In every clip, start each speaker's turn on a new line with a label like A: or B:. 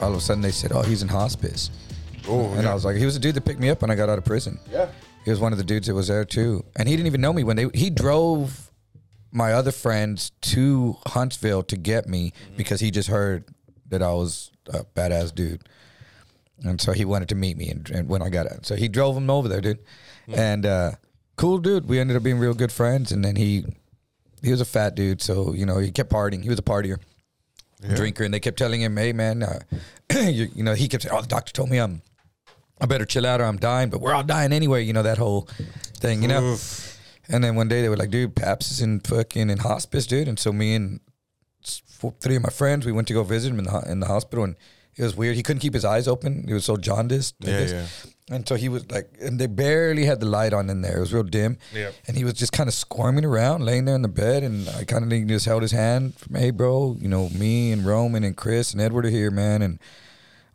A: all of a sudden they said, "Oh, he's in hospice."
B: Oh,
A: and I was like, "He was a dude that picked me up when I got out of prison."
B: Yeah.
A: He was one of the dudes that was there too, and he didn't even know me when they. He drove my other friends to Huntsville to get me because he just heard that I was a badass dude, and so he wanted to meet me. And, and when I got out, so he drove him over there, dude,
B: Hmm.
A: and uh, cool dude. We ended up being real good friends, and then he he was a fat dude, so you know he kept partying. He was a partier, drinker, and they kept telling him, "Hey, man, uh, you, you know," he kept saying, "Oh, the doctor told me I'm, I better chill out or I'm dying, but we're all dying anyway." You know that whole thing, you know. And then one day they were like, "Dude, Paps is in fucking in hospice, dude." And so me and s- four, three of my friends, we went to go visit him in the ho- in the hospital, and it was weird. He couldn't keep his eyes open. He was so jaundiced. I
B: Yeah,
A: guess.
B: yeah.
A: And so he was like, and they barely had the light on in there. It was real dim.
B: Yeah.
A: And he was just kind of squirming around, laying there in the bed. And I kind of just held his hand from, hey, bro, you know, me and Roman and Chris and Edward are here, man. And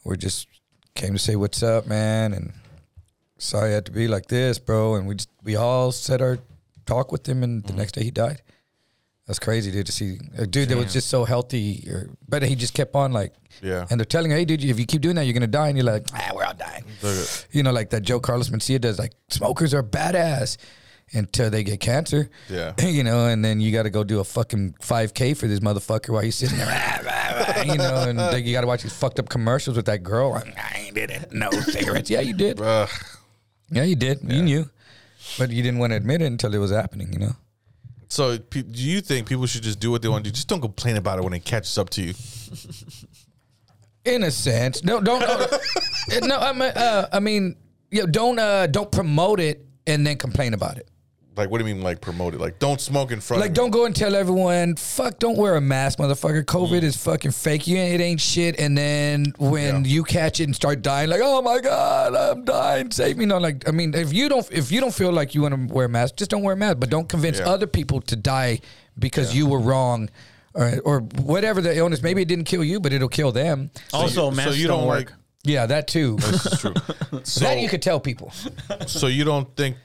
A: we're just came to say, what's up, man? And sorry I had to be like this, bro. And we just, we all said our talk with him. And the next day he died. That's crazy, dude, to see a dude that was just so healthy. Or, but he just kept on like,
B: Yeah.
A: and they're telling her, hey, dude, if you keep doing that, you're going to die. And you're like, ah, we're all dying. You know, like that Joe Carlos Mencia does, like, smokers are badass until they get cancer.
B: Yeah.
A: You know, and then you got to go do a fucking 5K for this motherfucker while he's sitting there, "Ah, ah, ah," you know, and then you got to watch these fucked up commercials with that girl. Like, I ain't did it. No cigarettes. Yeah, you did.
B: Ugh.
A: Yeah, you did. You knew. But you didn't want to admit it until it was happening, you know?
B: So, pe- do you think people should just do what they want to do? Just don't complain about it when it catches up to you.
A: in a sense. No, don't. no, no, I mean, uh, I mean, you know, don't uh, don't promote it and then complain about it.
B: Like, what do you mean, like promote it? Like, don't smoke in front.
A: Like,
B: of
A: don't go and tell everyone, fuck, don't wear a mask, motherfucker. COVID
B: Mm.
A: is fucking fake. You ain't, it ain't shit. And then when
B: Yeah.
A: you catch it and start dying, like, oh my god, I'm dying, save me. No, like, I mean, if you don't, if you don't feel like you want to wear a mask, just don't wear a mask. But don't convince
B: Yeah.
A: other people to die because you were wrong. Or, or whatever the illness, maybe it didn't kill you, but it'll kill them.
C: also,
B: you-
C: masks
B: so you
C: don't,
B: don't
C: work.
B: like-
A: Yeah, that too.
B: This is true. So,
A: that you could tell people.
B: so you don't think.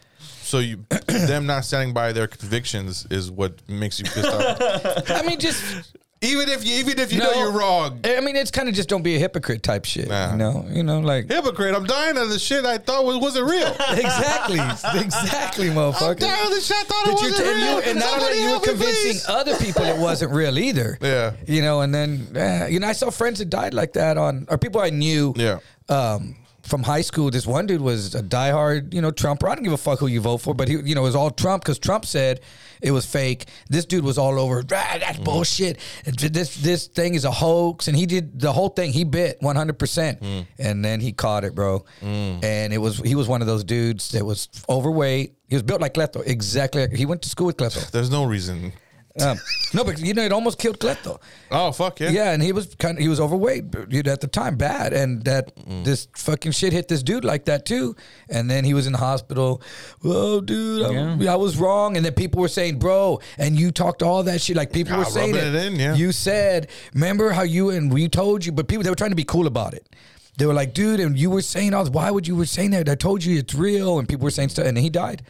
B: So you, them not standing by their convictions is what makes you pissed off.
A: I mean, just
B: even if you, even if you
A: No.
B: know you're wrong,
A: I mean, it's kind of just don't be a hypocrite type shit.
B: Nah.
A: You know, you know, like
B: hypocrite. I'm dying of the shit I thought was wasn't real.
A: exactly, exactly, motherfucker.
B: dying of the shit I thought it
A: But you,
B: wasn't
A: and,
B: real.
A: you, and not
B: Somebody
A: only you were
B: help me,
A: convincing
B: please.
A: other people it wasn't real either.
B: Yeah.
A: You know, and then eh, you know, I saw friends that died like that on, or people I knew.
B: Yeah.
A: Um, from high school, this one dude was a diehard, you know, Trumper. I don't give a fuck who you vote for, but he, you know, it was all Trump because Trump said it was fake. This dude was all over. "Ah,
B: Mm.
A: that's bullshit. This this thing is a hoax, and he did the whole thing. He bit one hundred percent,
B: Mm.
A: and then he caught it, bro. And it was he was one of those dudes that was overweight. He was built like Klepto, exactly. like- He went to school with Klepto.
B: There's no reason.
A: Um, no, but you know, it almost killed Klepto.
B: Oh fuck yeah.
A: Yeah, and he was kind of he was overweight but, you know, at the time, bad, and that
B: Mm.
A: this fucking shit hit this dude like that too. And then he was in the hospital. Whoa, dude, I'm- I was wrong. And then people were saying, "Bro," and you talked all that shit. Like people
B: Ah,
A: were saying
B: rubbing it in, yeah.
A: You said, "Remember how you and we told you," but people they were trying to be cool about it. They were like, "Dude," and you were saying all this. Why would you were saying that? I told you it's real, and people were saying stuff, and then he died.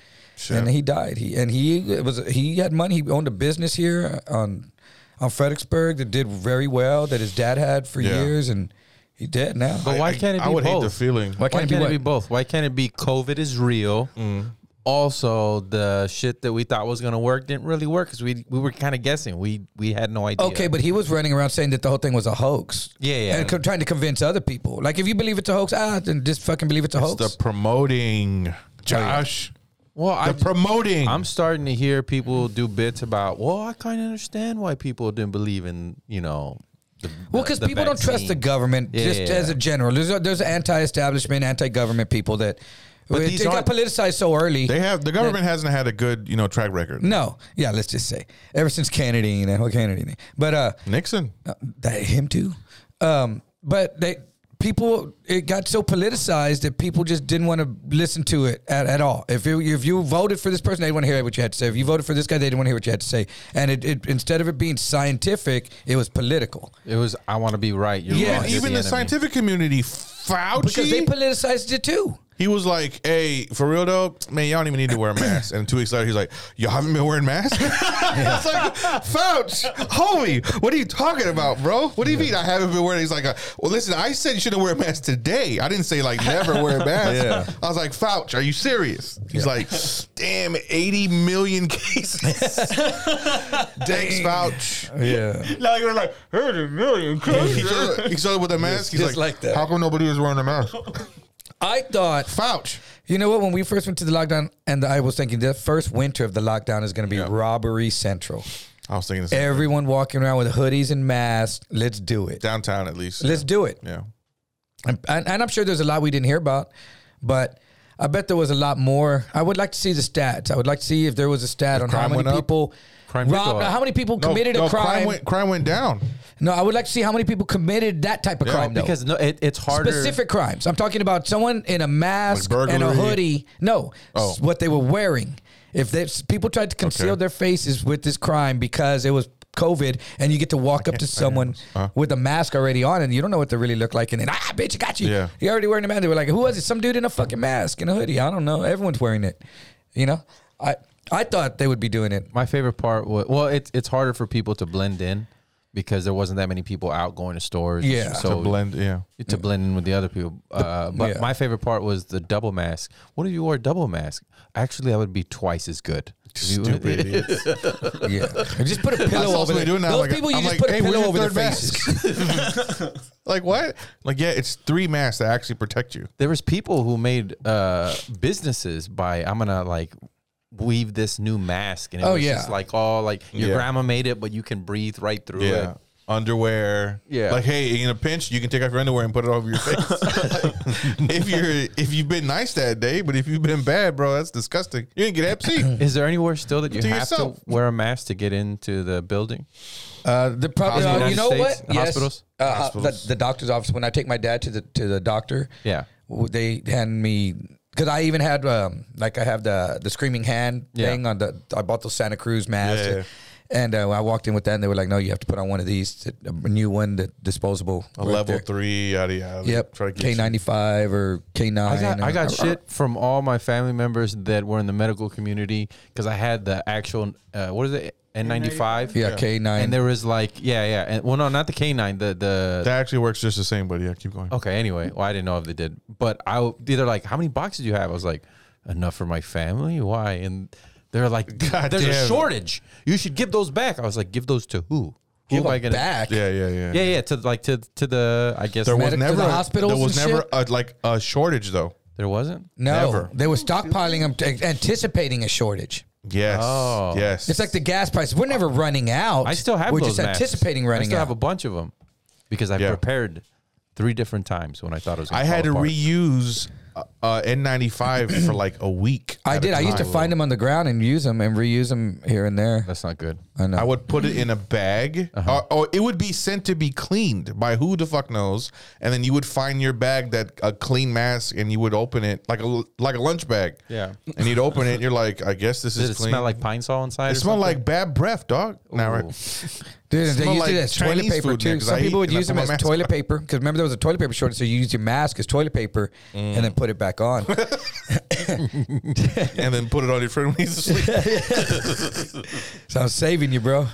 A: And he died. He and he it was he had money. He owned a business here on on Fredericksburg that did very well that his dad had for
B: Yeah.
A: years, and he dead now.
D: But why can't it be
B: I would hate
D: both?
B: the feeling.
D: Why can't,
A: Why
D: it, be
A: can't it be
D: both? Why can't it be COVID is real?
B: Mm-hmm.
D: Also, the shit that we thought was gonna work didn't really work because we we were kind of guessing. We we had no idea.
A: Okay, but he was running around saying that the whole thing was a hoax.
D: Yeah, yeah.
A: And co- trying to convince other people. Like, if you believe it's a hoax, ah, then just fucking believe it's a hoax.
B: It's the promoting, Josh.
D: Oh, well, I
B: The promoting.
D: I'm starting to hear people do bits about. Well, I kind of understand why people didn't believe in you know. The,
A: Well,
D: the-
A: because
D: the
A: people don't trust the
D: vaccine.
A: government
D: Yeah,
A: just
D: yeah,
A: as a
D: yeah.
A: general. There's there's anti-establishment, anti-government people that but it,
D: these
A: it got
D: aren't-
A: politicized so early.
B: they have the government hasn't had a good you know track record.
A: no, yeah, let's just say ever since Kennedy and that whole Kennedy thing. But uh,
B: Nixon.
A: that him too. Um, but they people it got so politicized that people just didn't want to listen to it at, at all. If you if you voted for this person, they didn't want to hear what you had to say. If you voted for this guy, they didn't want to hear what you had to say. And it, it instead of it being scientific, it was political.
D: It was. I want to be right. You're
A: Yeah,
D: wrong.
B: And
D: You're
B: even the,
D: enemy."
B: scientific community, Fauci.
A: Because they politicized it too.
B: He was like, "Hey, for real though, man, y'all don't even need to wear a mask." And two weeks later, he's like, "Y'all haven't been wearing masks." it's like, Fouch, homie, what are you talking about, bro? What do you mean I haven't been wearing? He's like, "Well, listen, I said you shouldn't wear a mask today. I didn't say like never wear a mask."
A: Yeah.
B: I was like, "Fouch, are you serious?" He's like, "Damn, eighty million cases." Thanks, Fouch.
A: Yeah.
C: Like we're like, here's a million
B: He
C: cases.
B: showed up- he showed up with a mask. He's
A: just like that.
B: How come nobody was wearing a mask?
A: I thought
B: Fouch.
A: You know what? When we first went to the lockdown, and I was thinking the first winter of the lockdown is going to be
B: Yeah.
A: robbery central.
B: I was thinking the same thing.
A: Everyone walking around with hoodies and masks. Let's do it.
B: downtown at least.
A: Let's do it.
B: yeah.
A: And, and, and I'm sure there's a lot we didn't hear about, but I bet there was a lot more. I would like to see the stats. I would like to see if there was a stat on how
B: crime
A: many
B: went up?
A: people
D: Crime did go
A: robbed-
D: up.
A: how many people committed a crime.
B: went, crime went down.
A: no, I would like to see how many people committed that type of
B: Yeah.
A: crime. Though.
D: because no, it, it's harder.
A: specific crimes. I'm talking about someone in a mask
B: Like
A: and a
B: burglary?
A: hoodie. No,
B: Oh.
A: s- what they were wearing. If they, s- people tried to conceal
B: Okay.
A: their faces with this crime because it was COVID, and you get to walk up to someone
B: Uh-huh.
A: with a mask already on, and you don't know what they really look like, and then ah, bitch, I got you.
B: Yeah.
A: You're already wearing a mask. They were like, who was it? Some dude in a fucking mask and a hoodie. I don't know. Everyone's wearing it. You know, I I thought they would be doing it.
D: My favorite part was well, it's it's harder for people to blend in because there wasn't that many people out going to stores.
A: Yeah.
D: so
B: to blend, yeah.
D: to blend in with the other people. Uh, but
A: yeah.
D: my favorite part was the double mask. What if you wore a double mask? Actually, I would be twice as good. If you-
B: Stupid idiots.
A: Yeah, just put a
B: That's
A: pillow
B: also
A: over
B: what
A: their
B: they do now.
A: Those
B: Like,
A: people, you
B: I'm
A: just
B: like,
A: put a
B: "Hey, where's
A: pillow
B: your
A: over their
B: third mask?"
A: faces.
B: like what? Like yeah, it's three masks that actually protect you.
D: there was people who made uh, businesses by I'm gonna like weave this new mask and it
A: Oh,
D: was
A: yeah.
D: just like all like your
B: Yeah.
D: grandma made it, but you can breathe right through
B: Yeah.
D: it.
B: Underwear.
D: Yeah.
B: Like hey, in a pinch, you can take off your underwear and put it over your face. if you're if you've been nice that day, but if you've been bad, bro, that's disgusting. You didn't get Hep C.
D: Is there anywhere still that you
B: To
D: have
B: yourself.
D: to wear a mask to get into the building?
A: Uh, the probably
D: Hospitals in
A: you
D: the
A: know
D: States?
A: what? Yes.
D: Hospitals?
A: Uh,
B: Hospitals.
A: The, the doctor's office. When I take my dad to the to the doctor,
D: Yeah.
A: w- they hand me because I even had um, like I have the the screaming hand
D: Yeah.
A: thing on the. I bought those Santa Cruz masks.
B: Yeah, yeah, yeah.
A: And uh, when I walked in with that, and they were like, "No, you have to put on one of these, t- a new one, the disposable,
B: A
A: right
B: level
A: there.
B: three, yada yada.
A: Yep,
B: Try to get
A: K
B: you-
A: ninety five or K nine. uh,
D: I got, I got shit from all my family members that were in the medical community because I had the actual uh, what is it N95?
A: Yeah, K
D: and
A: nine.
D: there was like yeah, yeah, and well, no, not the K9, the the
B: That actually works just the same, but yeah, keep going.
D: okay. Anyway, well, I didn't know if they did, but I w- they're like, how many boxes do you have? I was like, enough for my family. Why? And they're like,
B: God
D: there's
B: damn.
D: a shortage. You should give those back. I was like, give those to who? Who
A: Give
D: am I
A: them
D: gonna?
A: back.
B: Yeah, yeah, yeah.
D: Yeah, yeah, to like to to the I
B: There
D: guess there,
B: was
A: Medic- to
B: never
A: the
B: a-
A: hospitals
B: There was
A: and
B: never a, like a shortage though.
D: wasn't.
A: No,
B: Never.
A: they were stockpiling them, t- anticipating a shortage.
B: Yes.
D: Oh.
B: Yes. Oh,
A: It's like the gas prices. We're never running out.
D: I still have.
A: We're
D: those
A: just
D: masks.
A: anticipating
D: I
A: running
D: still
A: out.
D: have a bunch of them because I
B: Yeah.
D: prepared three different times when I thought it was. Gonna
B: I had to
D: fall apart.
B: reuse uh, uh, N95 for like a week.
A: I
B: at
A: did.
B: a
A: I used to
B: time.
A: find them on the ground and use them and reuse them here and there.
D: That's not good.
A: I know.
B: I would put it in a bag,
A: Uh-huh.
B: or, or it would be sent to be cleaned by who the fuck knows. And then you would find your bag that a clean mask, and you would open it like a l- like a lunch bag.
D: Yeah.
B: And you'd open it, and you're like, I guess this
D: Did
B: is
D: it
B: clean.
D: smell like pine saw inside?
B: it
D: or
B: smelled
D: something?
B: like bad breath, dog. Now
D: Ooh.
B: right.
A: Dude, they
B: smell
A: used
B: like
A: it as toilet
B: Chinese
A: paper
B: food
A: too.
B: now 'cause
A: Some
B: I
A: people
B: eat
A: would
B: and I
A: use
B: put
A: them
B: my
A: as
B: mask
A: toilet paper because remember there was a toilet paper shortage, so you used your mask as toilet paper and then put it back on.
B: and then put it on your friend when he's asleep.
A: so I'm saving you, bro.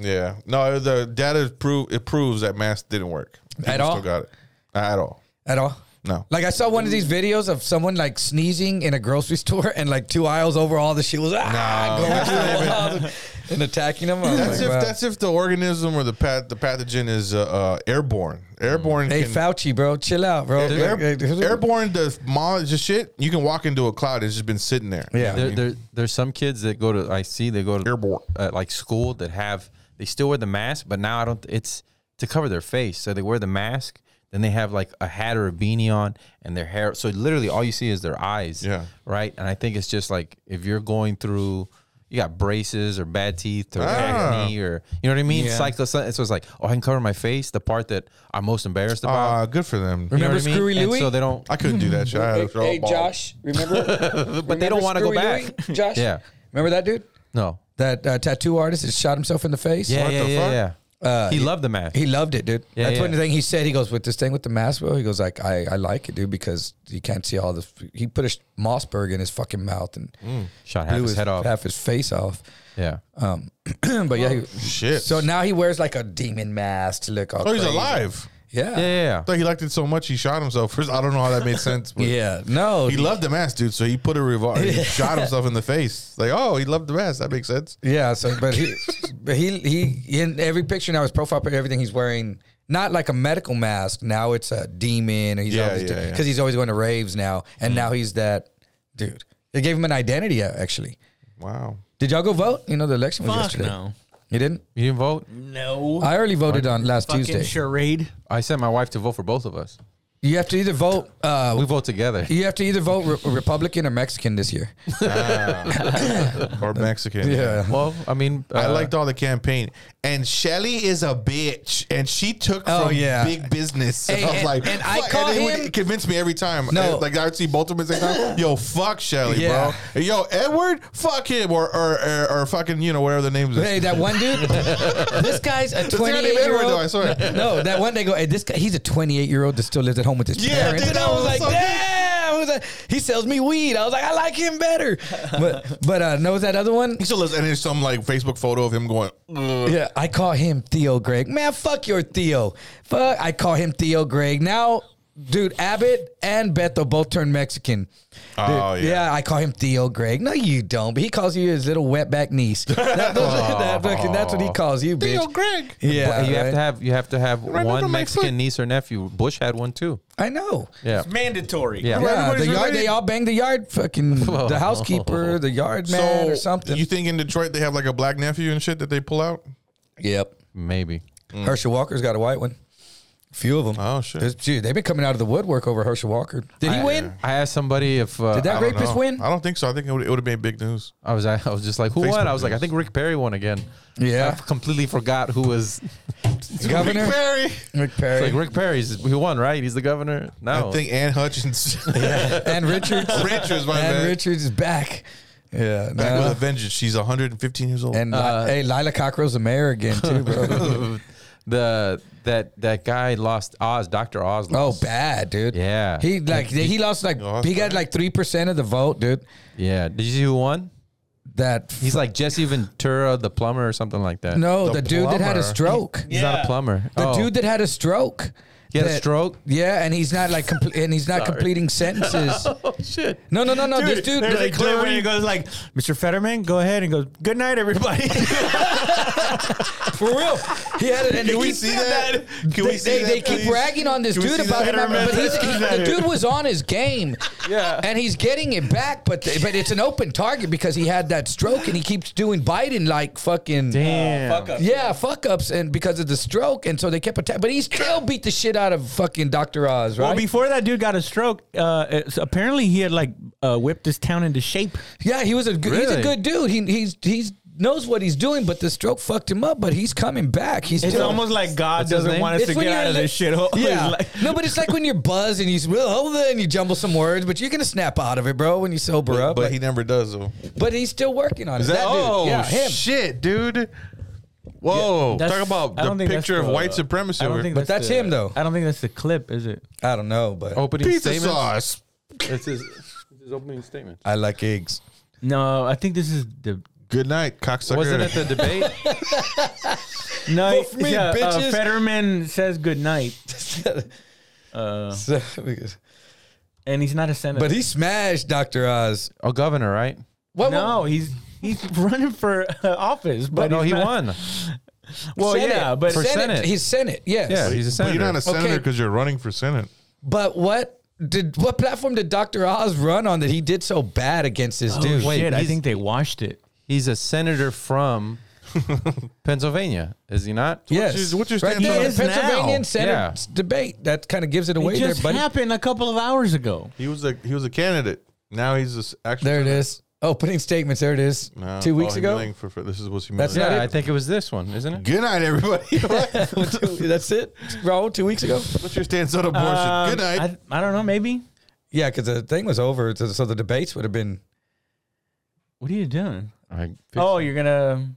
B: yeah. No, the data prove it proves that mask didn't work. People
A: all? Oh
B: Still got it. At all.
A: At all.
B: No.
A: Like I saw one of these videos of someone like sneezing in a grocery store and like two aisles over all the shit was ah, going through all the- and attacking them. I was
B: That's
A: like,
B: if
A: wow.
B: that's if the organism or the path the pathogen is uh, uh, airborne. Airborne.
A: Hey,
B: can-
A: Fauci, bro, chill out, bro.
B: air-
A: Like, like, who's-
B: airborne the mileage of shit. You can walk into a cloud. It's just been sitting there.
A: Yeah.
D: There, there, there's some kids that go to. I see they go to
B: Airborne.
D: uh, like school that have they still wear the mask, but now I don't. It's to cover their face, so they wear the mask. Then they have like a hat or a beanie on, and their hair. So literally, all you see is their eyes.
B: Yeah.
D: Right. And I think it's just like if you're going through, you got braces or bad teeth or
B: Ah.
D: acne or you know what I mean.
A: Yeah.
D: Psycho. So it's just like oh, I can cover my face, the part that I'm most embarrassed about.
B: Uh, good for them.
D: You know
A: Remember
D: what I mean?
A: Screwy
D: And
A: Louie?
D: so they don't.
B: I couldn't do that shit. I had to throw a ball.
A: remember? but
D: don't wanna go back.
A: Josh,
D: Yeah.
A: remember that dude?
D: No.
A: That uh, tattoo artist that shot himself in the face. Uh,
D: Yeah.
B: What
D: Yeah.
B: the
D: Yeah,
B: fuck?
D: yeah. he loved the mask.
A: He loved it, dude.
D: Yeah,
A: That's
D: yeah.
A: one thing he said. He goes with this thing with the mask, bro. He goes like, I, I like it, dude, because you can't see all this. He put a sh- Mossberg in his fucking mouth and
D: Mm. Shot half
A: blew
D: his head off.
A: half his face off. Um,
D: yeah. Oh,
A: but yeah, he-
B: Shit.
A: so now he wears like a demon mask to look. All
B: oh, he's
A: crazy.
B: alive.
A: Yeah.
D: yeah, yeah,
B: I thought he liked it so much he shot himself. First, I don't know how that made sense. But
A: Yeah. No.
B: He loved the mask, dude. So he put a revolver. He shot himself in the face. Like, oh, he loved the mask. That makes sense.
A: Yeah, so but he but he he in every picture now his profile picture everything he's wearing not like a medical mask now it's a demon and he's
B: Yeah,
A: always
B: yeah, yeah.
A: cuz he's always going to raves now and
D: Mm.
A: now he's that dude. It gave him an identity uh, actually.
B: Wow.
A: Did y'all go vote? You know the election was
E: Fuck
A: yesterday.
E: no.
A: You didn't?
D: You didn't vote?
E: No.
A: I already voted on last
E: Fucking
A: Tuesday.
E: charade.
D: I sent my wife to vote for both of us.
A: You have to either vote uh
D: We vote together.
A: you have to either vote re- Republican or Mexican this year.
D: Ah.
B: Or
A: Uh,
B: Mexican.
D: Well, I mean,
B: I
D: uh,
B: liked all the campaign. And Shelly is a bitch. And she took
A: Oh,
B: from
A: yeah.
B: big business. And,
A: Hey,
B: I was
A: and-
B: like,
A: and I
B: fuck.
A: call
B: it would
A: him-
B: convince me every time.
A: No.
B: And, like I would see both of them at the same time. Yo, fuck Shelly,
A: Yeah.
B: bro. Yo, Edward, fuck him. Or or, or or fucking, you know, whatever the name is.
A: Hey, that one dude. this guy's a
B: guy named
A: 28 year
B: Edward,
A: old.
B: though, I swear.
A: No, that one day go. Hey, this guy. He's a 28 year old that still lives at home with his
B: Yeah,
A: parents.
B: dude,
A: and I
B: that
A: was
B: was
A: like,
B: so good.
A: damn. I was like, he sells me weed. I was like, I like him better. But but uh, knows that other one.
B: He still lives, and there's some like Facebook photo of him going. "Ugh."
A: Yeah, I call him Theo Greg. Man, fuck your Theo. Fuck, I call him Theo Greg. Now, dude, Abbott and Beto both turned Mexican.
B: Oh
A: Dude,
B: yeah.
A: I call him Theo Greg. No, you don't. But he calls you his little wetback niece. That- that fucking- that's what he calls you, bitch.
B: Yo, Oh. Greg.
A: Yeah,
D: But you
A: right?
D: have to have you have to have
B: under
D: one
B: my foot.
D: Mexican niece or nephew. Bush had one too.
A: I know.
D: Yeah.
E: Mandatory.
D: Yeah.
A: Yeah,
B: Everybody's
A: the yard,
B: related.
A: they all bang the yard, fucking the housekeeper, the yard man, or something.
B: You think in Detroit they have like a black nephew and shit that they pull out?
A: yep.
D: Maybe.
A: Herschel Walker's got a white one. few of them.
B: Oh, shit.
A: There's- gee, they've been coming out of the woodwork over Herschel Walker. Did he
D: I- uh,
A: win?
D: I asked somebody if uh,
A: Did that
D: I,
B: I don't
A: rapist
B: know.
A: win?
B: I don't think so. I think it would, it would have made big news.
D: I was I was just like, who
B: Facebook
D: won? I was like, I
B: news.
D: think Rick Perry won again.
A: Yeah.
D: I completely forgot who was.
A: Governor Rick Perry.
D: It's like Rick Perry's he won, right? He's the governor. No.
B: I think Ann Hutchins,
A: and Richards.
B: Richards, my
A: and
B: man,
A: Richards is back. Yeah.
B: back
A: no.
B: with a vengeance. She's 115 years old.
A: and Li- hey, Lila Cockrell's the mayor again too, bro.
D: the that that guy lost Oz, Doctor Oz.
A: oh,
D: Lost.
A: bad, dude.
D: Yeah.
A: He like he lost like
B: Oh,
A: he got like three percent of the vote, dude.
D: yeah. Did you see who won?
A: That
D: He's like Jesse Ventura, the plumber, or something like that.
A: no,
B: The
A: the, dude that had a
B: plumber.
A: stroke.
D: he's not
E: Yeah.
D: a plumber.
A: The
D: Oh.
A: dude that had a stroke.
D: he had a
A: that-
D: stroke.
A: Yeah, and he's not like compl- and he's not completing sentences.
D: Oh shit.
A: No, no, no, no. this dude,
E: there's a
A: like,
E: clip where he goes like, "Mr. Fetterman, go ahead and goes. Good night, everybody."
A: for real, he had it. And
B: Can
A: they
B: we
A: keep-
B: see that? Can
A: They,
B: we see
A: they,
B: that,
A: they keep
B: please?
A: bragging on this
E: Can we
A: dude
E: see
A: about
E: that,
A: it, but
E: Herman?
A: he's, he, the dude was on his game.
D: Yeah.
A: and he's getting it back, but the, but it's an open target because he had that stroke and he keeps doing Biden like fucking.
D: Damn.
A: Yeah, Uh, fuck ups, and because of the stroke, and so they kept attacking. But he still beat the shit out of fucking Doctor Oz, right?
E: Well, before that dude got a stroke, uh, it's- apparently he had like uh, whipped this town into shape.
A: Yeah, he was a good, he's a
D: Really?
A: good dude. He he's he's knows what he's doing, but the stroke fucked him up. But he's coming back. He's
E: It's
A: still,
E: almost like God
D: What's his
E: doesn't
D: name?
E: want us
A: It's
E: to
A: when
E: get
A: you're
E: out of
A: li-
E: this shithole.
A: Yeah,
E: It's like-
A: no, but it's like when you're buzzed and you well, and you jumble some words, but you're gonna snap out of it, bro, when you sober
B: But,
A: up. But,
B: he never does though.
A: but he's still working on
B: Is
A: it.
B: that,
A: That dude,
B: oh
A: yeah, him.
B: shit, dude? Whoa!
E: That's-
B: Talk about
E: I don't
B: the
E: think that's
B: picture of
E: the-
B: white supremacy.
E: I don't
B: over-
E: think
A: But that's
E: the-
A: him, though.
E: I don't think that's the clip, is it?
A: I don't know, but
D: Opening
B: pizza
D: statement.
B: sauce.
D: It's his, it's his opening statement.
A: I like eggs.
E: No, I think this is the.
B: Good night, cocksucker.
D: Wasn't it the debate?
E: No,
A: Vote for me,
E: yeah,
A: bitches.
E: Uh, Fetterman says good night, Uh,
A: So-
E: and he's not a senator.
A: but he smashed Doctor Oz.
D: oh, governor, right?
A: What?
E: no, he's he's running for uh, office. But
D: no,
E: he's
D: he
E: not-
D: won.
E: Well,
A: Senate.
E: yeah, but
D: For
A: Senate.
D: Senate.
A: He's Senate. Yes.
D: Yeah, he's a
B: But
D: senator.
B: you're not a senator
A: Okay.
B: because you're running for senate.
A: But what did what platform did Doctor Oz run on that he did so bad against this dude?
E: Wait,
D: Wait,
E: Oh, I
D: he's-
E: think they washed it.
D: he's a senator from Pennsylvania, is he not?
A: Yes.
B: What's your- what's your
A: right
B: stance
A: there,
B: on
A: in
B: it?
A: Pennsylvania
E: Now.
A: Senate debate. That kind of gives it away
E: It
A: there,
E: just
A: buddy.
E: happened a couple of hours ago.
B: He was a he was a candidate. Now he's this actual.
A: There it is. Opening statements. There it is.
B: No.
A: Two weeks
B: Oh,
A: ago.
B: humiliating For, for- this is what's
A: That's
B: humiliating.
A: not
D: Yeah,
A: it.
D: I think it was this one, isn't it?
B: Good night, everybody.
A: That's it, Raul. Two weeks ago.
B: What's your stance on abortion?
E: Um,
B: Good night.
E: I, I don't know. Maybe.
A: Yeah, because the thing was over, so so the debates would have been.
E: What are you doing?
D: I fixed
E: Oh,
D: it
E: you're gonna.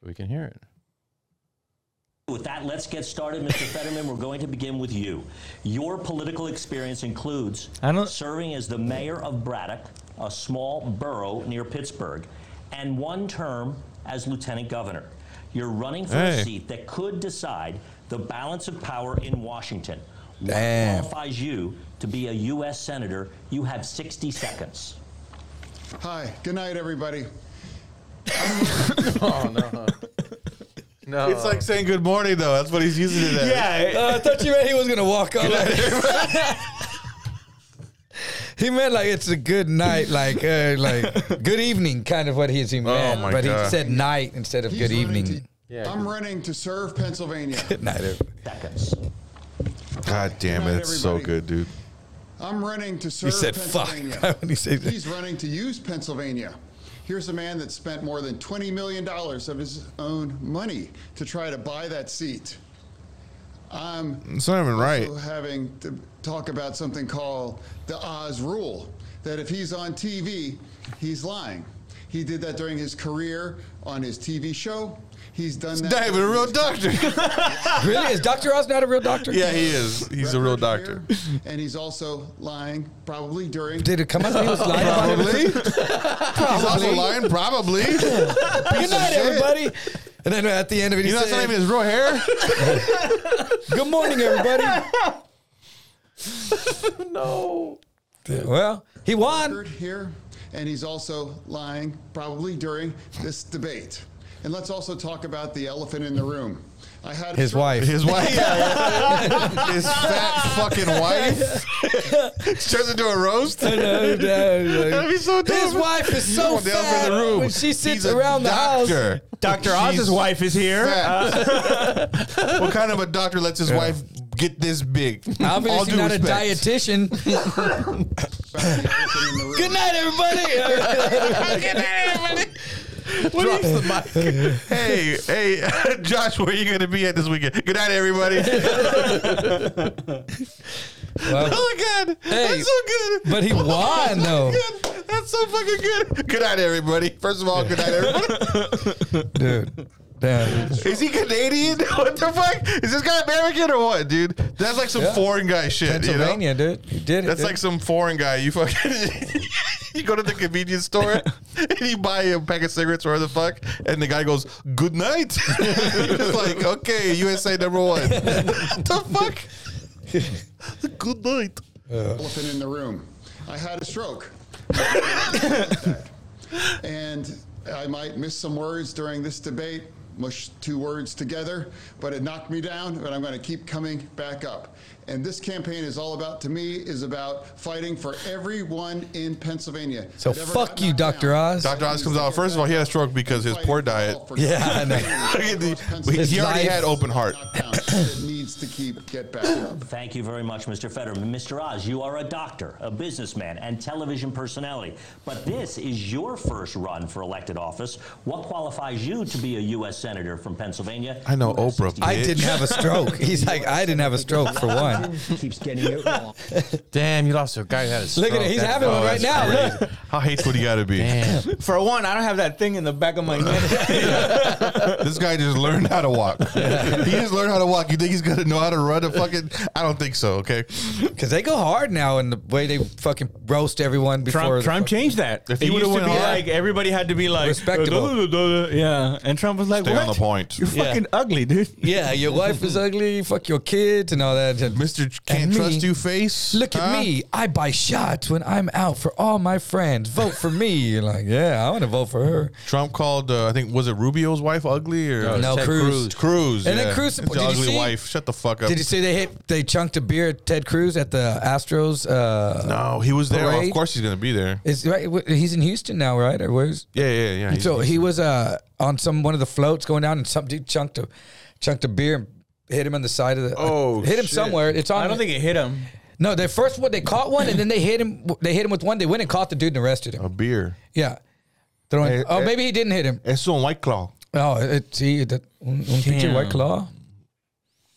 D: so we can hear it.
F: With that, let's get started, Mr. Fetterman. We're going to begin with you. Your political experience includes
E: I don't-
F: serving as the mayor of Braddock, a small borough near Pittsburgh, and one term as lieutenant governor. You're running for
B: Hey.
F: a seat that could decide the balance of power in Washington. What
A: Damn.
F: qualifies you to be a U.S. senator? You have 60 seconds.
G: Hi. Good night, everybody.
D: Oh, No,
B: It's like saying good morning though. That's what he's using it as.
E: Yeah.
A: Uh, I thought you meant he was gonna walk off. he meant like it's a good night, like uh, like good evening, kind of what he, he meant.
B: Oh my
A: but he
B: God.
A: said night instead of
G: He's
A: good
G: running
A: evening.
G: to-
D: Yeah,
G: I'm running to serve Pennsylvania.
A: Good night. everybody.
F: Seconds.
B: God damn it, it's so
G: Everybody.
B: good, dude.
G: I'm running to serve
A: He said fuck
G: Pennsylvania.
A: when he said that.
G: He's running to use Pennsylvania. Here's a man that spent more than $20 million of his own money to try to buy that seat. I'm
B: It's not even right.
G: also having to talk about something called the Oz rule that if he's on TV, he's lying. He did that during his career on his TV show. He's done that.
B: David, a real doctor.
A: Really? Is Dr. Oz not a real doctor?
B: yeah, he is. He's a real doctor.
G: And he's also lying, probably during.
A: Did it come out that he was lying about it?
B: Probably. He's also lying. Probably.
A: Good night, everybody. And then at the end of it, he
B: You know that's not
A: said,
B: even his real hair.
A: Good morning, everybody. no. Well, he won.
G: record here, and he's also lying, probably during this debate. And let's also talk about the elephant in the room. I had a
A: His
G: stroke-
A: wife.
B: His wife. his fat fucking wife. turns into a roast.
A: I know, yeah,
B: That'd be
A: like-
B: so dope.
A: His wife is so
B: Come on down
A: fat.
B: for the room.
A: When she
B: He's
A: sits
B: a
A: around the house.
B: doctor.
E: Dr. Oz's
B: She's
E: wife is here. Uh,
B: fat. what kind of a doctor lets his wife get this big? All
A: Obviously
B: due
A: not a
B: respect.
A: dietitian.
G: the elephant in the room.
A: Good night, everybody. Good night, everybody.
B: Drops the mic. hey, hey, Josh, where are you going to be at this weekend? Good night, everybody.
A: Uh,
B: oh my god,
A: Hey,
B: that's so good.
A: but he won, though.
B: Good. That's so fucking good. Good night, everybody. First of all, good night, everybody.
A: Dude, damn.
B: Is he Canadian? What the fuck? Is this guy American or what, dude? That's like some
A: Yeah.
B: foreign guy shit. You know?
A: Pennsylvania, dude. He did it.
B: That's
A: dude.
B: like some foreign guy. You fucking you go to the convenience store and you buy a pack of cigarettes or whatever the fuck, and the guy goes, "Good night." You're just like, okay, USA number one. the fuck? Good night.
G: elephant in the room. I had a stroke. and I might miss some words during this debate, mush two words together, but it knocked me down, but I'm going to keep coming back up. And this campaign is all about, to me, is about fighting for everyone in Pennsylvania.
A: So
G: that ever
A: fuck
G: got
A: you,
G: knocked
A: Dr.
G: down.
A: Oz.
B: Dr. Oz comes out. First of all, he had a stroke because his poor diet.
G: Fighting for
A: Yeah, I know.
G: everyone across
B: He,
A: His
B: he already
A: life-
B: had open heart.
G: Pennsylvania that needs to keep get back up.
F: Thank you very much, Mr. Fetterman. Mr. Oz, you are a doctor, a businessman, and television personality. But this is your first run for elected office. What qualifies you to be a U.S. Senator from Pennsylvania?
B: I know
F: You have
B: Oprah.
F: 60
A: I didn't have a stroke. He's like, I didn't have a stroke for one.
H: keeps getting it wrong.
D: damn, you lost to a guy who had a
A: Look at it. He's having one right now. Look.
B: How hateful you gotta be.
E: For one, I don't have that thing in the back of my neck.
B: This guy just learned how to walk. he just learned how to walk. You think he's gonna know how to run a fucking? I don't think so. Okay.
A: Because they go hard now in the way they fucking roast everyone before.
E: Trump,
A: the
E: Trump
A: fuck-
E: changed that.
B: If
E: If
B: he
E: it
B: would've
E: used to be
B: went hard-
E: like everybody had to be like
A: Respectable.
E: "Duh, duh, duh, duh," Yeah, and Trump was like,
B: Stay on
E: "What?
B: the point.
E: You're
A: Yeah.
E: fucking ugly, dude."
A: Yeah, your wife is ugly. Fuck your kids and all that. And
B: Mr. Ch- Can't
A: and me,
B: Trust You face.
A: Look at
B: huh?
A: me. I buy shots when I'm out for all my friends. Vote for me. You're like, yeah, I want to vote for her.
B: Trump called, uh, I think, was it Rubio's wife ugly or
A: No,
D: Ted
A: Cruz.
D: Cruz.
B: Cruz?
A: And then
B: yeah.
A: Cruz-
B: It's
A: did you
B: ugly
A: see-
B: wife. Shut the fuck up.
A: Did you see they hit? They chunked a beer at Ted Cruz at the Astros. Uh,
B: no, he was there.
A: Parade?
B: of course, he's gonna be there.
A: Is right. wh- He's in Houston now, right? Or where's?
B: Yeah, yeah, yeah. He's-
A: so he was uh on some one of the floats going down, and some dude chunked a chunked a beer and hit him on the side of the.
B: Oh,
A: hit him
B: shit.
A: somewhere. It's on.
E: I don't think it hit him.
A: No, they first what they caught one, and then they hit him. They hit him with one. They went and caught the dude and arrested
B: a
A: him.
B: beer.
A: Yeah. Throwing,
B: Uh, Eh,
A: oh,
B: eh.
A: maybe he didn't hit him.
B: It's on White Claw.
A: No, it, sí, that, un, un pinche
E: Damn.
A: white claw.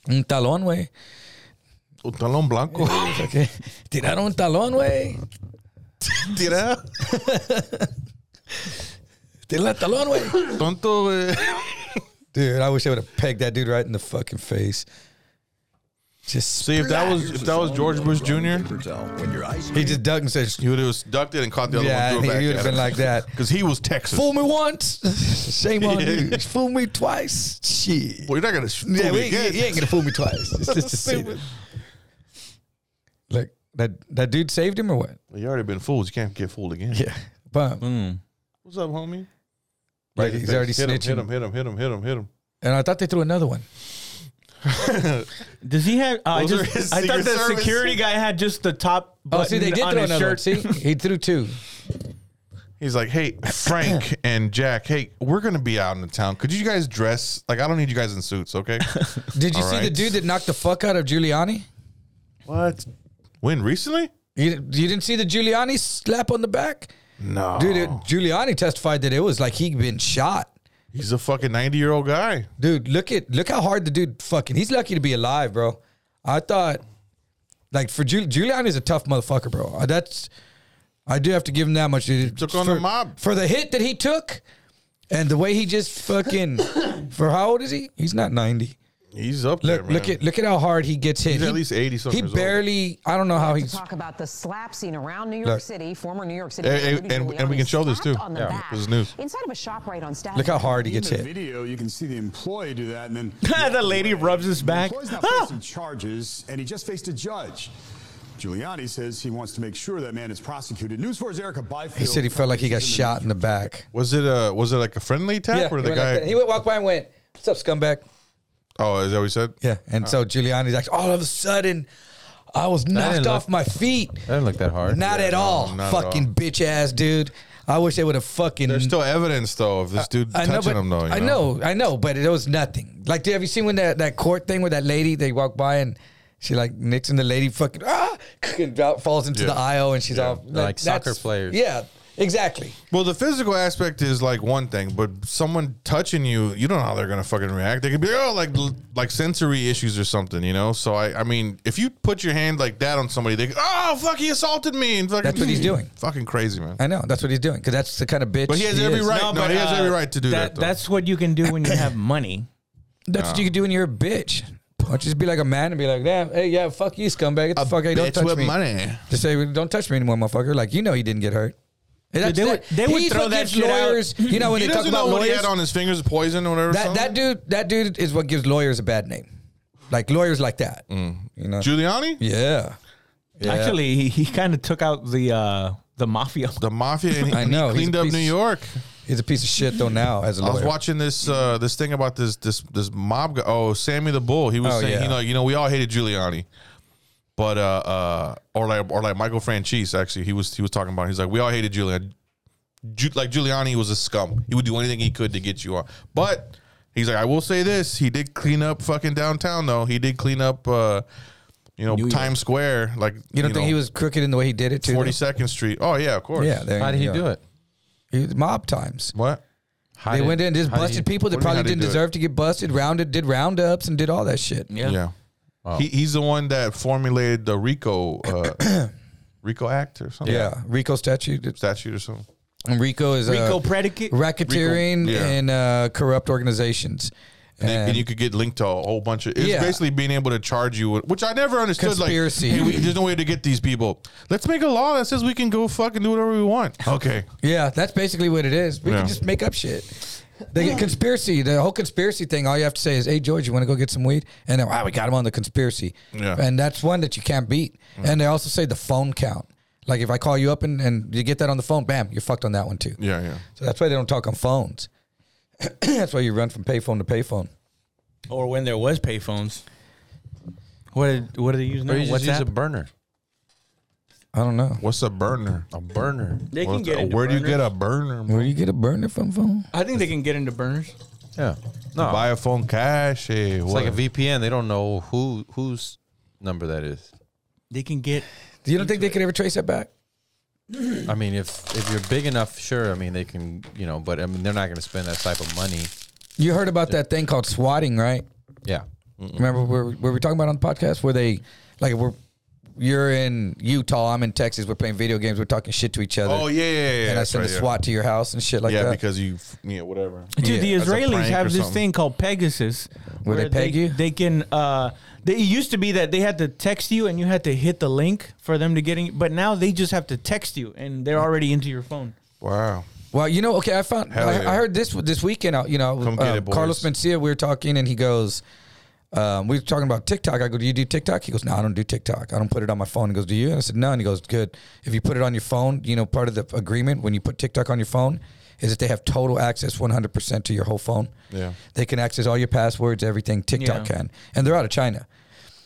A: Un talón, güey.
B: Un Talon blanco.
A: Okay. Tiraron un talón, güey.
B: Did I?
A: Tiraron el talón, güey.
B: Tonto. eh.
A: Dude, I wish I would have pegged that dude right in the fucking face. Just
B: See if that was if that was George Bush Jr.
A: he just ducked and said,
B: He would have ducked it and caught the other
A: "Yeah,"
B: one.
A: he would have been like that.
B: because he was Texas.
A: Fool me once, shame on
B: Yeah.
A: you. Fool
E: Uh,
A: me twice, shit.
B: Well, you're not gonna fool
A: Yeah,
B: me
A: we, you
B: again.
A: ain't gonna fool me twice. It's just a secret. Like that that dude saved him or what?
B: You already been fooled. You can't get fooled again.
A: Yeah, bump.
E: Hmm.
B: What's up, homie?
A: Like he's already
B: hit
A: snitching.
B: Him, hit him, hit him, hit him, hit him,
A: And I thought they threw another one.
E: Does he have? Uh, I
B: Those are
E: just
B: his
E: I thought
B: Secret
E: the
B: Service. Oh,
E: security guy had just the top.
A: Oh, see, they
E: button
A: did
E: on
A: throw
E: his
A: another
E: shirt.
A: one. See, he threw two.
B: He's like, hey, Frank and Jack, hey, we're gonna be out in the town. Could you guys dress like I don't need you guys in suits, okay?
A: Did you
B: All
A: see the
B: right.
A: dude that knocked the fuck out of Giuliani?
B: what? When recently?
A: You, you didn't see the Giuliani slap on the back?
B: No,
A: Dude, it, Giuliani testified that it was like he'd been shot.
B: he's a fucking ninety year old guy.
A: Dude, look at look how hard the dude fucking. He's lucky to be alive, bro. I thought, like for Giul- Giuliani's a tough motherfucker, bro. Uh, That's I do have to give him that much. Dude.
B: Took on
A: for,
B: the mob.
A: for the hit that he took, and the way he just fucking. for how old is he? He's not ninety.
B: He's up
A: Look,
B: there, man.
A: look at look at how hard he gets hit.
B: He's
A: he,
B: at least 80 something
A: He
B: years old.
A: barely. I don't know how he's.
H: talk about the slap scene around New York
A: Look. Eh,
H: City. Former New York City
B: And- and-
H: Rudy
B: and- and we
H: Giuliani
B: can show this,
H: slapped
B: too.
H: on the
B: Yeah.
H: back
B: This is news.
H: Inside of a shop right on Staten.
A: Look how hard he gets
I: In the
A: hit.
I: video, you can see the employee do that, and then
E: the lady rubs his
I: the
E: back.
I: employee's now
E: Ah!
I: facing charges, and he just faced a judge. Giuliani says he wants to make sure that man is prosecuted. News 4's Erica Byfield.
A: He said he felt like he got shot in the back.
B: Was it a was it like a friendly tap
A: he
B: or
A: went
B: the
A: like
B: guy?
A: that. he went walk by and went, "What's up, scumbag?"
B: oh, is that what he said?
A: Yeah, and so Giuliani's like, all of a sudden, I was knocked
D: didn't
A: off
D: look-
A: my feet.
D: That didn't look that hard.
A: Not at all,
B: not at all.
A: fucking bitch ass dude. I wish they would have fucking.
B: There's still evidence though of oh, this dude
A: I know,
B: touching
A: but,
B: him though. you
A: I know, I know, but it was nothing. Like, have you seen when that, that court thing with that lady? They walk by and she like nicks and the lady fucking ah, and out- falls into
B: Yeah.
A: the aisle and she's off
D: They're like soccer
A: that's-
D: players.
A: Yeah, exactly.
B: Well, the physical aspect is like one thing, but someone touching you, you don't know how they're gonna fucking react. They could be oh, like like sensory issues or something, you know. So I, I mean, if you put your hand like that on somebody, they oh fuck, he assaulted me, and fucking,
A: That's what he's doing.
B: Fucking crazy, man.
A: I know that's what he's doing because that's the kind of bitch.
B: But he has every
A: is.
B: right. No, he has every right to do that, though.
E: uh, that's what you can do when you have money.
A: That's what you can do when you're a bitch. Why don't you just be like a man and be like, damn, hey, yeah, fuck you, scumbag. Get the fuck out. Don't touch me. Just say, don't touch me anymore, motherfucker. Like, you know he didn't get hurt. And that's-
E: they would- they would
A: he's
E: throw
A: what
E: that
A: gives
E: shit out.
A: lawyers, You know when
B: He
A: they talk
B: doesn't know
A: about
B: what he
A: lawyers,
B: had on his fingers, poison or whatever.
A: that, that
B: something?
A: dude, that dude is what gives lawyers a bad name. Like lawyers like that. You know?
B: Mm. Giuliani,
A: Yeah. Yeah.
E: Actually, he, he kind of took out the uh, the mafia.
B: the mafia. And he,
A: I know,
B: he
A: he's
B: cleaned
A: a
B: up
A: piece-
B: New York.
A: he's a piece of shit though. Now as a
B: I
A: lawyer,
B: was watching this uh, this thing about this this this mob guy. Oh, Sammy the Bull. He was
A: Oh,
B: saying,
A: yeah.
B: you know, you know, we all hated Giuliani, but uh, uh, or like or like Michael Franchise. Actually, he was he was talking about. He's like, we all hated Giuliani. Ju- like Giuliani was a scum. He would do anything he could to get you on. But he's like, I will say this: he did clean up fucking downtown though. He did clean up, uh, you know, Times Square. Like
A: you don't think he was crooked in the way he did it too? though?
B: Forty Second Street. Oh yeah, of course.
A: Yeah. There,
D: How did he
A: you go.
D: do it?
A: He was mob times.
B: What?
D: How
A: They
D: did-
A: went in, just
D: how did
A: busted
D: he-
A: people that
B: what do you mean,
A: probably
B: how did he
A: didn't
B: do it?
A: deserve to get busted. Rounded, did roundups and did all that shit.
E: Yeah.
B: Yeah. He, he's the one that formulated the RICO uh, RICO Act or something.
A: Yeah, Rico statute.
B: Statute or something.
A: And Rico is uh,
E: Rico predicate.
A: racketeering
B: Rico, yeah.
A: and uh, corrupt organizations.
B: And, they- and
A: And-
B: you could get linked to a whole bunch of. It's
A: Yeah.
B: basically being able to charge you, with- which I never understood.
A: Conspiracy.
B: Like, hey, we, there's no way to get these people. Let's make a law that says we can go fucking do whatever we want. Okay.
A: yeah, that's basically what it is. We
B: Yeah.
A: can just make up shit. They get conspiracy. The whole conspiracy thing. All you have to say is, "Hey George, you want to go get some weed?" And then, wow, we got him on the conspiracy.
B: Yeah.
A: And that's one that you can't beat. And they also say the phone count. Like if I call you up and, and you get that on the phone, bam, you're fucked on that one too.
B: Yeah, yeah.
A: So that's why they don't talk on phones. that's why you run from payphone to payphone.
E: or when there was payphones. What did, what do they use now?
D: Or you just use a
E: WhatsApp?
D: burner.
A: I don't know.
B: What's a burner?
D: A burner.
E: They can
B: What's-
E: get into
B: where do you
E: burners.
B: get a burner?
A: Where do you get a burner from phone?
E: I think they can get into burners.
D: Yeah. No.
B: Buy a phone cash. eh,
D: it's
B: what?
D: like a VPN. They don't know who whose number that is.
E: They can get.
A: You don't think they could ever trace that back?
D: I mean, if if you're big enough, sure. I mean, they can, you know, but I mean, they're not going to spend that type of money.
A: You heard about that thing called swatting, right?
D: Yeah.
A: Remember where, where we were talking about on the podcast where they like were you're in Utah, I'm in Texas, we're playing video games, we're talking shit to each other.
B: Oh yeah, yeah, yeah.
A: and I
B: that's
A: send
B: right,
A: a
B: yeah.
A: SWAT to your house and shit like
B: yeah,
A: that.
B: because you, yeah, whatever.
E: Dude,
A: Yeah,
E: the
B: as a
E: Israelis
B: prank or
E: have this
B: something.
E: thing called Pegasus.
A: Where they peg
E: they,
A: you?
E: They can. Uh, they, it used to be that they had to text you and you had to hit the link for them to get in. But now they just have to text you and they're already into your phone.
B: Wow.
A: Well, you know, okay, I found
B: Hell
A: I,
B: yeah.
A: I heard this this weekend. uh, You know,
B: Come get
A: um,
B: it, boys.
A: Carlos Mencia, we were talking, and he goes, um, "We were talking about TikTok." I go, "Do you do TikTok?" He goes, "No, I don't do TikTok. I don't put it on my phone." He goes, "Do you?" And I said, "No." And he goes, "Good. If you put it on your phone, you know, part of the agreement when you put TikTok on your phone is that they have total access, one hundred percent to your whole phone.
B: Yeah.
A: they can access all your passwords, everything TikTok
E: Yeah.
A: can, and they're out of China."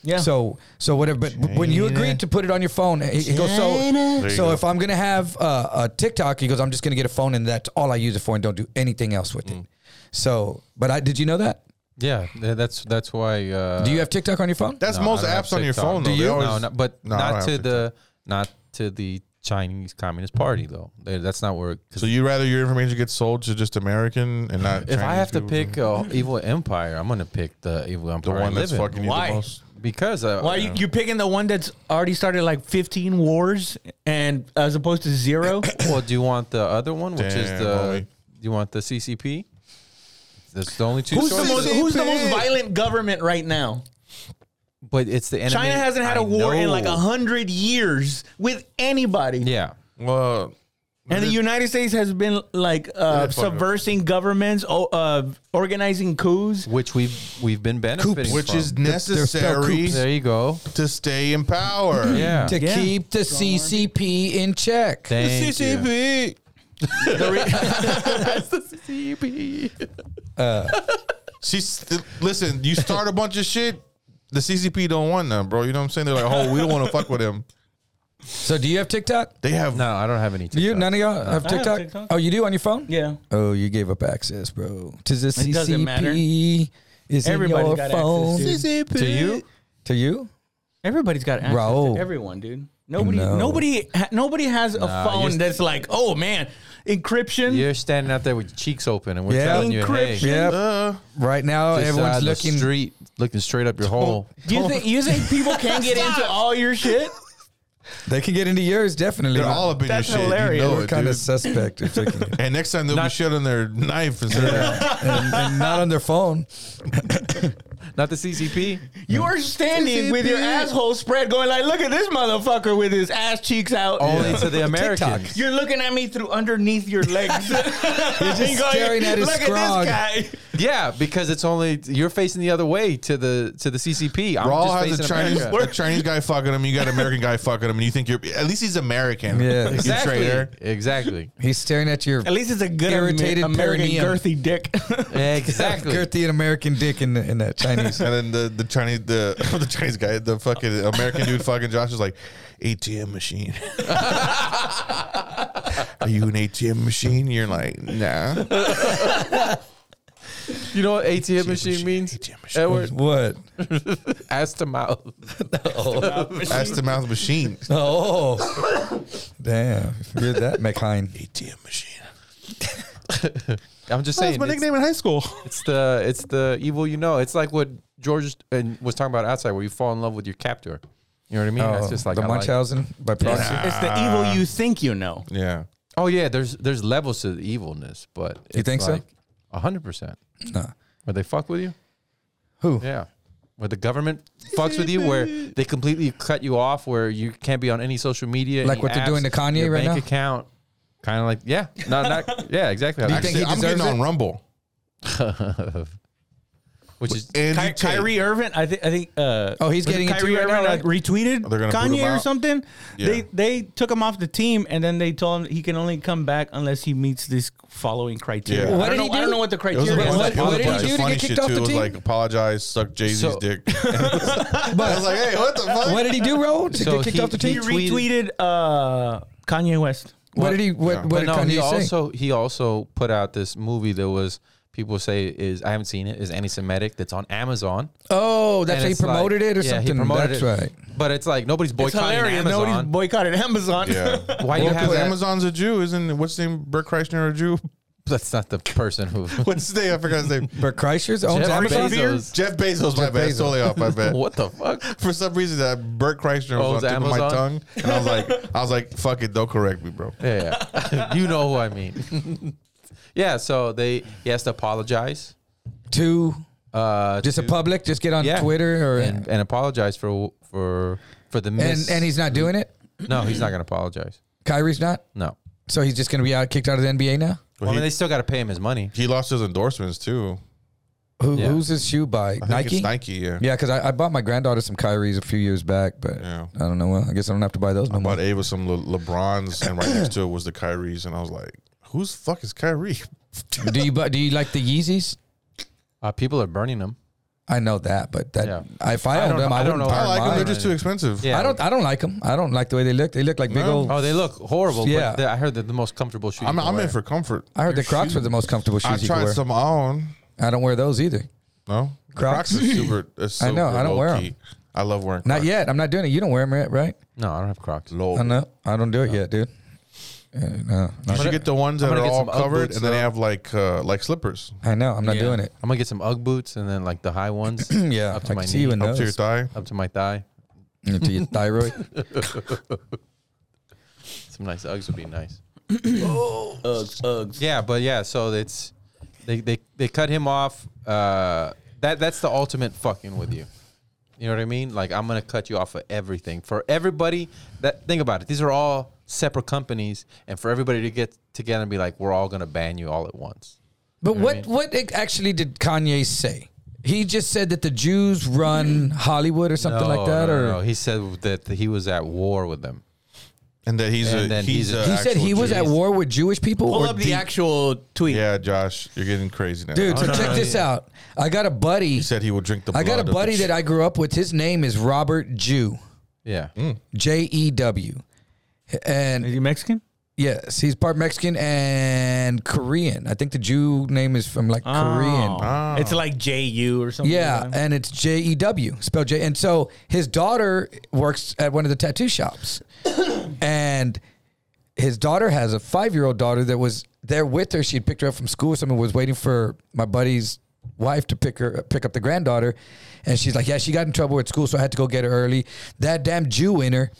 E: Yeah.
A: So so whatever. But when you
B: China.
A: agreed to put it on your phone, he, he goes so.
B: There you
A: So
B: go.
A: if I'm gonna have uh, a TikTok, he goes, I'm just gonna get a phone and that's all I use it for and don't do anything else with
D: Mm.
A: it. So, but I did you know that?
D: Yeah, th- that's that's why. Uh,
A: Do you have TikTok on your phone?
B: That's
D: No,
B: most
D: I don't have
B: apps on your
D: TikTok.
B: phone. Though.
D: Do
B: They
D: you?
B: always-
D: no, no, but
B: No, I don't
D: not
B: have
D: to
B: TikTok.
D: the not to the Chinese Communist Party though. They- That's not where. 'cause
B: So you rather your information gets sold to just American and not?
D: if I
B: Chinese
D: have to
B: people?
D: pick uh, evil empire, I'm gonna pick the evil
B: the
D: empire. I
B: one that's
D: live in.
B: fucking you
E: Why?
B: the most.
D: Because uh,
E: Why are you, you picking the one that's already started like 15 wars and as opposed to zero?
D: Well, do you want the other one, which is
B: Damn,
D: the?
B: homie.
D: Do you want the CCP? That's the only two.
E: who's, the
D: choices.
E: most, who's the most
B: CCP?
E: violent government right now?
D: But it's the enemy.
E: China hasn't had
D: a
E: a war in like a hundred years with anybody.
D: Yeah.
B: Well,
E: And the United States has been like uh,
B: fuck up?
E: subversing governments, o- uh, organizing coups.
D: which we've we've been benefiting
B: which
D: from.
B: is
A: spelled
B: necessary
D: there you go
B: to stay in power.
D: yeah
A: to
E: Yeah.
A: keep the CCP in check.
D: Thank you.
A: Uh,
B: She's st- listen. You start a bunch of shit. The CCP don't want them, bro. You know what I'm saying? They're like, oh, we don't want to fuck with them.
A: So, do you have TikTok?
B: They have
D: no I don't have any
A: Do you
D: TikTok.
A: none of y'all have TikTok?
E: TikTok.
A: Oh, you do on your phone?
E: Yeah.
A: Oh, you gave up access, bro. To the
E: It doesn't matter.
A: CCP is
E: Everybody's
A: in your
E: got
A: phone.
E: access,
A: to you? To you?
E: Everybody's got access
A: Raul.
E: to everyone, dude. Nobody,
A: No.
E: nobody, ha- nobody has a phone
D: you're-
E: that's like, oh man, encryption.
D: you're standing out there with your cheeks open and we're
A: Yeah.
D: telling you hey
E: Encryption.
A: Yep.
B: uh,
A: right now,
D: this
A: everyone's
D: side of
A: looking.
D: the street looking straight up your hole
E: Do you think you think people can get into all your shit?
A: They can get into yours, definitely.
B: they're all up in your
E: That's
B: shit.
E: hilarious.
B: You know
A: We're
B: it,
A: kind of
B: dude.
A: suspect if they can-
B: and next time they'll be
D: Not-
B: shit on their knife instead of
A: and, and not on their phone.
D: not the CCP
E: You are standing with your asshole spread, going like, look at this motherfucker with his ass cheeks out.
D: only to the Americans
E: You're looking at me through underneath your legs. You're just
A: staring at his
E: Look
A: scrog."
E: at this guy.
D: yeah because it's only you're facing the other way to the to the CCP I'm
B: Raul
D: just
B: has
D: facing
B: a Chinese,
D: America.
B: a Chinese guy fucking him. You got an American guy fucking him, and you think you're at least he's American.
A: Yeah.
B: you traitor.
D: exactly exactly
A: He's staring at your
E: At least it's a good
A: Irritated
E: Irritated American
A: perineum.
E: girthy dick.
D: exactly
A: girthy American dick in, the, in that Chinese.
B: And then the, the Chinese the the Chinese guy, the fucking American dude, fucking Josh is like, ATM machine. Are you an ATM machine? You're like, nah.
D: you know what ATM machine
B: machine,
D: means
B: ATM machine.
D: Edward
A: what?
D: ass to mouth
B: Oh. That's the mouth machine.
A: Oh, damn! You're that McHine.
B: ATM machine.
D: I'm
B: That's
D: just saying
B: my
D: it's-
B: nickname in high school.
D: It's the it's the evil you know. It's like what George and was talking about outside, where you fall in love with your captor. You know what I mean? That's just like
A: Oh, the
D: I like-
A: Munchausen by proxy.
E: it's the evil you think you know.
B: Yeah.
D: oh yeah, there's there's levels to the evilness, but
A: You
D: it's
A: think so?
D: like A hundred percent.
A: Nah.
D: Where they fuck with you?
A: Who?
D: Yeah. Where the government fucks with you, where they completely cut you off, where you can't be on any social media,
A: Like
D: any
A: what they're doing to Kanye
D: your
A: right
D: bank
A: now?
D: Account, kind of like yeah, not not yeah, exactly.
A: Do you
B: Actually,
A: think he
B: I'm getting
A: deserves
B: on
A: it?
B: Rumble.
D: Which is
B: And
E: Ky- Kyrie Irving, I think. I think. Uh,
A: Oh, he's
E: was it
A: getting it
E: Kyrie
A: too right
E: Irving
A: now,
E: like, retweeted
B: Oh, They're gonna boot him
E: Kanye or
B: out?
E: something. They
B: Yeah.
E: they took him off the team, and then they told him he can only come back unless he meets this following criteria.
B: Yeah.
E: I
B: What
E: don't
A: did
E: know,
A: he
E: I
A: do?
E: don't know what the
B: It was a
E: criteria
B: bunch,
E: is.
B: of-
A: What-
B: it was
A: what
B: a
A: did he
B: bunch
A: do to
B: of
A: get
B: funny
A: kicked
B: shit
A: off
B: too.
A: the
B: It was
A: team?
B: like apologize, suck Jay Z's
D: So-
B: dick. I was like, hey, what the fuck?
A: What did he do, Ro? To
D: So
A: get kicked
D: he-
A: off the
E: He
A: team?
E: retweeted
D: tweeted-
E: uh, Kanye West.
A: what did he? What, what
D: But
A: did
D: no, he
A: Kanye say?
D: also he also put out this movie that was people say is I haven't seen it is anti-Semitic that's on Amazon.
A: oh,
D: And
A: that's how he
D: it's like-
A: promoted it or
D: yeah, he
A: something.
D: promoted it.
A: that's right.
D: But it's like nobody's
E: It's
D: boycotting
E: hilarious. Nobody's
D: Amazon.
E: boycotted Amazon.
B: Yeah.
D: Why do you
B: Well,
D: have
B: 'cause
D: that?
B: Amazon's a Jew, isn't what's his name? Bert Kreischer a Jew?
D: That's not the person who.
B: What's his name? I forgot his name.
A: But Kreischer's owns
D: Jeff
A: Amazon.
D: Bezos.
B: Jeff Bezos. My bad.
A: Bezos.
B: Totally off. My bad.
D: what the fuck?
B: For some reason, that Bert Kreischer
D: Oh,
B: was
D: it was
B: on the tip of my
D: Amazon?
B: tongue, and I was like, I was like, fuck it, don't correct me, bro.
D: Yeah, yeah. you know who I mean. yeah, so they he has to apologize.
A: Two.
D: Uh,
A: Just a public. Just get on
D: yeah.
A: Twitter or
D: and,
A: and,
D: and apologize for for for the
A: and
D: miss.
A: he's not doing it.
D: no, he's not gonna apologize.
A: Kyrie's not.
D: No,
A: So he's just gonna be out kicked out of the NBA now.
D: Well, I mean they still got to pay him his money.
B: He lost his endorsements too.
A: Who,
D: Yeah.
A: Who's his shoe by
B: I think
A: Nike?
B: It's Nike. Yeah.
A: Yeah, because I, I bought my granddaughter some Kyrie's a few years back, but
B: Yeah.
A: I don't know. Well, I guess I don't have to buy those no
B: I
A: more.
B: bought Ava some Le- LeBrons, and right next to it was the Kyrie's, and I was like, "Who's fuck is Kyrie?"
A: do you bu- do you like the Yeezys?
D: Uh, people are burning them.
A: I know that, but that
D: Yeah.
A: if I,
D: I
A: owned
D: don't-
A: them, I,
D: I don't
A: wouldn't
D: know.
B: I
A: burn
B: like them; they're
A: mine.
B: just too expensive.
D: Yeah.
A: I don't. I don't like them. I don't like the way they look. They look like big
B: No.
A: old.
D: Oh, they look horrible.
A: Yeah.
D: but they're- I heard they're the most comfortable shoe. you
B: I'm,
D: can
B: I'm in
D: wear.
B: for comfort.
A: I heard the Crocs were the most comfortable
B: I
A: shoes you could
B: tried
A: wear.
B: some on.
A: I don't wear those either.
B: No, The
A: Crocs?
B: Crocs are super.
A: I know, I don't wear 'em.
B: them. I love wearing.
A: Not
B: Crocs.
A: yet. I'm not doing it. You don't wear them yet, right?
D: No, I don't have Crocs.
B: Low.
A: I know. I don't do it yet, dude. Yeah, no,
B: You
A: not-
B: should get the ones
D: I'm
B: that are
D: gonna get
B: all
D: some Ugg
B: covered,
D: boots,
B: and then they
D: though.
B: have like uh, like slippers
A: I know. I'm not
E: Yeah.
A: doing it.
D: I'm gonna get some UGG boots and then like the high ones.
A: Yeah,
D: up to
A: I
D: my
A: can see
D: knee,
A: you in
B: up to your
A: those.
B: thigh.
D: up to my thigh.
A: Into your thyroid.
D: Some nice Uggs would be nice.
J: Uggs, Uggs.
D: Yeah, but yeah, so it's they they, they cut him off. Uh, that that's the ultimate fucking with you. You know what I mean? Like I'm gonna cut you off of everything for everybody. That think about it. These are all separate companies, and for everybody to get together and be like, we're all gonna ban you all at once.
A: But
D: know what
A: what
D: I mean?
A: what ac- actually did Kanye say? He just said that the Jews run Hollywood or something like that,
D: no,
A: or
D: no, he said that he was at war with them.
B: And that he's
D: And
B: a
D: then
B: he's,
D: he's
B: a
D: a-
A: he said
B: actual
A: he was
B: Jew.
A: at war with Jewish people.
J: Pull
A: or
J: up the
A: deep-
J: actual tweet.
B: Yeah, Josh, you're getting crazy now.
A: dude. So
J: no,
A: check
J: no,
A: this
J: yeah.
A: out. I got a buddy.
B: he said he would drink the.
A: I got
B: blood
A: a
B: of the
A: buddy that I grew up with. His name is Robert Jew,
D: Yeah,
B: Mm.
A: J E W, and
E: Is he Mexican?
A: Yes, he's part Mexican and Korean. I think the Jew name is from like Korean.
B: Ah.
E: Oh. It's like JU or something.
A: Yeah,
E: like that.
A: and it's J E W, spelled J. And so his daughter works at one of the tattoo shops, and his daughter has a five-year-old daughter that was there with her. She had picked her up from school. Someone was waiting for my buddy's wife to pick her pick up the granddaughter, and she's like, "Yeah, she got in trouble at school, so I had to go get her early." That damn Jew in her.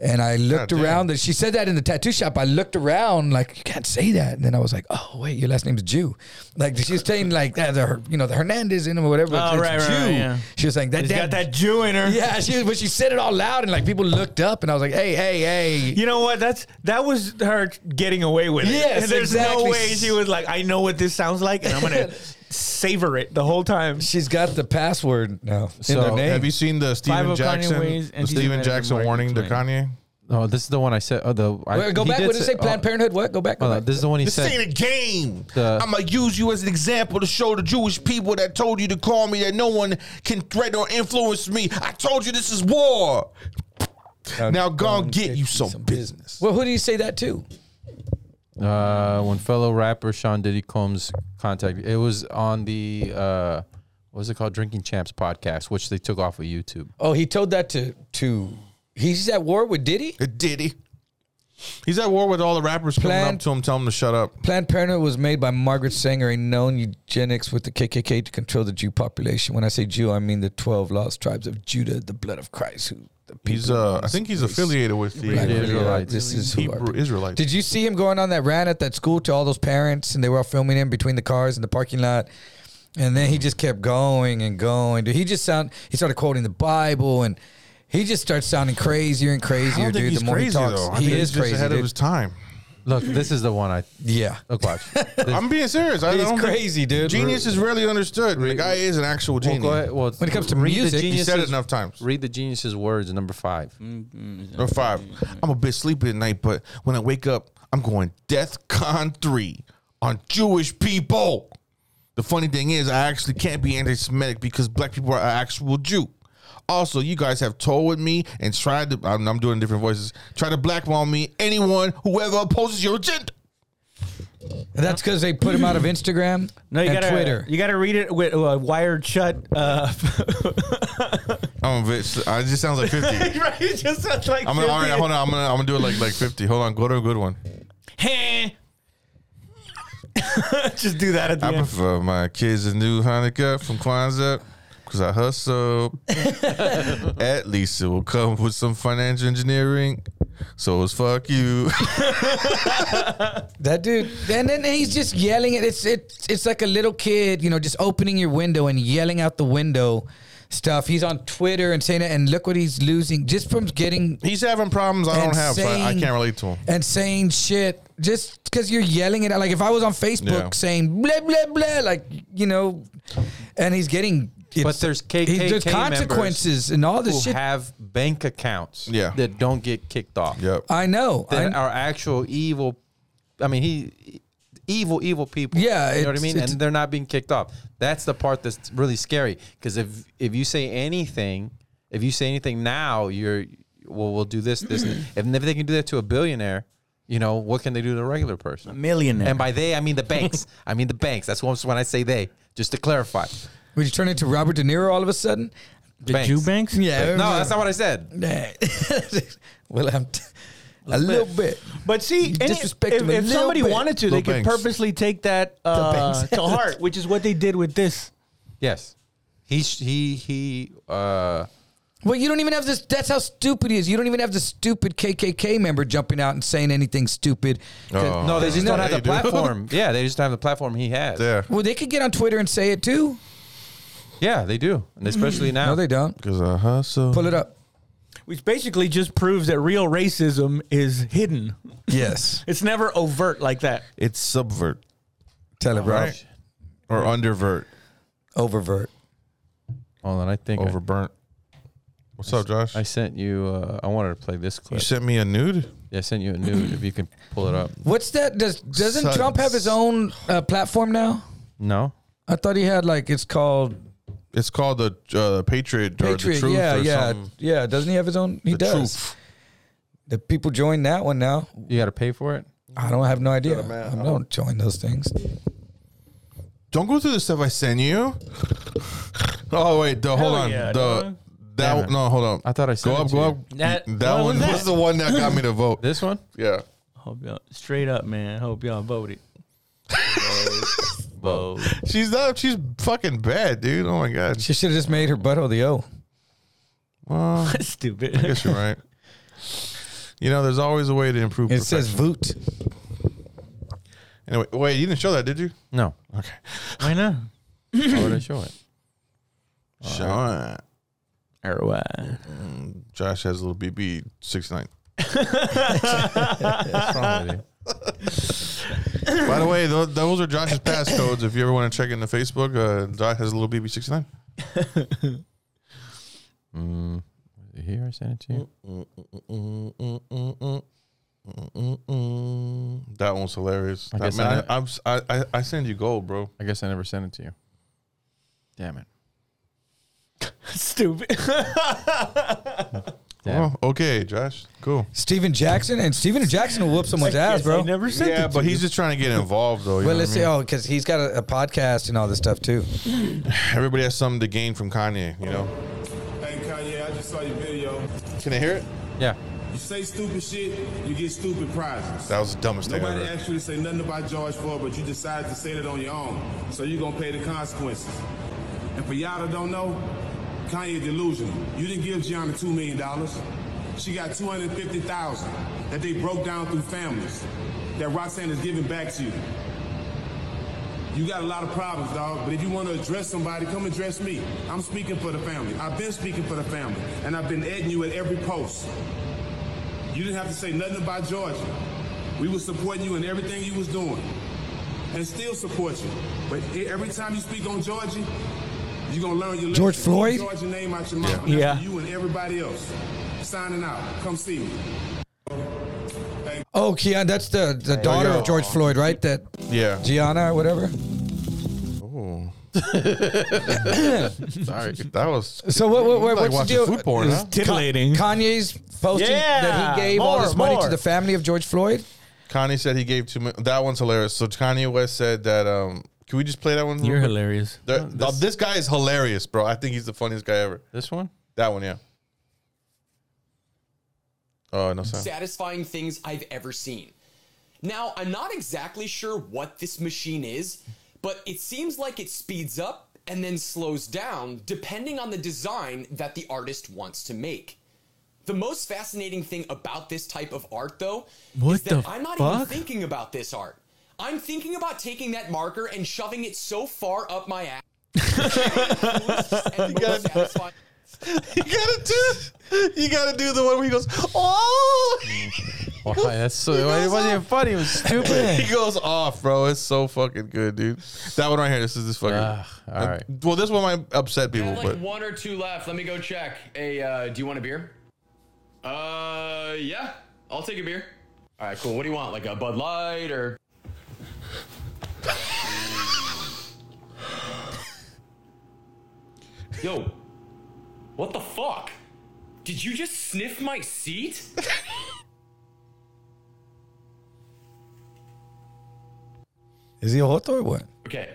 A: And I looked
B: God damn.
A: around. And she said that in the tattoo shop. I looked around like you can't say that. And then I was like, oh wait, your last name's Jew. Like she was saying like that the you know the Hernandez in him or whatever. but
E: Oh,
A: it's
E: right, right,
A: Jew.
E: right, yeah.
A: She was saying that.
E: He's got
A: damn-
E: that Jew in her.
A: Yeah, she was, but she said it all loud and like people looked up and I was like, hey, hey, hey.
E: You know what? That's that was her getting away with it.
A: Yes,
E: And there's
A: exactly.
E: no way she was like, I know what this sounds like, and I'm gonna savor it the whole time.
A: She's got the password now in
D: So,
A: their name.
B: Have you seen the
E: Five
B: Steven
E: of Kanye
B: Jackson?
E: ways
B: The
E: and he's
B: Steven
E: invented
B: Jackson
E: Mark
B: warning to
E: Twain.
B: Kanye.
D: Oh, this is the one I said. Oh, the I,
A: Wait, go
D: he
A: back.
D: did
A: What did it say? Planned
D: oh,
A: Parenthood? What? Go back. Go
D: hold
A: back.
D: on, this is the one he said. Uh,
B: a game.
D: The-
B: I'ma use you as an example to show the Jewish people that told you to call me that no one can threaten or influence me. I told you this is war. Now go and get you some business.
A: well, who do you say that to?
D: Uh, when fellow rapper Sean Diddy Combs contacted, it was on the uh, what was it called, Drinking Champs podcast, which they took off of YouTube.
A: Oh, he told that to to. He's at war with Diddy.
B: Diddy. He's at war with all the rappers coming
A: Plan-
B: up to him, telling him to shut up.
A: Planned Parenthood was made by Margaret Sanger, a known eugenics with the KKK to control the Jew population. When I say Jew, I mean the 12 lost tribes of Judah, the blood of Christ. Who the people
B: He's uh, I think he's affiliated with the
A: Like, really,
D: Israelites.
A: This is who
B: Hebrew
A: are-
B: Israelites.
A: Did you see him going on that rant at that school to all those parents, and they were all filming him between the cars in the parking lot? And then he just kept going and going. Dude, he just sound. He started quoting the Bible, and he just starts sounding crazier and crazier,
B: I don't
A: dude.
B: think he's
A: the more
B: crazy
A: he talks,
B: though. I
A: he
B: think
A: is
B: he's just
A: crazy.
B: ahead
A: dude.
B: of his time.
D: Look, this is the one I
A: yeah,
D: look watch. This-
B: I'm being serious. I
A: He's
B: don't think-
A: crazy, dude.
B: Genius is rarely understood. The guy is an actual
D: well,
B: genius.
D: go ahead. Well,
A: When it comes to
D: read the
A: music, he Mm,
B: He said it
D: genius's-
B: enough times.
D: Read the genius's words, number five.
B: Number five. I'm a bit sleepy at night, but when I wake up, I'm going Death Con 3 on Jewish people. The funny thing is, I actually can't be anti Semitic because black people are an actual Jew. Also, you guys have told with me and tried to, I'm, I'm doing different voices, try to blackmail me, anyone, whoever opposes your agenda.
A: And that's because they put him out of Instagram
E: No, you
A: and
E: gotta
A: Twitter.
E: you gotta read it with uh, wired shut. Uh,
B: I'm a bit, s- I- it just sounds like 50.
E: right, it just sounds like.
B: I'm gonna, all right, hold on. I'm gonna, I'm gonna do it like like 50. Hold on, go to a good one.
E: Heh. Just do that at the
B: I
E: end.
B: prefer my kids a new Hanukkah from Kwanzaa because I hustle. At least it will come with some financial engineering. So it's fuck you.
A: That dude, and then he's just yelling it. It's it's it's like a little kid, you know, just opening your window and yelling out the window stuff. He's on Twitter and saying it, and look what he's losing just from getting.
B: He's having problems I don't
A: and
B: have, so I, I
A: saying-
B: can't relate to him.
A: And saying shit just because you're yelling it out. Like if I was on Facebook
B: Yeah.
A: saying blah blah blah, like you know, and he's getting.
D: But there's KKK
A: there's
D: members
A: consequences and all
D: who
A: this shit.
D: have bank accounts
B: Yeah.
D: that don't get kicked off.
B: Yep.
A: I know. I,
D: That are actual evil. I mean, he evil, evil people.
A: Yeah,
D: you know what I
A: it's-
D: mean.
A: it's-
D: And they're not being kicked off. That's the part that's really scary. Because if if you say anything, if you say anything now, you're well, we'll do this, this. and- if, if they can do that to a billionaire, you know what can they do to a regular person?
E: Millionaire.
D: And by they, I mean the banks. I mean the banks. That's when when I say they. Just to clarify,
A: would you turn into Robert De Niro all of a sudden?
E: the
D: banks.
E: Jew banks?
A: Yeah.
D: No, that's not what I said.
A: well, I'm t- a little bit.
E: But see, any, if,
A: disrespect him a
E: if
A: little
E: somebody
A: bit.
E: wanted to, they
B: Little
E: could
B: banks.
E: purposely take that uh,
A: banks.
E: to heart, which is what they did with this.
D: Yes, he sh- he he. Uh,
A: Well, you don't even have this. That's how stupid he is. You don't even have the stupid KKK member jumping out and saying anything stupid. 'Cause-
B: Oh.
D: No, they just
B: Yeah,
D: don't have the
B: you do.
D: platform. yeah, they just don't have the platform he has.
B: Yeah.
A: Well, they could get on Twitter and say it too.
D: Yeah, they do, and especially
B: Mm.
D: now.
A: Mm. No, they don't.
B: Because I hustle.
A: Pull it up.
E: Which basically just proves that real racism is hidden.
A: Yes.
E: It's never overt like that.
B: It's subvert
A: Tell it, bro.
B: Right. or undervert,
A: Oververt.
D: Hold on, I think I-
B: overburnt. What's up, Josh?
D: I, sent you. Uh, I wanted to play this
B: you
D: clip.
B: sent me a nude?
D: yeah, I sent you a nude. if you can pull it up.
A: What's that? Does doesn't
B: Sucks.
A: Trump have his own uh, platform now?
D: No.
A: I thought he had like it's called
B: It's called the uh, Patriot or
A: Patriot.
B: the Truth
A: yeah,
B: or
A: yeah,
B: something.
A: yeah. Doesn't he have his own? He
B: The
A: does.
B: Truth.
A: The people join that one now.
D: You got to pay for it.
A: I don't have no idea. I don't join those things.
B: Don't go through the stuff I sent you. Oh wait, the, hold
E: Hell
B: on.
E: yeah,
B: the
E: dog.
B: that
D: Damn it.
B: no, hold on.
D: I thought I
B: go
D: sent
B: up,
D: it
B: go
D: to
B: up.
D: you.
E: That-
B: that
E: what
B: one
E: was
B: was,
E: that?
B: the one that got me to vote.
D: This one.
B: yeah,
E: Hope y'all, straight up, man. Hope y'all voted. Vote.
B: she's not. She's fucking bad, dude. Oh my god.
A: She should have just made her butthole the O.
B: Well, I
E: Stupid.
B: guess you're right. You know, there's always a way to improve.
A: It says
B: perfection.
A: voot.
B: Anyway, wait, you didn't show that, did you?
D: No.
B: Okay.
E: Why not?
D: Why would I show it?
B: Sean,
E: Arrowhead.
B: Mm-hmm. Josh has a little BB six nine.
D: What's wrong with you?
B: By the way, those, those are Josh's passcodes. If you ever want to check into Facebook, uh, Josh has a little BB six nine. Mm.
D: Is it Here, I sent it to you.
B: That one's hilarious.
D: I
B: That-
D: guess
B: man,
D: I-
B: I, I'm s- I, I, I send you gold, bro.
D: I guess I never sent it to you. Damn it.
E: Stupid.
D: Damn.
B: Oh, okay, Josh. Cool.
A: Steven Jackson and Steven Jackson will whoop someone's ass,
E: I
A: bro.
E: never said
B: Yeah,
E: that.
B: but he's just trying to get involved, though. You
A: well,
B: know
A: let's
B: what I
A: say,
B: mean?
A: oh, because he's got a, a podcast and all this stuff too.
B: Everybody has something to gain from Kanye, you know?
I: Hey, Kanye, I just saw your video.
B: Can I hear it?
D: Yeah.
I: You say stupid shit, you get stupid prizes.
B: That was the dumbest thing
I: Nobody
B: ever.
I: asked you to say nothing about George Floyd, but you decided to say it on your own. So you're gonna pay the consequences. And for y'all that don't know, Kanye delusional. You didn't give Gianna two million dollars. She got two hundred fifty thousand that they broke down through families. That Roxanne is giving back to you. You got a lot of problems, dog. But if you want to address somebody, come address me. I'm speaking for the family. I've been speaking for the family, and I've been adding you at every post. You didn't have to say nothing about Georgia. We were supporting you in everything you was doing, and still support you. But e- every time you speak on Georgia, you're gonna learn your
A: George
I: lesson.
A: Floyd?
I: Keep Georgia name out your mouth. And
E: Yeah.
I: that's for You and everybody else. Signing out. Come see me.
A: Oh, Keon, that's the, the daughter
B: yeah.
A: of George Floyd, right? That
B: Yeah.
A: Gianna or whatever.
B: Sorry. That was.
A: So what? What? what
B: Like
A: what's the
B: watching
A: deal?
B: food porn,
A: Is
B: huh?
E: Titillating.
A: Kanye's posting
E: Yeah,
A: that he gave all
E: more,
A: this money
E: more.
A: to the family of George Floyd.
B: Kanye said he gave two million. That one's hilarious. So Kanye West said that. um Can we just play that one? real
E: You're
B: quick?
E: hilarious.
B: There- th- this, guy is hilarious, bro. I think he's the funniest guy ever.
D: This one.
B: That one, yeah. Oh, no sound.
K: satisfying things I've ever seen. Now, I'm not exactly sure what this machine is, but it seems like it speeds up and then slows down depending on the design that the artist wants to make. The most fascinating thing about this type of art, though, is
E: What
K: that
E: the
K: I'm not even
E: fuck?
K: thinking about this art. I'm thinking about taking that marker and shoving it so far up my ass. and most satisfying
B: You gotta do. You gotta do the one where he goes, oh.
D: Why? That's so. It wasn't even funny. It was
B: he
D: stupid.
B: goes off, bro. It's so fucking good, dude. That one right here. This is this fucking.
D: Ugh, all
B: Uh,
D: right.
B: Well, this one might upset
L: I
B: people,
L: have like
B: but
L: one or two left. Let me go check. Hey, uh, do you want a beer? Uh, yeah. I'll take a beer. All right, cool. What do you want? Like a Bud Light or? Yo, what the fuck? Did you just sniff my seat?
A: Is he a hot or what?
L: Okay.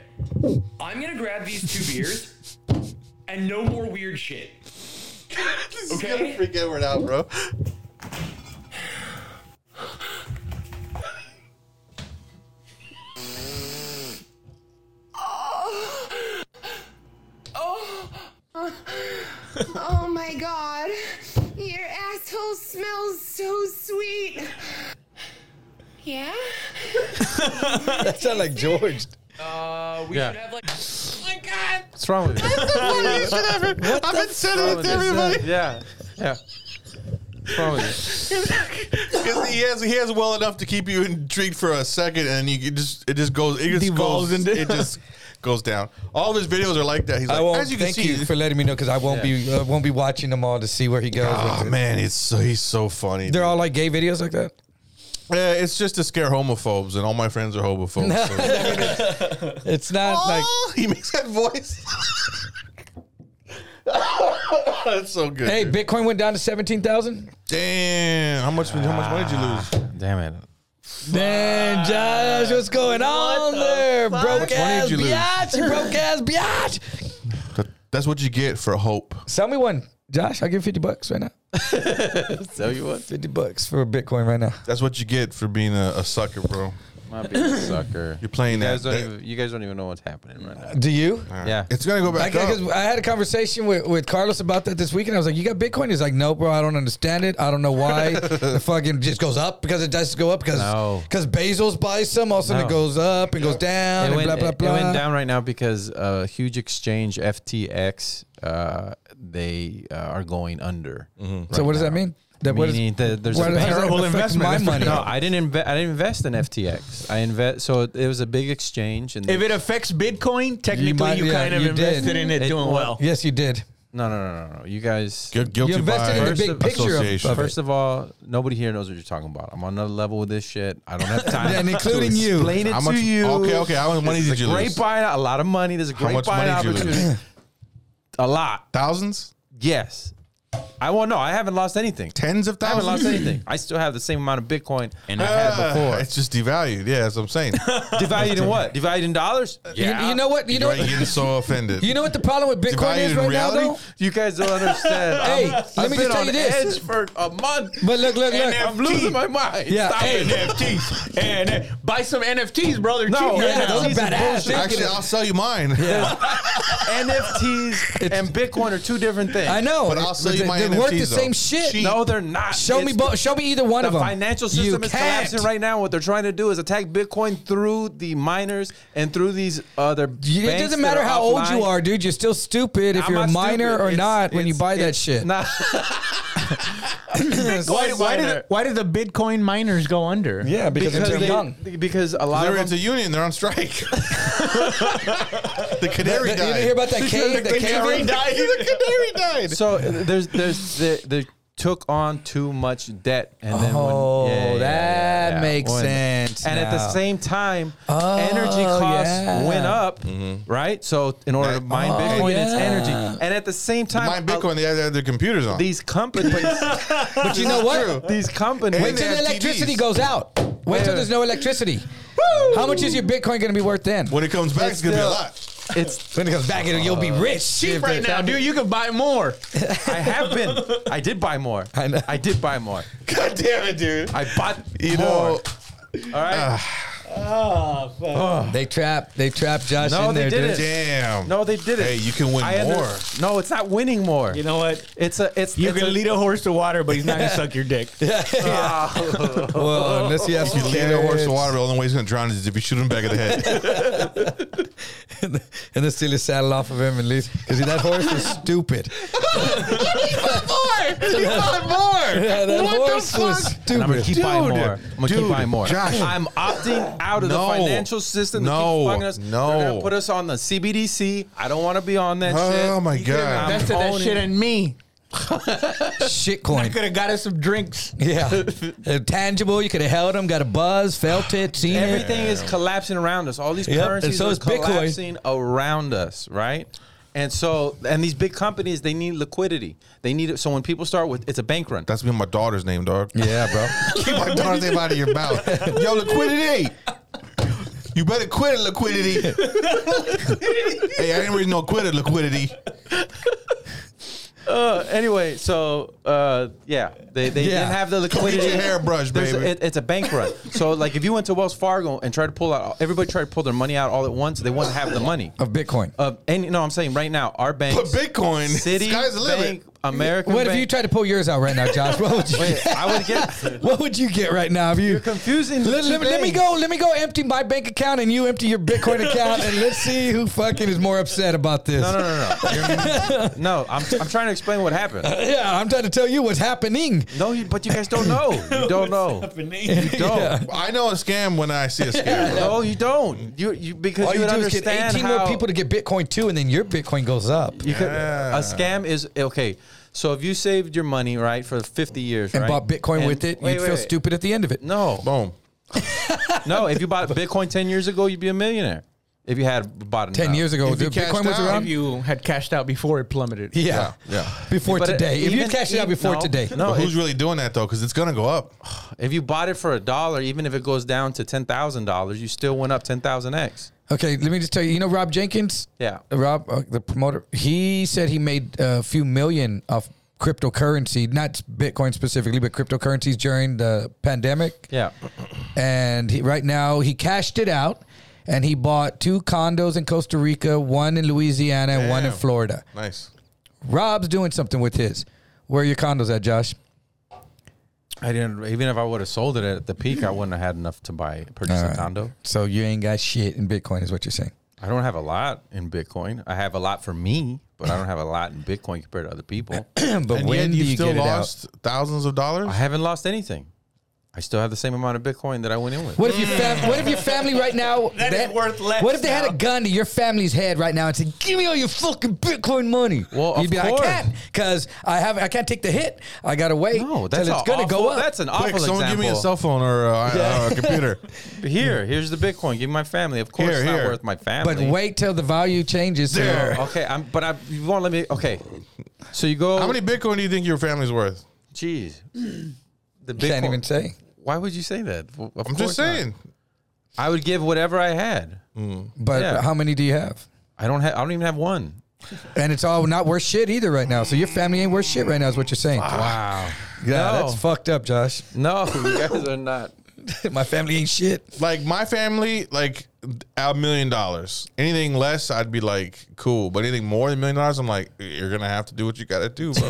L: I'm gonna grab these two beers and no more weird shit.
B: okay. freak Edward out, bro.
M: Oh, oh my god. Your asshole smells so sweet. Yeah?
A: that sounds like George.
L: Uh, we
D: Yeah.
L: should have like.
M: Oh my god.
D: What's wrong with you?
M: That's the
D: What
B: I've
D: the
B: been sending
D: fuck
B: it
D: with
B: to
D: this?
B: everybody.
D: Yeah. Yeah. What's wrong with
B: Because he has he has well enough to keep you intrigued for a second, and you can just it just goes it just
E: Devolves
B: goes
E: into-
B: it just goes down. All of his videos are like that. He's
A: I
B: like,
A: won't.
B: as you can
A: thank
B: see,
A: you for letting me know because I won't
D: Yeah.
A: be uh, won't be watching them all to see where he goes.
B: oh
A: with it.
B: man, it's so he's so funny.
A: They're all like gay videos like that.
B: Yeah, it's just to scare homophobes, and all my friends are homophobes. so-
A: It's not like
B: Oh, he makes that voice. That's so good.
A: hey,
B: dude.
A: Bitcoin went down to seventeen thousand. Ah.
B: damn! How much? How much money did you lose?
D: you? Damn it.
A: Man, Josh, what's going on there? Broke
B: Which one did
A: ass
B: you lose?
A: biatch, you broke ass biatch.
B: That- That's what you get for hope.
A: Sell me one, Josh. I'll give you fifty bucks right now.
D: Tell you what.
A: Fifty bucks for Bitcoin right now.
B: That's what you get for being a, a sucker, bro.
D: Might be a sucker.
B: You're playing
D: You guys,
B: that-
D: don't
B: that-
D: even, you guys don't even know what's happening right now.
A: Do you?
D: Yeah.
B: It's gonna go
A: I,
B: back up.
A: I had a conversation with, with Carlos about that this weekend. I was like, "You got Bitcoin?" He's like, "No, bro. I don't understand it. I don't know why. the fucking just goes up because it does go up because
D: No.
A: because Bezos buys some. All of a sudden, it
D: No.
A: goes up and goes down
D: It
A: and
D: went,
A: blah blah
D: it-
A: blah.
D: it went down right now because a huge exchange, FTX, uh, they uh, are going under.
A: So what does that mean? That what is-
D: Meaning that there's
A: why-
D: a
A: how does that
D: terrible
A: affect
E: investment.
A: My
E: That's
A: money.
D: No, I didn't. Inve- I didn't invest in FTX. I invest. So it was a big exchange, and
E: If it affects Bitcoin, technically you,
A: might- yeah,
E: kind of
A: you did.
E: invested in it,
D: It-
E: doing well.
A: yes, you did.
D: no, no, no, no, no. You guys.
B: Gu- guilty
A: You invested in
B: by
A: the big picture of-
B: association.
A: of it.
D: First of all, nobody here knows what you're talking about. I'm on another level with this shit. I don't have time.
A: And including
D: to
A: you.
D: Explain it
B: How
D: to
B: much?
D: you.
B: Okay, okay. How much money
D: This is
B: did you
D: a great
B: lose?
D: buy. A lot of money. There's a great
B: much
D: buy
B: money did you lose?
D: opportunity. a lot.
B: Thousands,
D: Yes. I won't know. I haven't lost anything.
B: tens of
D: I haven't
B: thousands.
D: lost anything. I still have the same amount of Bitcoin and I
B: Ah,
D: had before.
B: It's just devalued. Yeah, that's what I'm saying.
D: Divided in what? Divided in dollars?
A: You- You, know what? You, know
B: You're
A: what?
B: getting so offended.
A: You know what the problem with Bitcoin
B: Divided
A: is
B: in
A: right
B: reality?
A: now, though.
D: You guys don't understand.
A: Hey,
D: I'm-
A: let me
D: I've
A: just
D: been
A: tell
D: on
A: you this.
D: edge for a month.
A: But look, look, look.
D: I'm losing my mind.
A: Yeah,
D: Stop
A: hey.
D: it.
E: NFTs. and uh, buy some NFTs, brother.
D: No,
E: cheap right
D: yeah,
E: now.
A: those are
D: NFTs are
A: badass.
D: bullshit.
B: Actually, I'll sell you mine.
D: NFTs and Bitcoin are two different things.
A: I know.
B: But I'll sell you
A: they,
B: my
A: they work the
B: NFTs, though.
A: same shit.
B: Cheap.
D: No, they're not.
A: Show me
D: It's
A: both. Show me either one
D: the
A: of them.
D: financial
A: You
D: system is
A: can't.
D: collapsing right now. What they're trying to do is attack Bitcoin through the miners and through these other.
A: You- it
D: banks
A: doesn't
D: that
A: matter
D: are
A: how old you
D: offline.
A: are, dude. You're still stupid if
D: I'm
A: you're a
D: not
A: minor
D: stupid.
A: or
D: It's-
A: not when you
D: it's-
A: buy that
D: it's
A: shit.
D: not-
E: Why, why did why did the Bitcoin miners go under?
A: yeah, because,
D: because
A: they're
D: they,
A: young.
D: because a lot
B: They're
D: of
B: it's a
D: them,
B: union. They're on strike. the
A: That-
B: canary
A: that- you
B: died.
A: didn't hear about that cave? That cave?
B: died. the canary died.
D: so there's there's they, they took on too much debt and then
A: Oh,
D: when, yeah, yeah,
A: that
D: yeah,
A: makes
D: when-
A: sense
D: And at the
A: now.
D: same time,
A: Oh,
D: energy costs
A: yeah. Oh,
D: went up, right? So in order to mine Bitcoin, it's
A: yeah.
D: energy, and at the same time,
B: Mine
D: a-
B: Bitcoin. They had their computers on.
D: these companies,
A: But you know what?
D: these companies,
A: Wait
B: They
A: till the
B: have
A: electricity
B: TVs.
A: goes out. Wait till
D: Yeah.
A: there's no electricity. How much is your Bitcoin going to be worth then?
B: when it comes back, it's, gonna be a
D: still-
B: lot.
D: it's
A: When it comes back, it'll- you'll be rich.
E: Cheap right now, dude. You can buy more.
D: I have been. I did buy more.
A: I know.
D: I did buy more.
B: God damn it, dude.
D: I bought
B: you
D: more.
B: know,
D: All
A: uh,
D: right.
E: Oh, fuck.
A: They trapped. They trapped Josh
D: no,
A: in
D: they
A: there.
D: didn't.
A: dude.
D: No, they didn't.
A: Hey, you can win more.
D: no, it's not winning more. You
E: know what?
D: It's a. It's
E: You
D: it's
E: can lead a horse to water, but he's not gonna suck your dick.
D: Oh.
A: well, unless you have
B: You
A: some
B: lead a horse to
A: carrots.
B: water, but the only way he's gonna drown is if you shoot him back of the head.
A: and then steal his saddle off of him and leave. Because that horse was stupid.
B: You bought more.
A: Yeah, that
B: What the
A: horse was
B: fuck?
A: stupid.
D: And I'm gonna keep buying
B: Dude.
D: more. I'm gonna
B: Dude,
D: keep buying more.
B: Josh.
D: I'm opting out of
B: No.
D: the financial system. that
B: No.
D: keeps fucking us.
B: No.
D: They're gonna put us on the CBDC. I don't want to be on that
B: Oh,
D: shit.
B: my
D: You could've-
B: God.
D: I'm
E: That's that
D: owning-
E: shit and me. I
A: Shitcoin.
E: could have got us some drinks.
A: Yeah. They're tangible. You could have held him, got a buzz, felt it, seen
D: Everything
A: it.
D: is collapsing around us. All these
A: Yep, and
D: currencies
A: so
D: are
A: is Bitcoin.
D: collapsing around us, right? And so, and these big companies, they need liquidity. They need it. So when people start with, it's a bank run.
B: That's been my daughter's name, dog.
A: Yeah, bro.
B: Keep my daughter's name out of your mouth. Yo, liquidity. You better quit it, liquidity. hey, I didn't really know quit it, liquidity.
D: Uh, anyway, so uh, yeah, they, they
B: Yeah.
D: didn't have the
B: Go get
D: liquidity.
B: your hairbrush,
D: There's a-
B: baby.
D: it- it's a bank run. so like, if you went to Wells Fargo and tried to pull out, everybody tried to pull their money out all at once. They wouldn't have the money.
A: Of Bitcoin.
D: Of any, no, I'm saying right now, our bank,
B: But Bitcoin,
D: City,
B: sky's the limit.
D: Bank, American.
A: What if
D: Bank-
A: you tried to pull yours out right now, Josh? What would you
D: Wait,
A: get?
D: I would get.
A: What would you get right now if you?
D: You're confusing. the
A: Let,
D: two
A: let me- let me
D: things.
A: go. Let me go empty my bank account and you empty your Bitcoin account and let's see who fucking is more upset about this.
D: No, no, no, no. You're- no, I'm, I'm trying to explain what happened.
A: Yeah, I'm trying to tell you what's happening.
D: No, you, but you guys don't know. You don't know. You don't.
B: I know a scam when I see a scam. bro.
D: No, you don't. You, you because
A: All
D: you,
A: you,
D: would
A: do is get
D: understand
A: 18
D: how
A: more people to get Bitcoin too, and then your Bitcoin goes up.
D: you could,
B: Yeah.
D: a scam is okay. So if you saved your money right for 50 years
A: and
D: right,
A: bought Bitcoin
D: and-
A: with it,
D: wait,
A: you'd
D: wait,
A: feel
D: wait.
A: stupid at the end of it.
D: No,
B: Boom.
D: no. If you bought Bitcoin 10 years ago, you'd be a millionaire. If you had bought it
A: 10
D: now.
A: years ago,
B: If you
A: dude, Bitcoin
B: cashed
A: was
B: out,
A: around.
E: If you had cashed out before it plummeted.
A: yeah.
B: Yeah.
A: Before
D: But it-
A: today. if you
D: even-
A: cashed it out
D: even-
A: before
D: no,
A: today.
D: no.
B: But who's really doing that though? Because it's gonna go up.
D: If you bought it for a dollar, even if it goes down to ten thousand dollars, you still went up ten thousand x.
A: Okay, let me just tell you. You know Rob Jenkins?
D: Yeah.
A: Rob, uh, the promoter, he said he made a few million off cryptocurrency, not Bitcoin specifically, but cryptocurrencies during the pandemic.
D: Yeah.
A: and he, right now he cashed it out and he bought two condos in Costa Rica, one in Louisiana and one in
B: Damn.
A: Florida.
B: Nice.
A: Rob's doing something with his. Where are your condos at, Josh?
D: I didn't. Even if I would have sold it at the peak, I wouldn't have had enough to buy purchase a condo.
A: So you ain't got shit in Bitcoin, is what you're saying.
D: I don't have a lot in Bitcoin. I have a lot for me, but I don't have a lot in Bitcoin compared to other people.
A: but
B: And
A: when
B: yet
A: do
B: you've
A: you
B: still
A: get
B: lost thousands of dollars.
D: I haven't lost anything. I still have the same amount of Bitcoin that I went in with.
A: it out? What if your
B: Mm.
A: fam- What if your family right now?
E: That is worth less
A: What if they had
E: now.
A: a gun to your family's head right now and said, "Give me all your fucking Bitcoin money"?
D: Well,
A: you'd
D: of
A: be like,
D: course.
A: "I can't," because I have I can't take the hit. I gotta wait
D: No,
A: till
D: that's
A: it's
D: a
A: gonna
D: awful,
A: go up.
D: That's an awful
B: Quick, someone
D: example.
B: give me a cell phone or a, or a computer.
D: Here, here's the Bitcoin. Give me my family. Of course,
B: Here,
D: it's not
B: here.
D: worth my family. Oh,
A: but wait till the value changes. to-
B: There.
D: Okay, I'm. But I, you won't let me. Okay, so you go.
B: How many Bitcoin do you think your family's worth?
D: Jeez. The Bitcoin.
A: Can't even say.
D: Why would you say that? Of
B: I'm
D: course
B: just saying. Mm.
D: Not. I would give whatever I had.
A: But
D: Yeah.
A: how many do you have?
D: I don't have. I don't even have one.
A: And it's all not worth shit either right now. So your family ain't worth shit right now, is what you're saying.
D: Wow.
A: Yeah,
D: No.
A: that's fucked up, Josh.
D: No, you guys are not.
A: My family ain't shit.
B: Like my family, like a million dollars. Anything less, I'd be like, cool. But anything more than a million dollars, I'm like, you're gonna have to do what you gotta do, bro.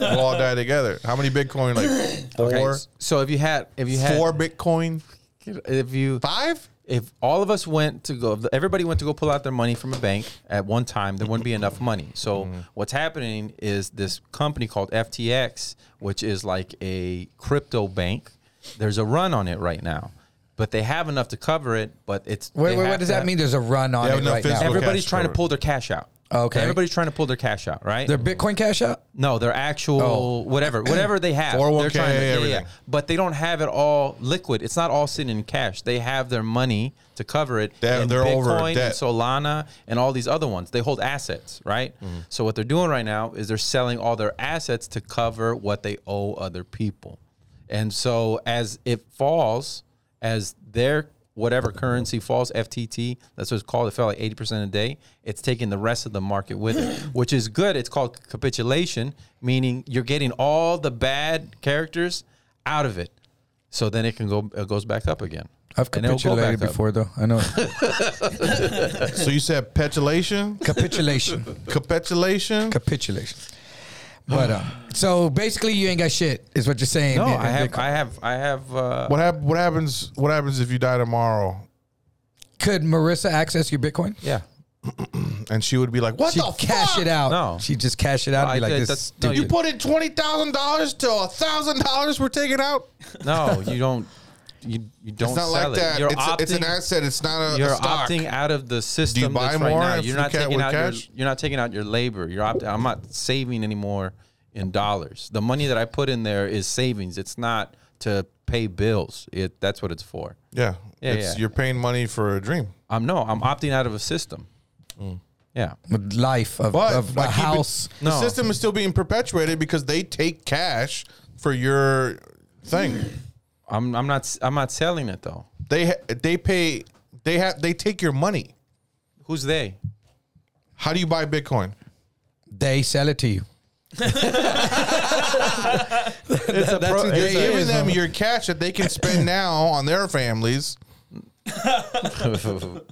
B: we'll all die together. How many Bitcoin? Like four,
D: Okay, s- So if you had, if you had,
B: four Bitcoin,
D: if you,
B: five.
D: if all of us went to go, if everybody went to go pull out their money from a bank at one time, there wouldn't be enough money. So
B: Mm-hmm.
D: what's happening is this company called FTX, which is like a crypto bank. There's a run on it right now, but they have enough to cover it. But it's
A: Wait,
D: they
A: wait,
D: have
A: what does
D: to-
A: that mean? There's a run on
B: Yeah,
A: it
B: no
A: right
B: physical-
A: now.
D: Everybody's
B: cash
D: trying to
B: covered.
D: pull their cash out.
A: Okay.
D: Everybody's trying to pull their cash out, right?
A: Their Bitcoin cash out?
D: No, their actual
A: Oh.
D: whatever, whatever they have.
B: 401k,
D: They're trying to-
B: everything.
D: But they don't have it all liquid. It's not all sitting in cash. They have their money to cover it.
B: They have-
D: in
B: they're over
D: Bitcoin
B: debt.
D: and Solana and all these other ones. They hold assets, right? So what they're doing right now is they're selling all their assets to cover what they owe other people. And so as it falls, as their whatever currency falls, FTT, that's what it's called. It fell like 80% a day. It's taking the rest of the market with it, which is good. It's called capitulation, meaning you're getting all the bad characters out of it. So then it can go. It goes back up again.
A: I've
D: And it'll go
A: capitulated
D: back up.
A: before, though. I know.
B: so you said petulation?
A: Capitulation.
B: Capitulation?
A: Capitulation. But um, so basically, you ain't got shit, is what you're saying.
D: No,
A: Yeah,
D: I have.
A: they-
D: I have. I have. Uh,
B: What hap- What happens? What happens if you die tomorrow?
A: Could Marissa access your Bitcoin?
D: Yeah.
B: and she would be like, "What
A: She'd
B: the
A: cash
B: fuck?
A: it out. No, she'd just cash it out
D: No,
A: and be
D: I
A: like,
D: did.
A: "This is
D: That's- no,
A: stupid."
B: You put in twenty thousand dollars to thousand dollars were taken out.
D: No, you don't. You you don't
B: not
D: sell
B: like
D: it.
B: that.
D: You're
B: It's a-
D: opting,
B: it's an asset. It's not a- a
D: You're
B: stock.
D: opting out of the system.
B: buy
D: that's right
B: more
D: now.
B: if
D: You're
B: you
D: not
B: can
D: taking
B: with
D: out
B: cash?
D: your. You're not taking out your labor. You're opting. I'm not saving anymore in dollars. The money that I put in there is savings. It's not to pay bills. It that's what it's for.
B: Yeah,
D: Yeah.
B: it's,
D: yeah.
B: You're paying money for a dream.
D: I'm no. I'm opting out of a system. Yeah.
A: With life of,
B: But
A: of
B: by
A: a
B: keeping-
A: house.
B: the system is still being perpetuated because they take cash for your thing.
D: I'm I'm not I'm not selling it though.
B: They ha- they pay they have they take your money.
D: Who's they?
B: How do you buy Bitcoin?
A: They sell it to you.
D: It's a pro,
B: You're
D: it's a-
B: giving them your cash that they can spend now on their families.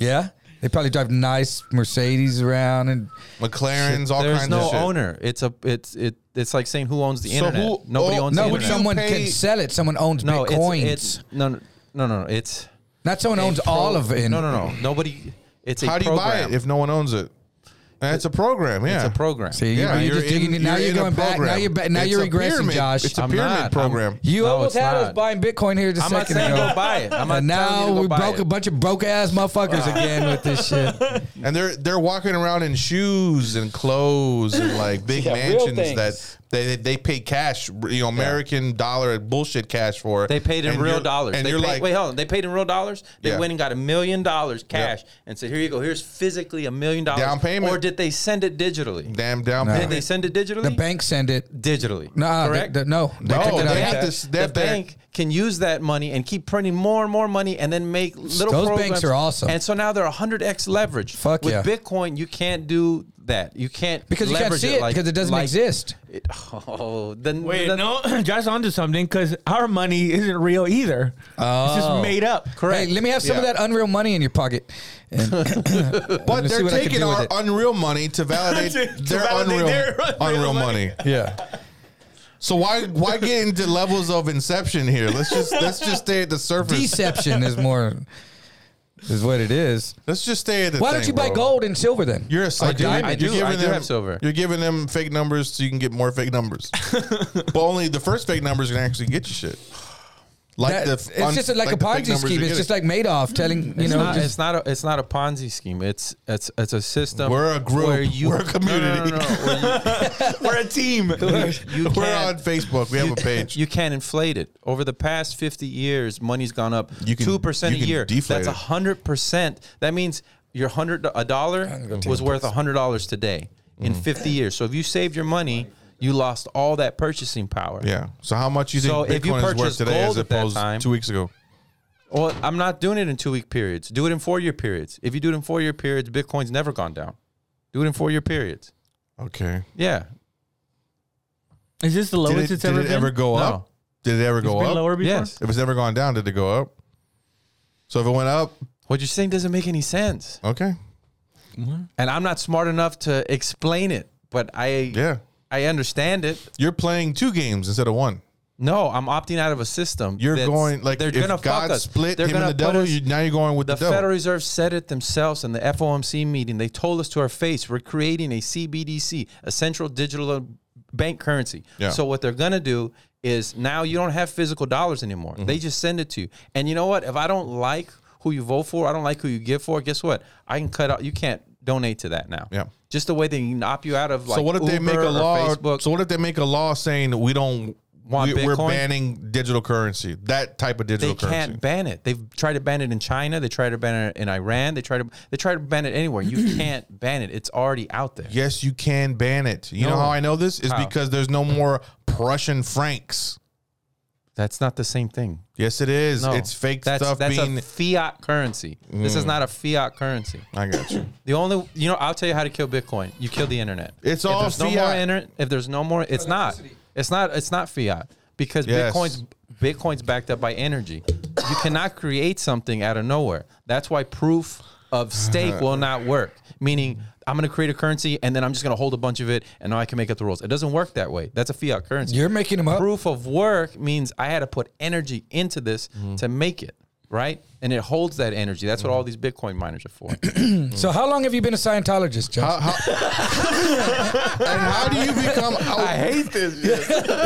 A: Yeah, they probably drive nice Mercedes around and
B: McLarens, all
D: There's
B: kinds
D: no
B: of shit.
D: owner. It's a it's it it's like saying who owns the
B: So
D: internet.
B: who-
D: Nobody
B: oh,
D: owns
A: no,
D: the
A: but
D: internet.
A: someone
B: pay-
A: can sell it. Someone owns
D: no,
A: bitcoins.
D: It's, it's no no no no. It's
A: Not someone
D: a
A: owns
D: pro-
A: all of it.
D: No no no. Nobody. It's a
B: How do you buy
D: program.
B: it if no one owns it? And it's a program. Yeah,
D: It's a program.
A: See,
B: Yeah,
A: you're, just
B: in-
A: digging it. Now you're,
B: in a
A: going back. Now
B: program.
A: you're back. Now
B: It's
A: you're
B: a
A: regressing,
B: pyramid.
A: Josh.
B: It's a
D: I'm
B: pyramid
D: not. I'm-
B: program.
A: you
D: No,
A: almost
D: it's
A: had us
D: not.
A: buying Bitcoin here just
D: I'm
A: a
D: not
A: second
D: saying
A: ago.
D: go buy it. I'm not
A: and
D: telling
A: now
D: you to go
A: we
D: buy
A: broke
D: it.
A: a bunch of broke ass motherfuckers again with this shit.
B: and they're they're walking around in shoes and clothes and like big
J: Yeah, real
B: mansions
J: things.
B: that they they- they pay cash, you know, American dollar bullshit cash for.
D: They paid in
B: And
D: real
B: you're-
D: dollars.
B: And
D: they
B: you're
D: paid,
B: like,
D: wait, hold on. They paid in real dollars. They
B: Yeah.
D: went and got a million dollars cash and said, "Here you go. Here's physically a million dollars."
B: Down payment.
D: Or did they send it digitally?
B: damn down.
D: Did they send it digitally?
A: The bank sent it.
D: digitally.
A: Nah,
D: correct.
A: They, they, no, they
B: No,
A: kicked it
B: they
A: out.
B: have to-
D: the
B: they have to-
D: bank can use that money and keep printing more and more money and then make little
A: Those
D: programs.
A: banks are awesome.
D: And so now they're 100x leverage.
A: Fuck
D: With
A: yeah.
D: Bitcoin, you can't do that. You can't
A: because you can't
D: leverage
A: see it
D: like-
A: because it doesn't
D: like-
A: exist.
D: It, oh, then
E: Wait,
D: then-
E: no, Josh onto something because our money isn't real either. It's
B: Oh.
E: just made up.
A: Hey, let me have some of
B: Yeah.
A: that unreal money in your pocket. And
B: But
A: me see
B: they're
A: what I can
B: taking
A: do with
B: our
A: it.
B: unreal money to validate
E: To- to
B: their
E: validate
B: unreal,
E: their unreal
B: unreal money.
A: yeah.
B: So why why get into levels of inception here? Let's just let's just stay at the surface.
A: Deception is more is what it is.
B: Let's just stay at the.
A: Why don't
B: thing,
A: you buy
B: bro.
A: gold and silver then?
B: You're a psycho.
D: do-
B: You're
D: I do-
B: giving
D: I do
B: them-
D: have silver.
B: You're giving them fake numbers so you can get more fake numbers. but only the first fake numbers can actually get you shit. Like
A: That-
B: the
A: it's just like, a Ponzi scheme. It's just like Madoff
B: Mm-hmm.
A: telling you
D: It's,
A: know.
D: not,
A: just-
D: it's not a it's not a Ponzi scheme. It's it's it's a system.
B: We're a group.
D: Where you,
B: We're a community.
D: No, no, no, no. Where
B: we're a team.
D: you
B: we're on
D: can't-
B: Facebook. We have a page.
D: you, you can't inflate it. Over the past fifty years, money's gone up
B: You can-
D: two percent a
B: you can
D: year.
B: deflate
D: That's
B: it.
D: hundred percent. That means your hundred a dollar was worth hundred dollars today in
B: Mm.
D: fifty years. So if you saved your money, you lost all that purchasing power.
B: yeah. So how much you think
D: So
B: Bitcoin
D: if you
B: is worth
D: purchased
B: today as
D: gold at that
B: opposed to
D: time-
B: two weeks ago?
D: Well, I'm not doing it in two week periods. Do it in four year periods. If you do it in four year periods, Bitcoin's never gone down. Do it in four year periods.
B: Okay.
D: Yeah.
E: Is this the
B: Did
E: lowest
B: it,
E: it's
B: did
E: ever
B: it
E: been?
B: ever go
D: No.
B: up? Did it ever
E: It's
B: go
E: been
B: up?
E: lower before?
D: Yes.
B: If it's ever gone down, did it go up? So if it went up,
D: What you're saying doesn't make any sense.
B: okay. Mm-hmm.
D: And I'm not smart enough to explain it, but I
B: Yeah.
D: I understand it.
B: You're playing two games instead of one.
D: No, I'm opting out of a system.
B: You're
D: that's-
B: going like
D: they're
B: if
D: gonna
B: God
D: fuck us.
B: split
D: they're
B: him and
D: gonna
B: the
D: put
B: devil.
D: us-
B: you, now you're going with the,
D: the
B: devil.
D: Federal Reserve said it themselves in the FOMC meeting. They told us to our face, we're creating a CBDC, a central digital bank currency.
B: Yeah.
D: So what they're gonna do is now you don't have physical dollars anymore.
B: Mm-hmm.
D: They just send it to you. And you know what? If I don't like who you vote for, I don't like who you give for. Guess what? I can cut out. You can't donate to that now.
B: Yeah.
D: Just the way they can opt you out of like
B: so what if they
D: Uber
B: make a
D: or
B: law?
D: Facebook.
B: So what if they make a law saying we don't
D: Want
B: we, are
D: Bitcoin?
B: banning digital currency, that type of digital
D: they
B: currency?
D: can't ban it. They've tried to ban it in China. They tried to ban it in Iran. They tried to they tried to ban it anywhere. You can't ban it. It's already out there.
B: yes, you can ban it. You know
D: No.
B: how I know this is
D: How?
B: because there's no more Prussian francs.
D: That's not the same thing.
B: Yes, it is.
D: No,
B: It's fake
D: that's,
B: stuff
D: That's
B: being. Mm.
D: a fiat currency. This is not a fiat currency.
B: I got you.
D: The only you know, I'll tell you how to kill Bitcoin. You kill the internet.
B: It's
D: if
B: all
D: there's no more
B: fiat.
D: internet. If there's no more, it's not. It's not. It's not fiat because
B: Yes.
D: Bitcoin's Bitcoin's backed up by energy. You cannot create something out of nowhere. That's why proof of stake will not work. Meaning, I'm going to create a currency and then I'm just going to hold a bunch of it and now I can make up the rules. It doesn't work that way. That's a fiat currency.
A: You're making them up.
D: Proof of work means I had to put energy into this
B: Mm-hmm.
D: to make it, right? And it holds that energy. That's what all
B: Mm-hmm.
D: these Bitcoin miners are for.
A: So how long have you been a Scientologist, Josh?
B: and how do you become? I hate this.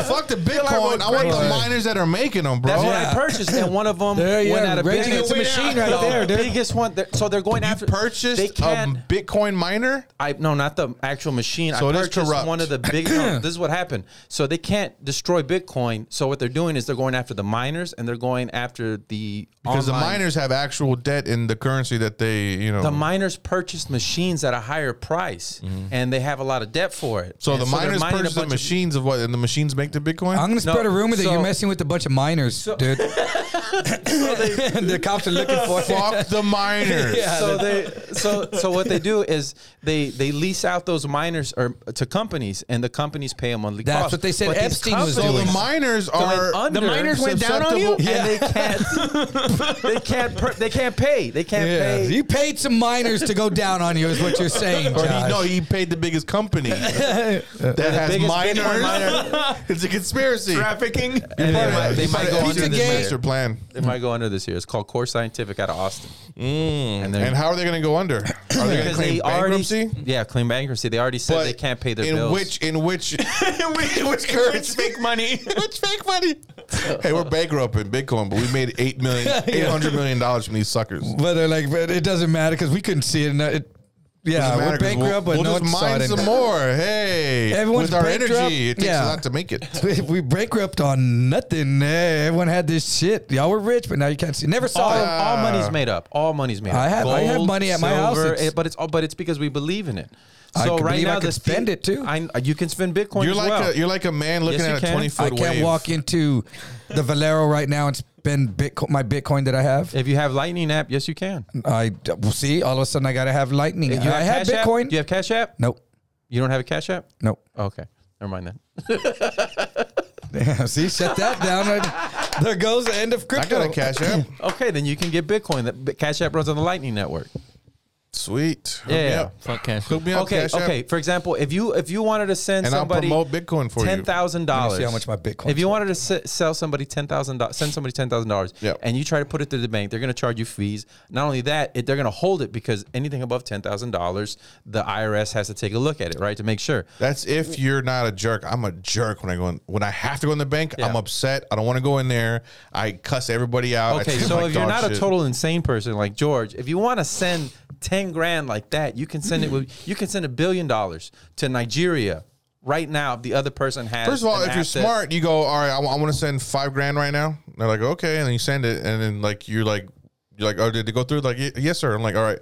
B: Fuck the Bitcoin. I want the miners that are making them, bro.
D: That's what I purchased, and one of them
B: There you
D: went
B: are,
D: out of
B: ready to
D: business.
B: go It's a win machine out. right
D: uh, The
B: there, dude.
D: Biggest one. they're- So they're going after. Purchased they can, a
B: Bitcoin miner.
D: I no, not the actual machine.
B: So
D: I
B: it is
D: purchased
B: corrupt.
D: one of the big. no, this is what happened. So they can't destroy Bitcoin. So what they're doing is they're going after the miners, and they're going after the
B: Because the
D: online-
B: miners have actual debt in the currency that they, you know.
D: The miners purchased machines at a higher price, and they have a lot of debt for
B: Mm-hmm.
D: it.
B: so
D: And
B: the
D: they're
B: miners
D: mining a
B: purchase the
D: bunch of-
B: machines of, what, and the machines make the Bitcoin.
A: I'm gonna spread a rumor that you're messing with a bunch of miners, dude. the cops are looking for
B: Fuck the miners.
A: Yeah,
D: so
A: they-
D: they so so what they do is they they lease out those miners or to companies and the companies pay a monthly
A: That's
D: cost.
A: what they said
D: But these
A: Epstein was
D: companies
A: doing.
B: The miners
D: going
B: are-
D: under
B: The miners went down on you?
D: and
B: Yeah.
D: they can't they can't per, they can't pay they can't
A: Yeah.
D: pay
A: You paid some miners to go down on you, is what you're saying,
B: Or he-
A: Josh.
B: no, he paid the biggest company that
A: The
B: has
A: biggest
B: miners.
A: Bitcoin
B: it's a conspiracy.
E: Trafficking.
D: And they might, they
B: It's
D: might
B: like
D: go
B: a
D: under this
B: Pizzagate.
D: year.
B: master plan. Mm.
D: They might go under this year. It's called Core Scientific out of Austin.
B: And,
D: they're-
B: how are they going to go under? Are they going to
D: because
B: claim
D: they already
B: bankruptcy?
D: yeah claim bankruptcy. They already said
B: But
D: they can't pay their
B: in
D: bills.
B: which in which
E: which,
B: which currency?
E: fake money?
B: which fake money? hey, we're bankrupt in Bitcoin, but we made eight million, eight hundred million dollars from these suckers.
A: But they're like, but it doesn't matter because we couldn't see it. and It, yeah,
B: Doesn't matter
A: we're
B: 'cause
A: bankrupt,
B: we'll-
A: but
B: we'll
A: no
B: just
A: one saw
B: mine
A: it.
B: some more. Hey,
A: everyone's
B: with our
A: bankrupt,
B: energy, it takes a
A: yeah.
B: lot to make it.
A: If we bankrupt on nothing, eh, everyone had this shit. Y'all were rich, but now you can't see. Never saw
B: Oh,
D: all,
A: it.
D: all money's made up. All money's made up.
A: I have- I have money at my house.
D: silver,
A: It's-
D: it- but it's all, but it's because we believe in it.
A: I
D: So
A: could
D: right
A: believe I
D: now,
A: could
D: this
A: spend
D: it too. I, you can spend Bitcoin.
B: You're
D: as
B: like
D: well.
B: a- you're like a man looking
D: you
B: at a
D: can.
B: 20 foot
A: I can't walk into the Valero right now and spend Bitcoin, my Bitcoin that I have.
D: If you have Lightning app, yes, you can.
A: I well, see. All of a sudden, I gotta have Lightning.
D: You
A: I have
D: Cash App?
A: Bitcoin.
D: Do you have Cash App?
A: Nope.
D: You don't have a Cash App?
A: Nope.
D: Okay. Never mind then.
A: Yeah, see, shut that down. Right- There goes the end of crypto.
B: got a Cash App.
D: okay, then you can get Bitcoin. That but Cash App runs on the Lightning network.
B: Sweet. Hook me
D: Yeah.
B: up. Hook me up,
D: okay.
B: Cash App.
D: okay. For example, if you if you wanted to send
B: And I'll
D: somebody
B: promote Bitcoin for you.
D: ten thousand dollars.
A: Let me see how much my Bitcoin's
D: If you wanted to se- sell somebody ten thousand dollars, send somebody ten thousand dollars, and you try to put it through the bank, they're going to charge you fees. Not only that, it, they're going to hold it because anything above ten thousand dollars, the IRS has to take a look at it, right, to make sure.
B: That's if you're not a jerk. I'm a jerk when I go in, when I have to go in the bank. I'm upset. I don't want to go in there. I cuss everybody out. I
D: Okay,
B: treat
D: so
B: them like
D: if you're
B: dog
D: not a
B: shit.
D: total insane person like George, if you want to send ten grand like that, you can send it. With, you can send a billion dollars to Nigeria right now if the other person has.
B: First of all,
D: an
B: if you're
D: app that-
B: smart, you go, all right, I want to send five grand right now. And they're like, okay. And then you send it. And then, like, you're like, you're like, oh, did it go through? Like, "Ye- yes, sir. I'm like, all right.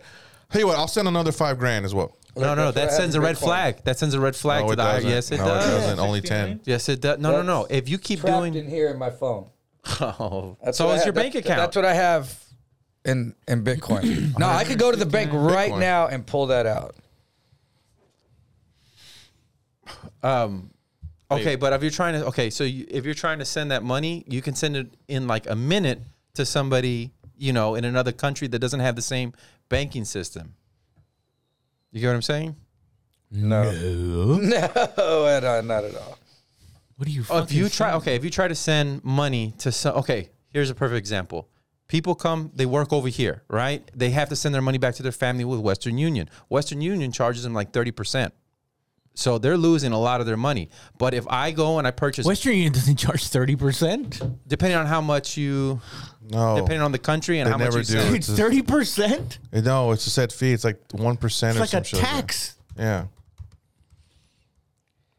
B: Hey, what? I'll send another five grand as well.
D: No, no, that sends a red flag. That sends a red flag
B: No,
D: to
B: it
D: the IRS.
B: doesn't.
D: Yes, it
B: No, it
D: does.
B: doesn't. Only 10.
D: Yes, it does. No, no, no. If you keep
A: trapped
D: doing,
A: in here in my phone.
D: oh,
A: That's
D: so
A: what I
D: is
A: have-
D: your bank
A: that-
D: account.
A: That's what I have in in Bitcoin. no, I could go to the bank right
D: Bitcoin.
A: now and pull that out.
D: Um, okay, but if you're trying to, okay, so you, if you're trying to send that money, you can send it in like a minute to somebody, you know, in another country that doesn't have the same banking system. You get what I'm saying?
A: No, no, at all, not at all.
E: What are you?
D: Oh, if you try, okay, if you try to send money to some, okay, here's a perfect example. People come, they work over here, right? They have to send their money back to their family with Western Union. Western Union charges them like 30%. So they're losing a lot of their money. But if I go and I purchase,
E: Western Union doesn't charge thirty percent.
D: depending on how much you,
A: Oh.
B: No.
D: depending on the country and
B: They
D: how much
B: never
D: you
B: do.
D: send.
B: It's a-
E: Thirty percent?
B: No, it's a set fee. It's like 1%
E: It's
B: or
E: like
B: some
E: a
B: shit that.
E: tax.
B: Yeah.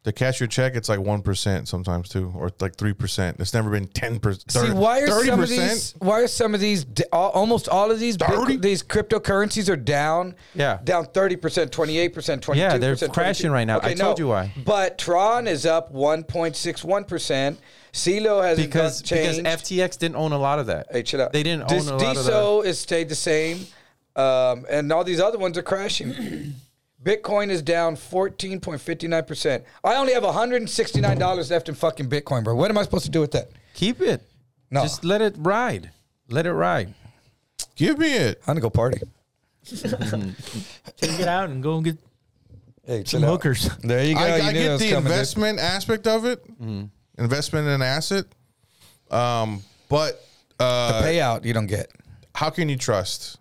B: To cash your check, it's like 1% sometimes too, or like 3%. It's never been 10%.
A: See, why are some of these? Why are some of these? d- al- Almost all of these Bitcoin, these cryptocurrencies are down.
D: Yeah.
A: down thirty percent, twenty eight percent, twenty two.
D: Yeah, they're crashing right now. I told you why.
A: But Tron is up one point six one percent. CeeLo has
D: Because, because
A: changed.
D: FTX didn't own a lot of that.
A: Hey, chill out.
D: They didn't
A: This
D: own a lot of that.
A: DSO has stayed the same, um, and all these other ones are crashing. Bitcoin is down 14.59%. I only have $169 left in fucking Bitcoin, bro. What am I supposed to do with that?
D: Keep it.
A: No.
D: Just let it ride. Let it ride.
B: Give me it.
A: I'm gonna go party.
E: Take it out and go and get
A: hey,
E: some
A: out.
E: hookers.
A: There you go.
B: I,
A: You
B: I
A: knew it
B: get
A: was
B: the
A: coming, dude. Mm.
B: investment aspect of it, investment in an asset. Um, but uh,
A: the payout you don't get.
B: How can you trust?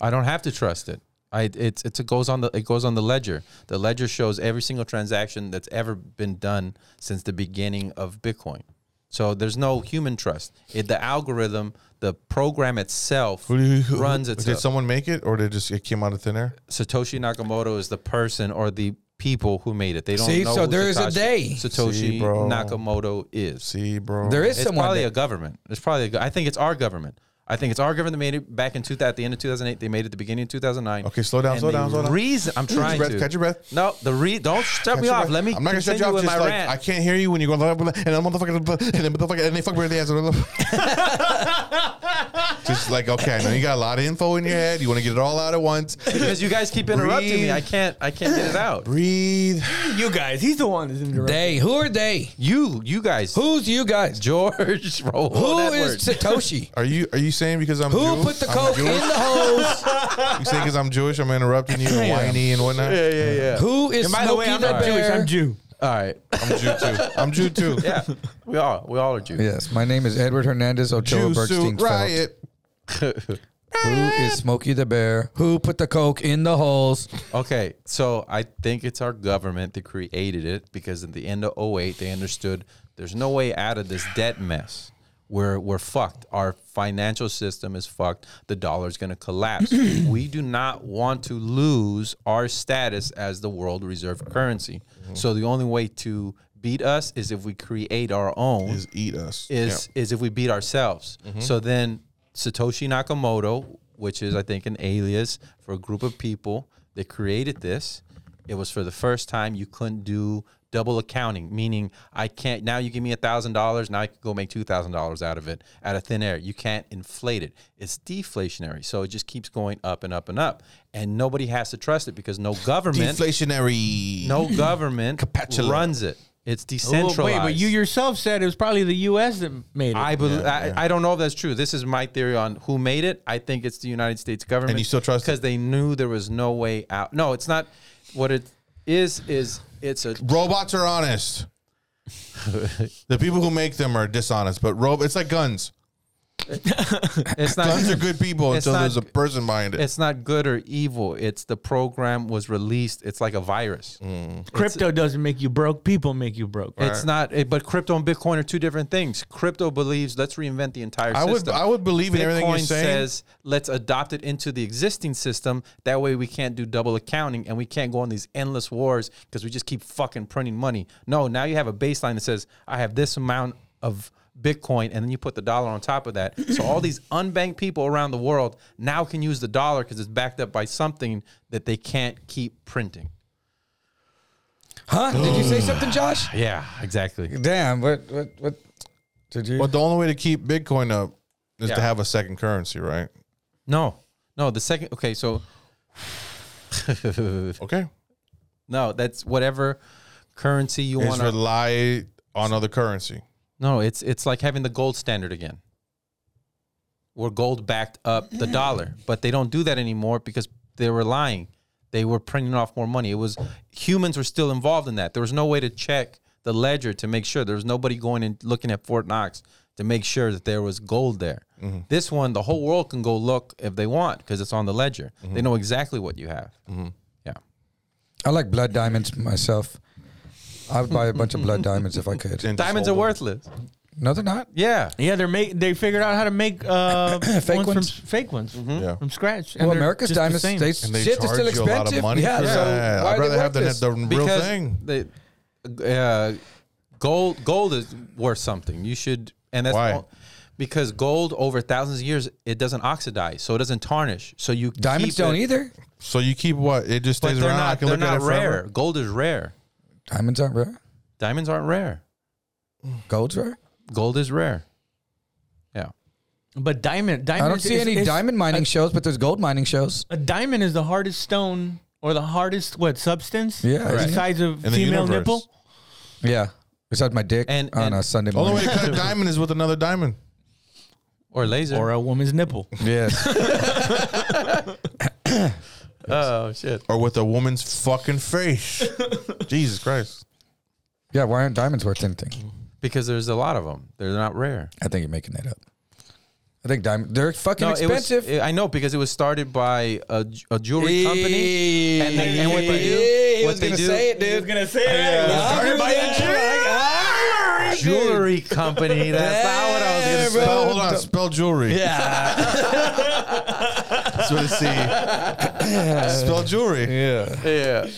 D: I don't have to trust it. I it's it's it goes on the it goes on the ledger. The ledger shows every single transaction that's ever been done since the beginning of Bitcoin. So there's no human trust. It, the algorithm, the program itself runs itself.
B: Did someone make it, or did it just it came out of thin air?
D: Satoshi Nakamoto is the person or the people who made it. They don't
A: See,
D: know.
A: so
D: who
A: there is a
D: Satoshi-
A: day.
D: Satoshi
A: See, bro.
D: Nakamoto is.
B: See, bro,
A: There is
D: it's
A: someone
D: probably
A: that-
D: a government. It's probably a go- I think it's our government. I think it's our government that made it back in two, at the end of 2008. They made it at the beginning of 2009.
B: Okay, slow down,
D: And
B: slow
D: the
B: down, slow down.
D: Reason I'm
B: Catch your
D: trying
B: breath,
D: to
B: catch your breath.
D: No, the re don't shut
B: Catch
D: me
B: your
D: off.
B: breath.
D: Let me.
B: I'm not gonna shut you
D: continue
B: off.
D: with
B: Just
D: my
B: like
D: rant.
B: I can't hear you when you go blah, blah, blah, and then motherfucker blah, and then motherfucker and they fuck with the ass. blah, blah. Just like okay, I know you got a lot of info in your head. You want to get it all out at once
D: because you guys keep interrupting me. I can't. I can't get it out.
B: Breathe.
E: You guys. He's the one that's interrupting.
A: They. Who are they?
D: You. You guys.
A: Who's you guys?
D: George. Roll
A: Who is Satoshi?
B: Are you are you saying because I'm
A: Who
B: Jewish,
A: put the
B: I'm
A: coke in
B: Jewish?
A: the hose?
B: You say because I'm Jewish, I'm interrupting you and
D: Yeah.
B: whiny and whatnot.
D: Yeah, yeah, yeah.
A: Who is
D: And by the way,
A: Smokey
D: I'm
A: the
D: not Jewish,
A: Bear?
D: I'm
E: Jew.
D: All right.
B: I'm Jew too. I'm Jew too.
D: Yeah. We all. We all are Jews.
A: Yes, my name is Edward Hernandez Ochoa
B: Jew
A: Bergstein
B: suit
A: Felt.
B: riot.
A: Who is Smokey the Bear? Who put the coke in the holes?
D: Okay, so I think it's our government that created it because at the end of 08, they understood there's no way out of this debt mess. We're, we're fucked. Our financial system is fucked. The dollar's going to collapse. we do not want to lose our status as the world reserve currency.
A: Mm-hmm.
D: So the only way to beat us is if we create our own
B: Is eat us.
D: is is if we beat ourselves.
E: Mm-hmm.
D: So then Satoshi Nakamoto, which is I think an alias for a group of people that created this, it was for the first time you couldn't do double accounting, meaning I can't now you give me a thousand dollars, now I can go make two thousand dollars out of it out of thin air. You can't inflate it. It's deflationary. So it just keeps going up and up and up. And nobody has to trust it because no government
B: Deflationary.
D: no government
B: Capitula.
D: runs it. It's
E: Oh,
D: decentralized.
E: wait, but you yourself said it was probably the U.S. that made it.
D: I believe. I, I don't know if that's true. This is my theory on who made it. I think it's the United States government.
B: And you still trust it?
D: because they knew there was no way out. No, it's not. What it is is it's a
B: Robots are honest. the people who make them are dishonest, but rob it's like guns.
D: it's not
B: Guns are good people
D: it's
B: until
D: not-
B: there's a person behind it.
D: It's not good or evil. It's the program was released. It's like a virus.
B: Mm.
E: Crypto doesn't make you broke. People make you broke.
D: It's not. It, but crypto and Bitcoin are two different things. Crypto believes let's reinvent the entire
B: I
D: system.
B: would- I would believe in everything you're
D: Bitcoin
B: saying.
D: says let's adopt it into the existing system. That way we can't do double accounting and we can't go on these endless wars because we just keep fucking printing money. No, now you have a baseline that says I have this amount of Bitcoin and then you put the dollar on top of that. So all these unbanked people around the world now can use the dollar because it's backed up by something that they can't keep printing.
A: Huh? Did you say something, Josh?
D: Yeah, exactly.
A: Damn. What? What? What? Did you?
B: but the only way to keep Bitcoin up is
D: Yeah.
B: to have a second currency, right?
D: No. No, the second okay, so
B: Okay.
D: No, that's whatever currency you
B: It's
D: want. to
B: rely on other currency.
D: No, it's it's like having the gold standard again. Where gold backed up the dollar, but they don't do that anymore because they were lying. They were printing off more money. It was humans were still involved in that. There was no way to check the ledger to make sure. There was nobody going and looking at Fort Knox to make sure that there was gold there.
B: Mm-hmm.
D: This one, the whole world can go look if they want because it's on the ledger.
B: Mm-hmm.
D: They know exactly what you have. Yeah.
A: I like blood diamonds myself. I would buy a bunch of blood diamonds if I could.
D: Diamonds are worthless.
A: No, they're not.
D: Yeah.
E: Yeah, they're make. They figured out how to make uh,
A: Fake
E: ones
A: ones?
E: from fake ones
B: Yeah.
E: from scratch.
A: well,
E: they're
A: America's
E: just the
A: diamonds,
E: same.
A: they,
B: Mm-hmm. And they
A: shit is still
B: charge you a
A: expensive.
B: lot of money
A: yeah,
B: for
A: so
B: that.
A: why
B: I'd
A: are they
B: rather have the-
A: worthless?
B: the- real thing.
D: The, uh, gold gold is worth something. You should, and that's
B: Why?
D: all- because gold over thousands of years it doesn't oxidize, so it doesn't tarnish. So you
A: Diamonds
D: keep
A: don't
D: it-
A: either.
B: So you keep what? It just
D: But
B: stays
D: they're
B: around. I
D: not.
B: can
D: They're
B: look at
D: not
B: it
D: rare.
B: forever.
D: Gold is rare.
A: Diamonds aren't rare.
D: Diamonds aren't rare.
A: Gold's rare.
D: Gold is rare. Yeah.
E: But diamond, diamond.
A: I don't see any diamond mining shows, but there's gold mining shows.
E: A diamond is the hardest stone or the hardest what substance?
A: Yeah, Correct.
E: besides of
B: In the
E: female
B: universe.
E: nipple.
A: Yeah. Besides my dick on a Sunday
B: Only
A: morning.
B: way to cut a diamond is with another diamond.
D: Or laser.
E: Or a woman's nipple.
A: Yes.
D: oh shit.
B: Or with a woman's fucking face. Jesus Christ.
A: Yeah, why aren't diamonds worth anything?
D: Because there's a lot of them. They're not rare.
A: I think you're making that up. I think diamond they're fucking
D: No, it was-
A: expensive.
D: eh, I know because it was started by a, ju- a jewelry company, and, they, and what they do,
A: Hey, he
D: what
A: was
D: they
A: gonna
D: do,
A: say it, dude. He was gonna say it.
D: Yeah.
A: Nah, I remember that.
D: jewelry company. That's not what I was gonna
B: Spell,
D: say.
B: hold on, spell jewelry.
D: Yeah.
B: That's what I see. spell jewelry.
A: Yeah.
D: Yeah.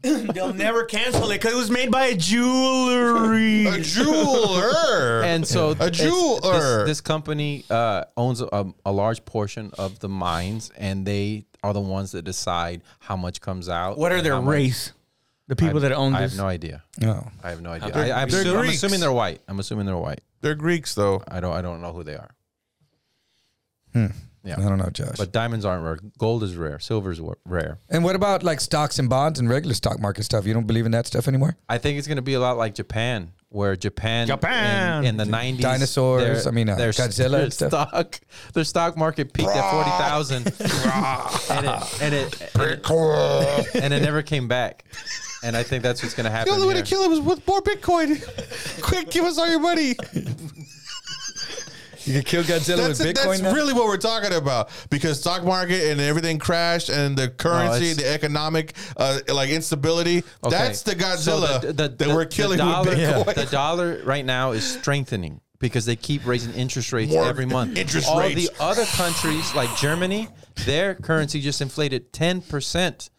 E: They'll never cancel it because it was made by a jewelry.
B: a jeweler.
D: And so
B: a
D: it's- This,
B: jeweler.
D: this company uh, owns a, a large portion of the mines, and they are the ones that decide how much comes out.
E: What are
D: and
E: their
D: how much-
E: race? The people
D: I-
E: that own
D: I
E: this.
D: have no idea.
A: No.
D: I have no idea.
B: They're-
D: I, I'm,
B: they're
D: assu- I'm
B: Greeks.
D: assuming they're white. I'm assuming they're white.
B: They're Greeks though.
D: I don't. I don't know who they are. Yeah.
A: I don't know, Josh.
D: But diamonds aren't rare. Gold is rare. Silver is wa- rare.
A: and what about like stocks and bonds and regular stock market stuff? You don't believe in that stuff anymore?
D: I think it's going to be a lot like Japan, where Japan,
A: Japan!
D: in, in the nineties,
A: Dinosaurs, I mean, uh, Godzilla
D: their
A: and stuff.
D: stock, their stock market peaked at forty thousand, and it and it and it, and it never came back. And I think that's what's going to
B: The
D: happen.
B: only way to
D: here.
B: kill him is with more Bitcoin. Quick, give us all your money.
A: You can kill Godzilla
B: That's, it- that's really what we're talking about because stock market and everything crashed and the currency,
D: it's-
B: the economic uh, like instability.
D: Okay.
B: That's the
D: So
B: Godzilla that we're killing
D: the dollar,
B: with Bitcoin.
D: The dollar right now is strengthening because they keep raising interest rates
B: More
D: every month.
B: interest
D: All
B: rates.
D: the other countries like Germany, their currency just inflated 10%.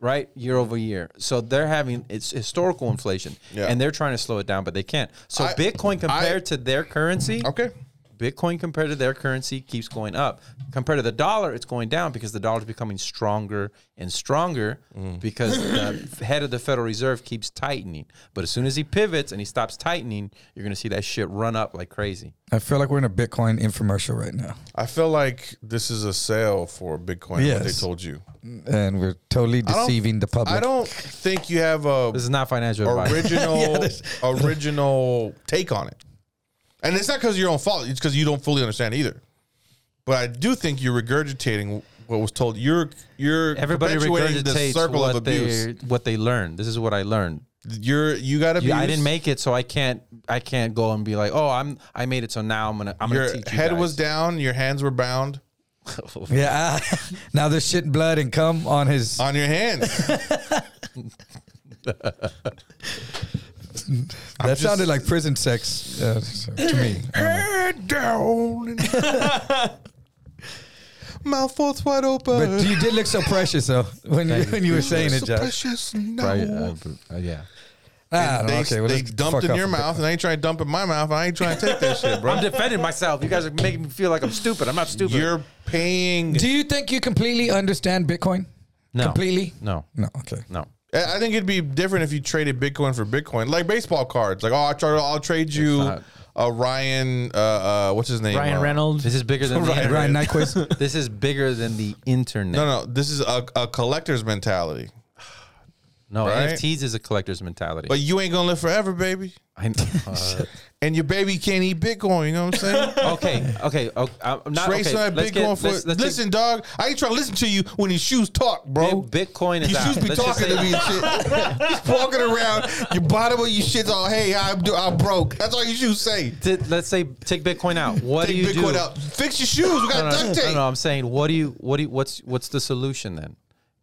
D: Right year over year, so they're having it's historical inflation,
B: Yeah.
D: and they're trying to slow it down, but they can't. So
B: I-
D: Bitcoin compared to their currency,
B: Okay.
D: Bitcoin compared to their currency keeps going up. Compared to the dollar, it's going down because the dollar is becoming stronger and stronger
B: Mm.
D: because the head of the Federal Reserve keeps tightening. But as soon as he pivots and he stops tightening, you're going to see that shit run up like crazy.
A: I feel like we're in a Bitcoin infomercial right now.
B: I feel like this is a sale Oh, for Bitcoin. What they
A: Yes.
B: told you.
A: And we're totally
B: I don't-
A: deceiving the public.
B: I don't think you have a
D: This is not financial advice.
B: original original take on it. And it's not because of your own fault. It's because you don't fully understand either. But I do think you're regurgitating what was told. You're you're
D: Everybody
B: perpetuating
D: regurgitates
B: the circle
D: what,
B: of abuse.
D: They, what they learned. This is what I learned.
B: You're you got to be.
D: You- I didn't make it, so I can't. I can't go and be like, "Oh, I'm. I made it, so now I'm gonna. I'm
B: Your
D: gonna teach you."
B: head
D: guys."
B: was down. Your hands were bound
A: Yeah. I- now there's shit, and blood, and cum on his.
B: on your hands.
A: that sounded like prison sex uh, so- to me.
B: Head down. Mouth fourth wide open.
A: But you did look so precious though when you, when you were saying it,
B: So
A: Josh.
B: precious. No.
D: Right, uh, uh, yeah.
A: Ah,
B: they
A: okay, well,
B: they
A: let's fuck
B: dumped in
A: off
B: your
A: with
B: mouth, and I ain't trying to dump in my mouth. I ain't trying to take that shit, bro.
D: I'm defending myself. You guys are making me feel like I'm stupid. I'm not stupid.
B: You're paying.
A: Bitcoin. Do you think you completely understand Bitcoin?
D: No.
A: Completely?
D: No.
A: No. Okay.
D: No.
B: I I think it'd be different if you traded Bitcoin for Bitcoin, like baseball cards. Like, oh, I try, I'll trade you
D: not.
B: uh, Ryan. Uh, uh, what's his name?
E: Ryan
B: Uh,
E: Reynolds.
D: This is bigger than the
A: Right, Ryan
D: internet.
A: Nyquist.
D: This is bigger than the internet.
B: No,
D: No,
B: no, this is a, a collector's mentality. Right?
D: NFTs is a collector's mentality.
B: But you ain't gonna live forever, baby.
D: I, uh,
B: And your baby can't eat Bitcoin. You know what I'm saying?
D: okay, okay, okay. I'm not
B: Trace
D: okay.
B: that Bitcoin
D: let's get-
B: for.
D: let's- let's
B: listen, dog. I ain't trying to listen to you when his shoes talk,
D: take-
B: bro.
D: Bit- Bitcoin is
B: You
D: out.
B: shoes be
D: Let's just
B: talking to
D: say-
B: me and shit. He's walking around. Your bottom of your shit's all, hey, I'm, do- I'm broke. That's all you shoes say.
D: T- let's say take Bitcoin out. What
B: Take
D: do you
B: Bitcoin
D: do?
B: out. Fix your shoes. We
D: No,
B: got
D: no,
B: duct
D: no,
B: tape.
D: no, I'm saying what do you what do you, what's what's the solution then?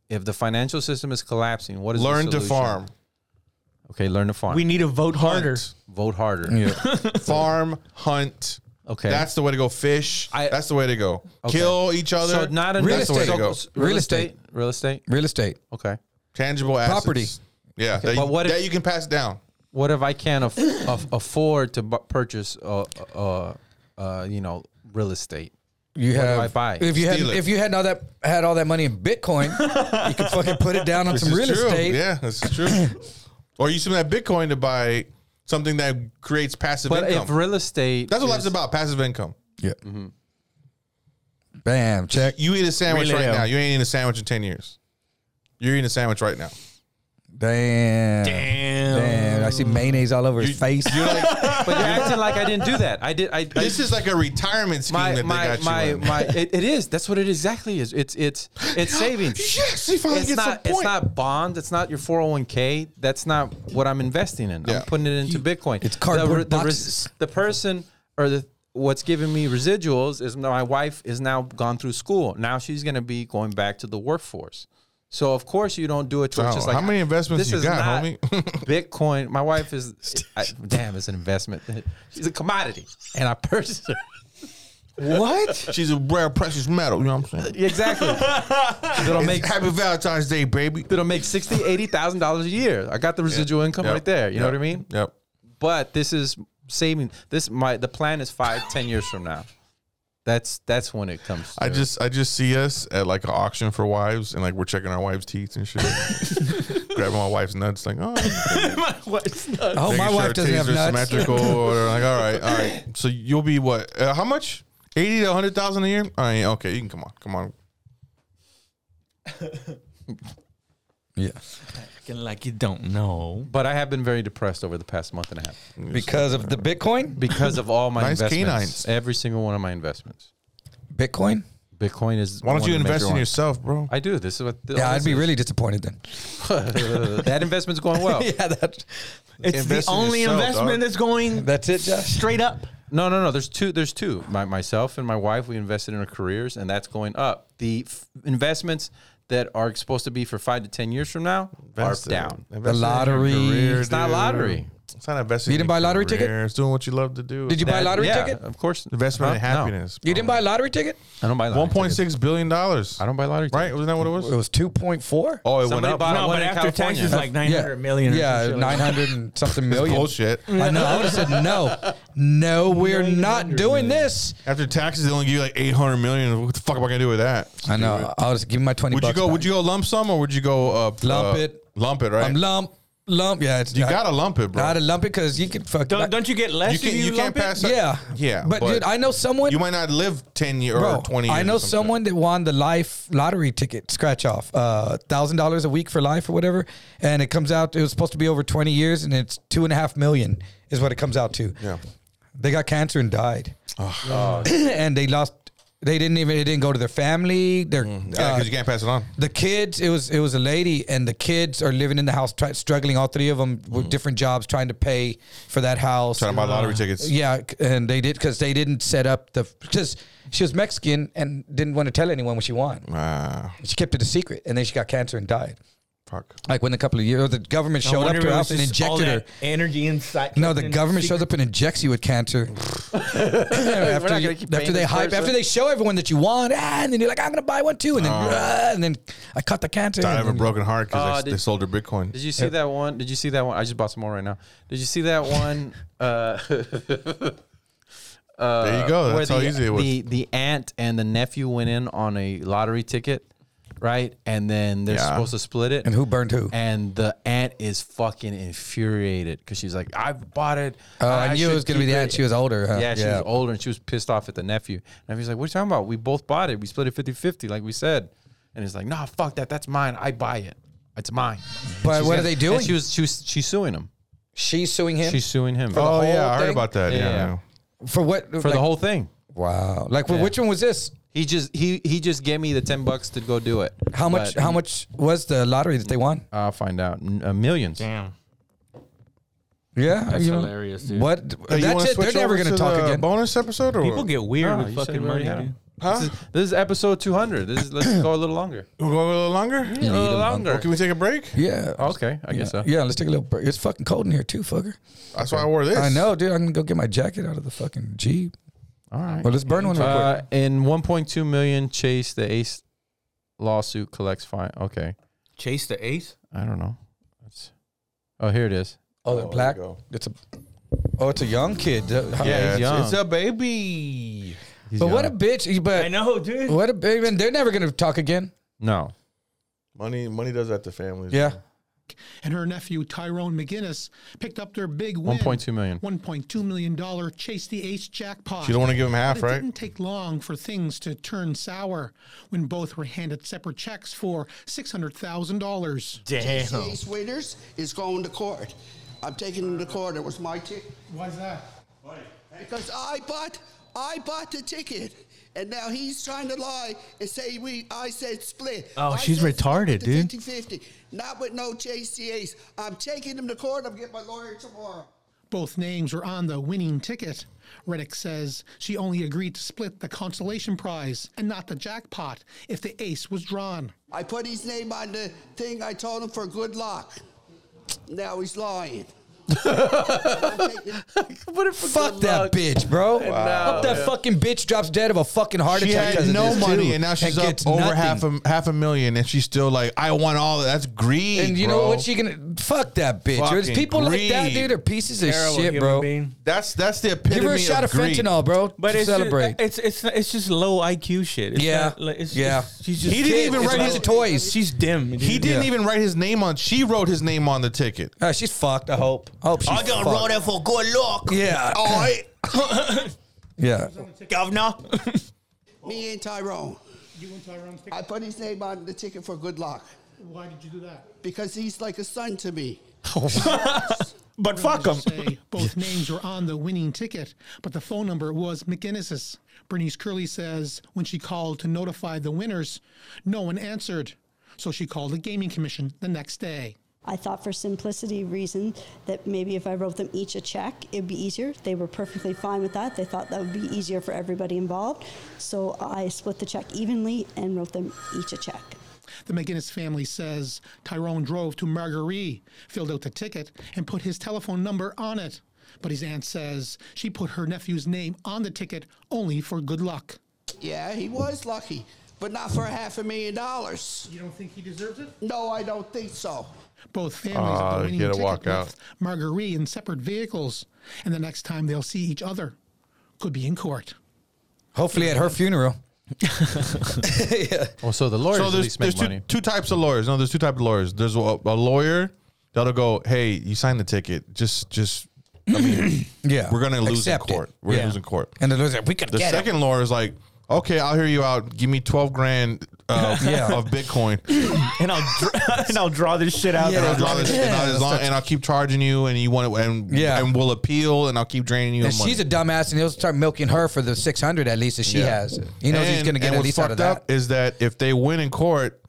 D: If the financial system is collapsing, what is the
B: Learn to
D: solution?
B: farm.
D: Okay, learn to farm.
E: we need to vote harder.
B: Hunt.
D: vote harder.
B: farm, hunt.
D: Okay.
B: That's the way to go. Fish.
D: I-
B: That's the way to go.
D: Okay.
B: Kill each other.
D: So not in
A: Real
B: That's the way to
A: estate.
B: go.
D: Real estate. Real estate.
A: Real estate.
D: Okay.
B: Tangible assets.
A: Property.
B: Yeah. That,
D: but what
B: that
D: if-
B: you can pass down.
D: What if I can't aff- aff- afford to bu- purchase, uh, uh, uh, you know, real estate?
A: You
D: What do
A: have
D: I buy?
A: if you had
B: Steal it.
A: if you had all that had all that money in Bitcoin, you could fucking put it down on some
B: This
A: real
B: is true.
A: estate.
B: Yeah, this is true. or use some of that Bitcoin to buy something that creates passive
D: But
B: income.
D: if real estate,
B: That's what
D: is-
B: life's about, passive income.
A: Yeah.
B: Mm-hmm.
A: Bam. Check.
B: You eat a sandwich
E: Really
B: right
E: do.
B: now. You ain't eating a sandwich in 10 years. You're eating a sandwich right now.
A: Damn. Damn. I see mayonnaise all over his face.
D: but you're acting like I didn't do that. I did. I,
B: This is like a retirement scheme that they got you
D: my,
B: on.
D: My, it, it is. That's what it exactly is. It's it's it's savings.
B: Yes, he finally
D: it's
B: gets a
D: not, It's
B: point.
D: not bond. It's not your 401k. That's not what I'm investing in. I'm putting it into Bitcoin. It's
A: cardboard
D: the, re-
A: boxes.
D: The, person or the what's giving me residuals is my wife is now gone through school. Now she's going to be going back to the workforce. So of course you don't do it. To
B: Wow,
D: it's just like
B: how many investments
D: this
B: you
D: is
B: got,
D: not
B: homie?
D: Bitcoin. My wife is I, damn. It's an investment. She's a commodity, and I purchased her.
B: What? She's a rare precious metal. You know what I'm saying?
D: Exactly. That'll
B: It's
D: make
B: Happy Valentine's Day, baby.
D: That'll make sixty, eighty thousand dollars a year. I got the residual income
B: Yep.
D: right there. You know
B: Yep.
D: what I mean?
B: Yep.
D: But this is saving. This my the plan is five, ten years from now. That's that's when it comes. To
B: I just I just see us at like an auction for wives, and like we're checking our wives' teeth and shit, grabbing my wife's nuts. Like, oh,
M: my wife's nuts.
A: Oh,
B: Making sure her titties are
M: nuts.
B: Symmetrical. or like, all right, all right. So you'll be what? Uh, how much? Eighty to hundred thousand a year? All right, okay. You can come on, come on.
A: Yeah.
E: Acting like you don't know.
D: But I have been very depressed over the past month and a half
A: Because of the Bitcoin?
D: because of all my
A: Nice
D: investments.
A: canines.
D: Every single one of my investments.
A: Bitcoin?
D: Bitcoin is.
B: Why don't
D: one
B: you
D: of the
B: invest
D: major
B: in
D: ones.
B: yourself, bro?
D: I do. This is what.
A: Yeah, I'd be
D: this is-
A: really disappointed then.
D: that investment's going well.
A: yeah, that.
E: It's
D: Invest
E: the
D: in
E: only
D: yourself,
E: investment
D: dog.
E: that's going.
A: That's it, Josh?
E: Straight up.
D: No, no, no. There's two. There's two. My, myself and my wife, we invested in our careers, and that's going up. The f- investments that are supposed to be for five to ten years from now
B: Invest
D: are
B: in-
D: down.
B: invest in your lottery. career,
D: it's not
B: dude.
D: lottery.
B: It's not investing.
A: You didn't
B: in
A: buy
B: your
A: lottery
B: career.
A: ticket?
B: It's doing what you love to do.
A: Did you buy a lottery
D: yeah,
A: ticket?
D: Of course.
B: Investment in
D: Huh? No.
B: happiness.
A: You didn't buy a lottery ticket?
D: I don't buy lottery.
B: One point six billion dollars. I
D: don't buy lottery.
B: Right? Wasn't that what it was?
A: It was 2.4?
B: Oh, it
D: Somebody
B: went up.
D: bought
E: No,
D: one
E: but
D: in
E: after
D: California.
E: taxes, like 900 million or
A: Yeah,
E: some shit like that.
A: 900 and something million.
B: bullshit.
A: I know. I would have said, no, no, we're not doing this.
B: After taxes, they only give you like eight hundred million. What the fuck am I gonna do with that?
A: I know. I was give me my 20
B: Would you
A: bucks
B: go?
A: back.
B: Would you go lump sum or would you go uh,
A: Lump
B: uh,
A: it.
B: Lump it, right?
A: I'm lump, lump. Yeah, it's
B: You gotta lump it, bro.
A: Gotta lump it because you can fuck.
E: Don't, don't you get less?
B: You
E: if
B: can't. You, can't
E: lump it?
B: pass. up-
A: Yeah,
B: yeah.
A: But, dude, I know someone.
B: You might not live ten year
A: bro,
B: or twenty. Years
A: I know someone that won the life lottery ticket scratch off, uh, thousand dollars a week for life or whatever, and it comes out. It was supposed to be over twenty years, and it's two and a half million is what it comes out to.
B: Yeah.
A: They got cancer and died, and they lost. They didn't even. It didn't go to their family. Their
B: Mm. Yeah,
A: uh,
B: because you can't pass it on.
A: the kids it was it was a lady and the kids are living in the house try, struggling all three of them with different jobs trying to pay for that house
B: Mm-hmm. Trying to buy
E: Ah.
B: lottery tickets.
A: yeah and they did because they didn't set up the because she was mexican and didn't want to tell anyone what she won
B: Ah,
A: she kept it a secret and then she got cancer and died
B: fuck.
A: like when a couple of years the government
E: I
A: showed up
E: wonder
A: to
E: if it
A: her
E: was
A: house and
E: just all
A: injected her
E: that Energy inside.
A: no, the government shows up and injects you with cancer. after
D: gonna
A: you-
D: keep paying
A: after they
D: this
A: hype,
D: person.
A: after they show everyone that you want, ah, and then you're like, I'm gonna buy one too, and then, ah, and then I caught the cancer.
B: Died of Oh.
A: and
B: a
A: then-
B: broken heart because
D: Uh,
B: they,
D: did-
B: sold their Bitcoin.
D: Did you see that one? Did you see that one? I just bought some more right now. Did you see that one? Uh, uh,
B: There you go.
D: where
B: That's how
D: the-
B: easy it was.
D: The the aunt and the nephew went in on a lottery ticket, right? And then they're
B: Yeah.
D: supposed to split it.
A: And who burned who?
D: And the aunt is fucking infuriated because she's like, "I bought it.
A: Oh, I knew it
D: should
A: was gonna be
D: keep
A: the aunt. She was older, huh?
D: Yeah, she
A: Yeah.
D: was older, and she was pissed off at the nephew. And he's like, "What are you talking about? We both bought it. We split it 50-50 like we said." And he's like, "Nah, fuck that. That's mine. I buy it. It's mine."
A: But
D: She's
A: what are
D: gonna-
A: they doing?
D: and She was she was she's suing him.
A: She's suing him.
D: She's suing him
A: the
B: Oh
A: whole
B: yeah, I heard
A: thing?
B: about that. Yeah.
D: Yeah.
B: yeah.
A: for what?
D: for the whole thing.
A: Wow. Like, well, which one was this?
D: He just he he just gave me the ten bucks to go do it.
A: How much?
D: But
A: how much was the lottery that they won?
D: I'll find out. N- uh, millions.
E: Damn.
A: Yeah,
J: That's
A: you know.
J: hilarious, dude.
A: What?
B: Hey, you wanna
A: That's it. They're
B: switch over
A: never going to
B: to
A: talk
B: the
A: again.
B: Bonus episode or
E: People get weird
D: No,
E: with
D: you said
E: fucking
D: we already
E: money,
D: had
E: dude.
D: him. This, is, this is episode two hundred. This is, let's go a little longer.
B: We're going a little longer.
D: A little longer.
B: Well, can we take a break?
A: Yeah.
D: Okay, I guess so.
A: Yeah, let's take a little break. It's fucking cold in here too, fucker.
B: That's why I wore this.
A: I know, dude. I'm gonna go get my jacket out of the fucking jeep.
D: All right.
A: Well, let's burn one real quick.
D: Uh, in one point two million, Chase the Ace lawsuit collects fine. Okay,
E: Chase the ace.
D: I don't know. That's, oh, here it is.
A: Oh, the black. It's a. Oh, it's a young kid. Yeah,
D: he's young.
B: It's a baby.
D: He's
A: But what a
D: young.
A: bitch.
E: I
A: But
E: know, dude.
A: what a baby. They're never gonna talk again.
D: no.
B: Money, money does that to families.
A: Yeah.
N: and her nephew Tyrone McGinnis picked up their big win.
D: 1.2 million.
N: $1.2 million dollar chase the ace jackpot.
B: You don't wanna give 'em half,
N: But
B: right?
N: It didn't take long for things to turn sour when both were handed separate checks for $600,000.
O: Ace Waiters is going to court. I'm taking him to court. It was my ticket.
N: Why's that?
O: Because I bought, I bought the ticket, and now he's trying to lie and say we. I said split.
E: Oh,
O: I
E: she's
O: said
E: retarded, dude.
O: 50-50. Not with no JCAs. I'm taking him to court. I'm getting my lawyer tomorrow.
N: Both names were on the winning ticket. Reddick says she only agreed to split the consolation prize and not the jackpot if the ace was drawn.
O: I put his name on the thing. I told him for good luck. Now he's lying.
A: Fuck that bitch, bro.
B: Wow.
A: Hope that
B: Yeah.
A: fucking bitch drops dead of a fucking heart
B: she
A: attack.
B: had
A: 'cause of
B: no
A: this,
B: money,
A: too,
B: and now she's
A: gets
B: up over
A: nothing.
B: half a half a million, and she's still like, "I want all of that." That's greed.
A: And you know
B: bro.
A: what? She can fuck that bitch. There's
B: Fucking
A: people like that,
B: greed.
A: dude. Are pieces of
B: Terrible
A: shit,
B: human
A: bro.
B: being. That's that's the epitome
A: Give her a shot of,
B: greed.
A: fentanyl, bro.
E: But
A: to
E: it's
A: celebrate.
E: Just, it's it's it's just low IQ shit. It's
A: Yeah.
E: not- like, it's
A: Yeah.
E: just- she's just
B: He didn't even write his
A: toys.
E: She's dim. dude.
B: He didn't even write his name on. She wrote his name on the ticket.
A: Ah, she's fucked. I hope. I hope she's
B: I done
A: fucked.
B: wrote
O: it for good luck.
A: Yeah. All right. Yeah.
O: Governor. Me and Tyrone. You and Tyrone. I put his name on the ticket for good luck.
N: Why did you do that?
O: Because he's like a son to me.
N: But
O: fuck 'em.
N: Both names were on the winning ticket, but the phone number was McGinnis's. Bernice Curley says when she called to notify the winners, no one answered. So she called the Gaming Commission the next day.
P: I thought for simplicity reason that maybe if I wrote them each a check, it'd be easier. They were perfectly fine with that. They thought that would be easier for everybody involved. So I split the check evenly and wrote them each a check.
N: The McGinnis family says Tyrone drove to Marguerite, filled out the ticket, and put his telephone number on it. But his aunt says she put her nephew's name on the ticket only for good luck.
O: Yeah, he was lucky, but not for half a million dollars. You don't think he deserves it? No, I don't think so.
N: Both families
B: Ah,
N: are
B: they
N: winning
B: get a
N: ticket
B: walkout.
N: with Marguerite in separate vehicles, and the next time they'll see each other could be in court.
A: Hopefully at her funeral.
D: Oh, so the lawyers
B: So
D: at
B: there's,
D: least make
B: there's two,
D: money.
B: two types of lawyers. No, there's two types of lawyers. There's a, a lawyer that'll go, "Hey, you signed the ticket. Just, just, I mean,
A: Yeah.
B: we're gonna lose in
A: Accept it.
B: court. We're
A: Yeah.
B: gonna lose in court."
A: And the loser, we could
B: The
A: get
B: second lawyer is like, "Okay, I'll hear you out. Give me twelve grand uh,
A: Yeah.
B: of Bitcoin,
E: and I'll dr- and I'll draw this shit out.
B: and, I'll draw this, and, I'll, as long- and I'll keep charging you, and you want it, and
A: Yeah.
B: and we'll appeal, and I'll keep draining you."
A: And
B: of money.
A: she's a dumbass, and he'll start milking her for the six hundred at least that she
B: Yeah.
A: has. He knows he's
B: And-
A: gonna get
B: and
A: at
B: what's
A: least out of
B: fucked up
A: that.
B: Is that if they win in court,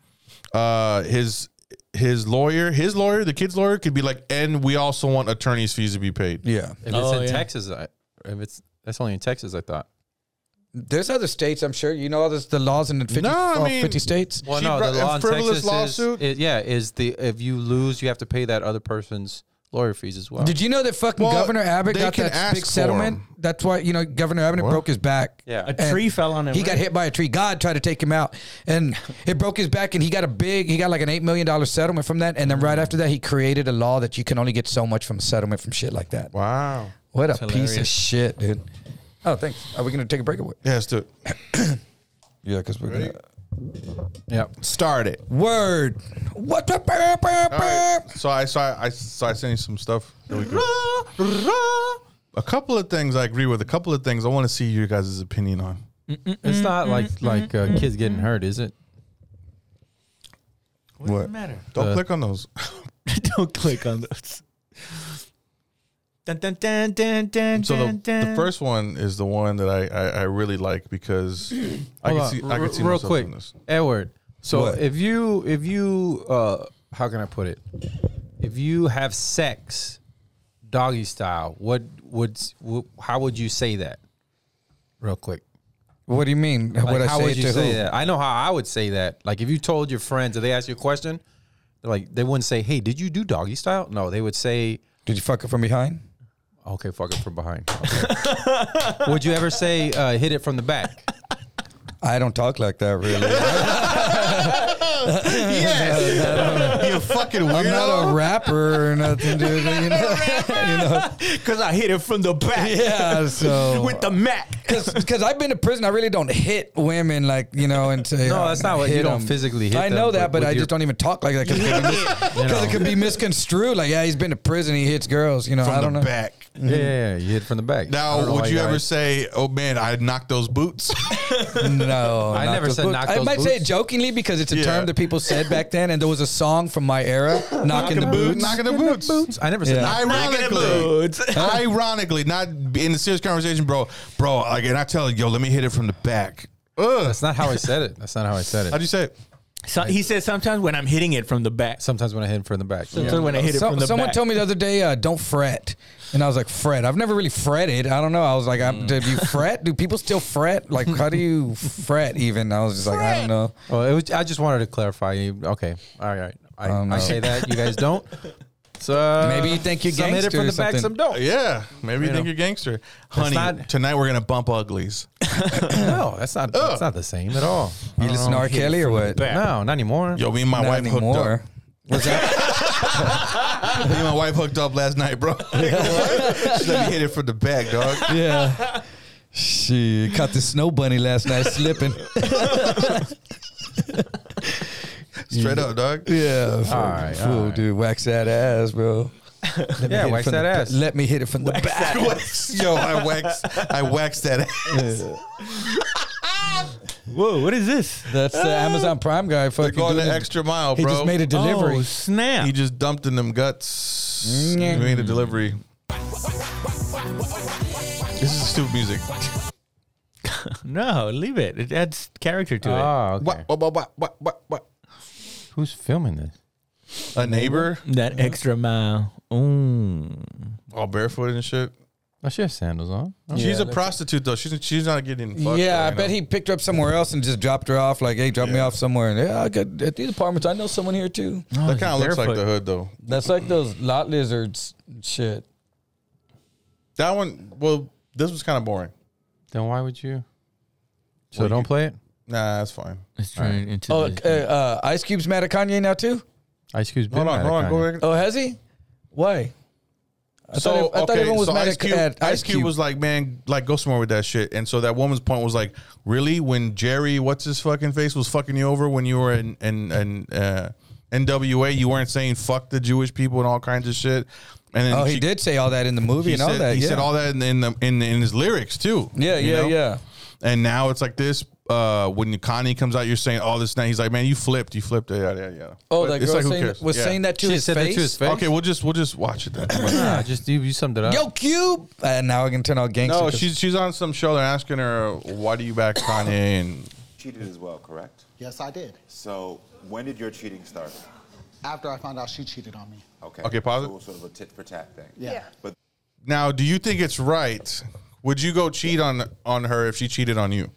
B: uh, his his lawyer, his lawyer, the kid's lawyer, could be like, and we also want attorney's fees to be paid.
A: Yeah,
D: If it's in Texas, I, if it's that's only in Texas, I thought.
A: There's other states, I'm sure. You know, all this, the laws in the 50,
B: No, I
A: all
B: mean-
A: 50 oh, states.
D: Well,
B: She
D: no,
B: brought a
D: the law in
B: frivolous
D: Texas
B: lawsuit?
D: is it- yeah is the if you lose, you have to pay that other person's lawyer fees as well.
A: Did you know that fucking
B: Well,
A: Governor Abbott
B: they
A: got
B: can
A: that
B: ask
A: big
B: for
A: settlement?
B: 'em.
A: That's why you know Governor Abbott broke his back.
D: Yeah.
E: A tree fell on him,
A: He
E: right?
A: got hit by a tree. God tried to take him out, and it broke his back. And he got a big. He got like an eight million dollar settlement from that. And then right after that, he created a law that you can only get so much from settlement from shit like that.
B: Wow.
A: What a
B: That's
A: piece of
B: hilarious.
A: shit, dude. Oh, thanks. Are we gonna take a break away?
B: Yeah, let's do it.
A: yeah, because we're gonna.
D: Yeah.
B: Start it.
A: Word. What the?
B: All right. So I so I, I so I sent you some stuff. that we could- a couple of things I agree with. A couple of things I want to see your guys' opinion on.
D: It's not like like uh, kids getting hurt, is it?
B: What? matter? Don't
D: The-
B: click on those.
E: Don't click on those. Dun, dun, dun, dun, dun,
B: So the,
E: dun,
B: the
E: dun.
B: first one is the one that I, I, I really like because I
D: Hold
B: can
D: on,
B: see I
D: r-
B: can see
D: real
B: myself
D: quick,
B: in this.
D: Edward. So
B: What?
D: if you if you uh how can I put it? If you have sex, doggy style, what would wh- how would you say that? Real quick.
A: What do you mean?
D: Like,
A: what
D: how
A: I say
D: would you
A: to
D: say
A: who?
D: that? I know how I would say that. Like if you told your friends, if they ask you a question, they're like they wouldn't say, "Hey, did you do doggy style?" No, they would say,
A: "Did you fuck it from behind?"
D: Okay, fuck it from behind. Okay. would you ever say uh, hit it from the back?
A: I don't talk like that really.
B: yes. you fucking weirdo.
A: I'm not a rapper or nothing, dude. You know, you know,
E: Cause I hit it from the back.
A: Yeah, so-
E: with the Mac.
A: Because I've been to prison, I really don't hit women like you know and say
D: No,
A: "Oh,
D: that's not what-
A: hit
D: you don't
A: 'em."
D: physically hit
A: I know
D: them, but
A: that, but
D: with
A: I
D: your-
A: just don't even talk like that because it could be misconstrued. Like, yeah, he's been to prison, he hits girls. You know,
B: From
A: I
B: the
A: don't know. Mm-hmm.
B: back.
D: Yeah, yeah, yeah, you hit from the back. I don't
B: Now,
D: know
B: would
D: why
B: you ever
D: guys-
B: say, "Oh man, I knocked those boots"?
A: no,
D: I
A: knock
D: never
A: Oh, those
D: said
A: boots.
D: knock
A: I
D: those
A: might say it
D: boots.
A: jokingly because it's a
D: Yeah.
A: term that people said back then, and there was a song from my era, "Knocking, the Boots."
B: knocking the boots.
D: I never
A: said knock-
B: Ironically,
A: Knocking the boots.
B: ironically, not in a serious conversation, bro. Bro, like, and I tell you, yo, let me hit it from the back. Ugh.
D: That's not how I said it. That's not how I said it.
B: How'd you say it?
E: So, he says sometimes when I'm hitting it from the back.
D: Sometimes when I hit it from the back.
E: Sometimes when I hit it
A: Some-
E: from the
A: someone
E: back.
A: told me the other day, uh, "Don't fret," and I was like, "Fret." I've never really fretted. I don't know. I was like,
D: Mm.
A: I'm, "Do you fret? Do people still fret? Like, how do you fret?" Even I was just like, "I don't know."
D: Oh, it was, I just wanted to clarify. Okay, all right. I,
A: don't
D: I
A: know.
D: say that you guys don't. So
A: Oh, Maybe you think you're
D: Uh, some hit it
A: gangster
D: from
A: or
D: the back,
A: something.
D: some don't.
B: Yeah, maybe you,
D: You
B: think
D: know.
B: you're gangster, honey.
D: not-
B: tonight we're gonna bump uglies.
D: No, that's not. That's not the same at all.
A: You
D: I
A: listen to
D: don't
A: R.
D: Oh, hit it
A: Kelly or
D: from the
A: what?
D: back. No, not anymore.
B: Yo, me and my
A: Not
B: wife hooked
A: anymore.
B: up. me and my wife hooked up last night, bro. She's like, "You hit it from the back, dog.
A: Yeah. She caught the snow bunny last night slipping.
B: Straight up, dog.
A: Yeah. fool-
D: right,
A: fool,
D: all right.
A: dude. Wax that ass, bro. Let me
D: Yeah,
A: hit it
D: wax
A: from
D: that
A: the ba-
D: ass.
A: Let me hit it from the back.
B: Yo, I waxed, I waxed that ass.
E: Whoa, what is this?
A: That's the Amazon Prime guy.
B: They're
A: Fucking
B: going
A: doing
B: the
A: it.
B: extra mile,
A: He
B: bro.
A: just made a delivery.
E: Oh, snap.
B: He just dumped in them guts.
A: Mm.
B: He made a delivery. This is stupid music.
E: No, leave it. It adds character to
A: Ah,
D: Oh, okay.
B: What, what, what, what, what, what, what?
D: Who's filming this?
B: A neighbor?
E: it. That extra mile. Mm.
B: All barefoot and shit.
D: Oh, she has sandals on. Oh.
B: she's a
A: that's-
B: prostitute though. She's she's not getting. Fucked
A: yeah,
B: though,
A: I
B: you
A: bet
B: know?
A: he picked her up somewhere else and just dropped her off. Like, hey, drop me off somewhere. And, yeah, I could, at these apartments, I know someone here too.
D: Oh,
B: That kind of looks like
E: barefoot.
B: the hood though.
A: That's like those lot lizards shit.
B: That one. Well, this was kind of boring.
D: Then why would you? So
B: Well, you
D: don't
B: could-
D: play it.
B: Nah, that's fine.
E: Let's turn it into
A: Oh,
E: this.
A: uh, uh, Ice Cube's mad at Kanye now too.
D: Ice Cube's been
B: Hold on,
D: mad at
B: hold on. Go
D: Kanye.
B: back.
A: Oh, has he? Why? I
B: so
A: thought, ev- I thought
B: okay,
A: everyone was
B: so
A: mad
B: Ice
A: at,
B: Cube,
A: at
B: Ice Cube was like, man, like go somewhere with that shit. And so that woman's point was like, really, when Jerry, what's his fucking face, was fucking you over when you were in in, in uh, NWA, you weren't saying fuck the Jewish people and all kinds of shit. And then
A: Oh, he
B: she-
A: did say all that in the movie
B: He
A: and all
B: said,
A: that.
B: He
A: yeah.
B: said all that in in, the, in in his lyrics too.
A: Yeah,
B: you
A: yeah, yeah.
B: And now it's like this. Uh, when Kanye comes out, you're saying all this. Now he's like, man, you flipped, you flipped. Yeah, yeah, yeah.
A: Oh,
B: But
A: that
B: it's
A: girl
B: like, who
A: saying,
B: cares?
A: was
B: Yeah.
A: saying that to,
D: She
A: his,
D: said that to
A: face?
D: his face?
B: Okay, we'll just we'll just watch it then.
D: Nah, just you, you summed it up.
A: Yo, Cube. Uh, now I can turn all gangster.
B: no,
A: 'cause-
B: she's she's on some show. They're asking her, why do you back Kanye? And
Q: cheated as well, correct?
R: Yes, I did.
Q: So when did your cheating start?
R: After I found out she cheated on me.
Q: Okay.
B: Okay, pause it.
Q: So it was sort of a tit for tat thing.
R: Yeah.
Q: But
B: now, do you think it's right? Would you go cheat on on her if she cheated on you?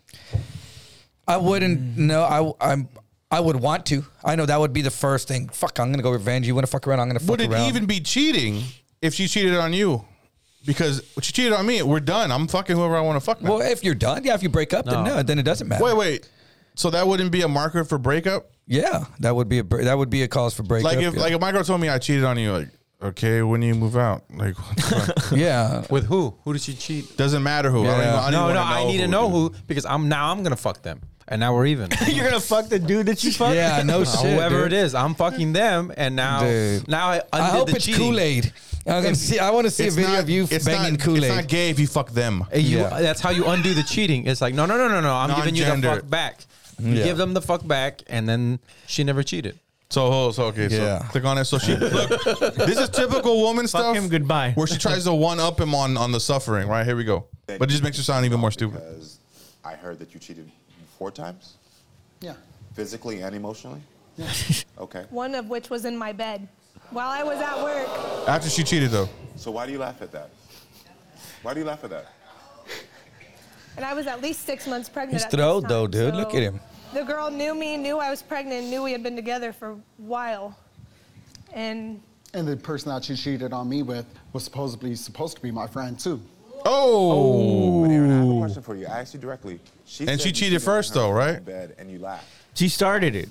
A: I wouldn't. No, I, I'm. I would want to. I know that would be the first thing. Fuck, I'm gonna go revenge. You wanna fuck around? I'm gonna fuck
B: Would it
A: around.
B: even be cheating if she cheated on you? Because she cheated on me, we're done. I'm fucking whoever I want to fuck now.
A: well, if you're done, yeah. If you break up, then
D: No.
A: no, then it doesn't matter.
B: wait, wait. So that wouldn't be a marker for breakup?
A: Yeah, that would be a br- that would be a cause for breakup.
B: like if
A: yeah.
B: like if my girl told me I cheated on you, like okay, when do you move out? Like what the fuck?
A: yeah,
D: With who? Who did she cheat?
B: doesn't matter who. I don't even, I don't
D: No,
B: even
D: no,
B: wanna
D: I
B: know
D: need to
B: who,
D: know
B: dude.
D: who because I'm now I'm gonna fuck them and now we're even.
E: You're gonna fuck the dude that you fucked.
A: yeah, no
D: Uh,
A: shit.
D: whoever
A: dude.
D: it is, I'm fucking them and now
A: Dude.
D: now I,
A: I
D: undid
A: hope
D: the
A: it's
D: cheating.
A: Kool Aid. I'm gonna see. I want to see a video of you
B: it's
A: banging
B: not,
A: Kool
B: It's not
A: Aid.
B: gay if you fuck them.
D: Hey, you-
A: Yeah.
D: That's how you undo the cheating. It's like no, no, no, no, no. I'm giving you the
B: Non-gender.
D: fuck back. You
A: Yeah.
D: give them the fuck back, and then she never cheated.
B: So, oh, so okay,
A: Yeah.
B: so click on it. So she look. This is typical woman
E: Fuck
B: stuff.
E: him goodbye.
B: Where she tries to one up him on on the suffering. Right here we go. But it just makes her sound even more stupid.
Q: because I heard that you cheated four times,
R: Yeah.
Q: physically and emotionally. okay.
S: one of which was in my bed while I was at work.
B: After she cheated though,
Q: So why do you laugh at that? Why do you laugh at that?
S: And I was at least six months pregnant.
A: He's
S: at this
A: thrilled
S: time,
A: though, dude. Look
S: so
A: at him.
S: The girl knew me, knew I was pregnant, knew we had been together for a while. And
R: And the person that she cheated on me with was supposedly supposed to be my friend too.
E: Oh.
Q: But Aaron, I have a question for you. I asked you directly. She
B: Oh! And
Q: said
B: she
Q: you
B: cheated
Q: on
B: first,
Q: her
B: though, right?
Q: In bed and you laughed.
E: She started it.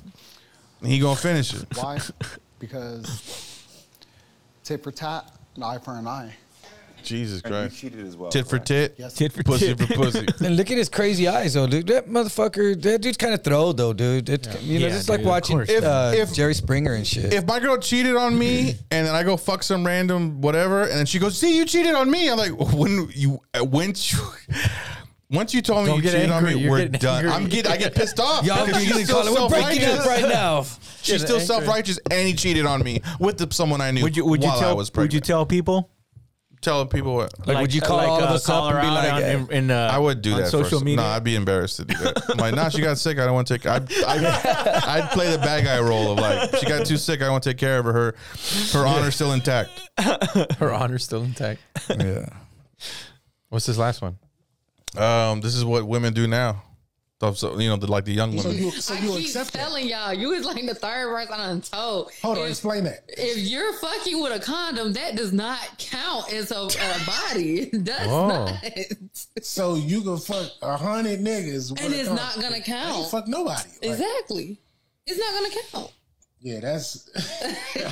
B: he gonna finish it.
R: Why? because tit for tat, an eye for an eye.
B: Jesus
Q: And you
B: Christ.
Q: cheated as well,
B: Tit for
Q: correct?
B: tit.
Q: Yes.
B: Tit for pussy for pussy.
A: And look at his crazy eyes, though, dude. That motherfucker, that dude's kind of throw, though, dude. It's, You know,
B: Yeah,
A: it's
B: dude,
A: like
B: of
A: watching
B: course. If-
A: uh,
B: if-
A: Jerry Springer and shit.
B: If my girl cheated on me and then I go fuck some random whatever, and then she goes, "See, you cheated on me," I'm like, "When you uh, once you once you told me
A: Don't
B: you
A: get
B: cheated on
A: angry.
B: me,
A: You're
B: we're
A: getting
B: done.
A: angry.
B: I'm get I get pissed off.
A: Y'all
B: because
A: be
B: she's
A: getting
B: still
A: calling, "We're breaking up
B: self-righteous."
A: right now.
B: She's
A: Getting
B: still
A: angry.
B: self righteous, and he cheated on me with the, someone I knew.
E: Would you would you
B: while I
E: tell
B: was
E: would
B: pregnant.
E: you tell people?
B: Tell people what?
E: like, uh, call her out on- in, in, uh,
B: I would do
E: on
B: that
E: social
B: first.
E: media?
B: No, I'd be embarrassed to do that. I'm like, nah, she got sick. I don't want to take. I'd, I'd, I'd play the bad guy role of like, she got too sick. I want to take care of her. Her, her honor's still intact.
D: Her honor's still intact.
A: Yeah.
D: What's this last one?
B: Um, this is what women do now. So, you know, the, like the young women.
T: I keep telling y'all, you was like the third person I done told.
B: Hold on,
T: explain that. If you're fucking with a condom, that does not count as a, a body. It does
U: Oh.
T: not.
U: So you can fuck a hundred niggas, with
T: And
U: a
T: it's
U: condom.
T: not gonna
U: You ain't
T: count.
U: Fuck nobody.
T: Exactly. It's not gonna count.
U: Yeah, that's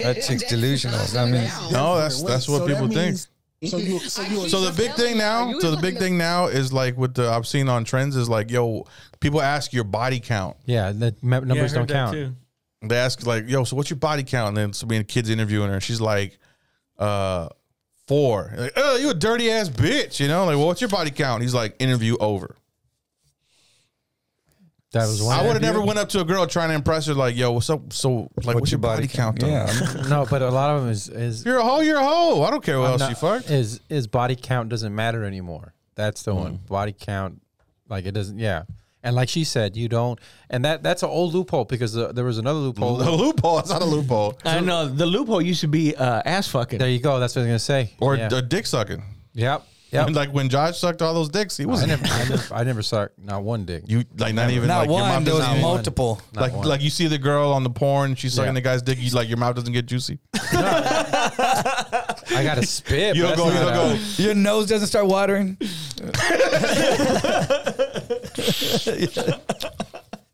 B: That chick's delusional. I mean, no, that's that's what
U: So that
B: people think.
U: means- So you, so you,
B: So the big thing now, so the big thing now is like with the I've seen on trends is like, yo, people ask your body count.
D: Yeah, the me- numbers don't count.
B: They ask like, yo, so what's your body count? And then somebody and kids interviewing her, and she's like, uh, four. Like, oh, you a dirty ass bitch, you know? Like, well, what's your body count? He's like, interview over.
D: That was one.
B: I would have never went up to a girl trying to impress her, like, yo, what's up? So, like, what's, your body, count? though?
D: no, but a lot of them is is
B: you're a hoe, you're a hoe. I don't care what
D: I'm
B: else
D: not-
B: you fucked.
D: Is is body count doesn't matter anymore. That's
B: Mm.
D: the one. Body count, like it doesn't. Yeah, and like she said, you don't. And that that's an old loophole because uh, there was another loophole.
B: The loophole. It's not a loophole.
E: I know the loophole used to be uh, ass fucking.
D: There you go. That's what I was gonna say.
B: Or
D: Yeah.
B: a dick sucking.
D: Yep. Yep.
B: And, like when Josh sucked all those dicks, he was
D: I never, I never, I never sucked not one dick.
B: You like not even like, your mouth doesn't even- Like like you see the girl on the porn, she's sucking
D: Yeah.
B: the guy's dick. You like your mouth doesn't get juicy.
D: I got to spit.
B: You
D: but
B: don't go. You
D: that's
B: don't
D: not
B: go.
A: Your nose doesn't start watering.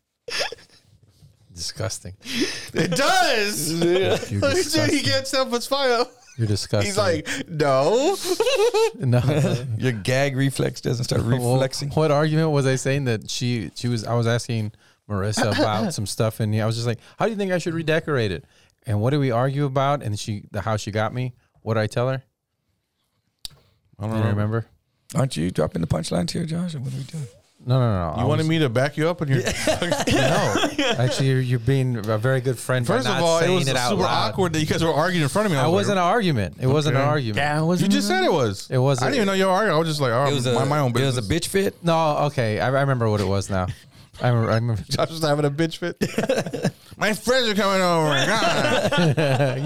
D: Disgusting.
B: It does.
D: You're
B: Dude, he
D: disgusting.
B: gets up with fire.
D: You're disgusting.
B: He's like, no.
D: No.
A: Your gag reflex doesn't start
D: Well,
A: reflexing.
D: what argument was I saying that she she was? I was asking Marissa about some stuff, and I was just like, "How do you think I should redecorate it?" And what did we argue about? And she, the how she got me. What did I tell her?
B: I don't
D: you remember.
A: Aren't you dropping the punchlines here, Josh? Or what are we doing?
D: No, no, no. no. I
B: You wanted
D: was-
B: me to back you up on your.
D: no. Actually, you're, you're being a very good friend. by
B: First of
D: not
B: all, it
D: saying
B: was
D: out
B: super
D: loud.
B: awkward that you guys were arguing in front of me.
D: I
B: was
D: wasn't
B: like,
D: an argument. It wasn't an
B: okay.
D: argument.
B: You just said it was.
D: It wasn't.
B: I didn't even know you were arguing. I was just like, oh, my, my own business.
A: It was a bitch fit.
D: No, okay. I, I remember what it was now. I remember. I remember.
B: Josh was having a bitch fit. my friends are coming over.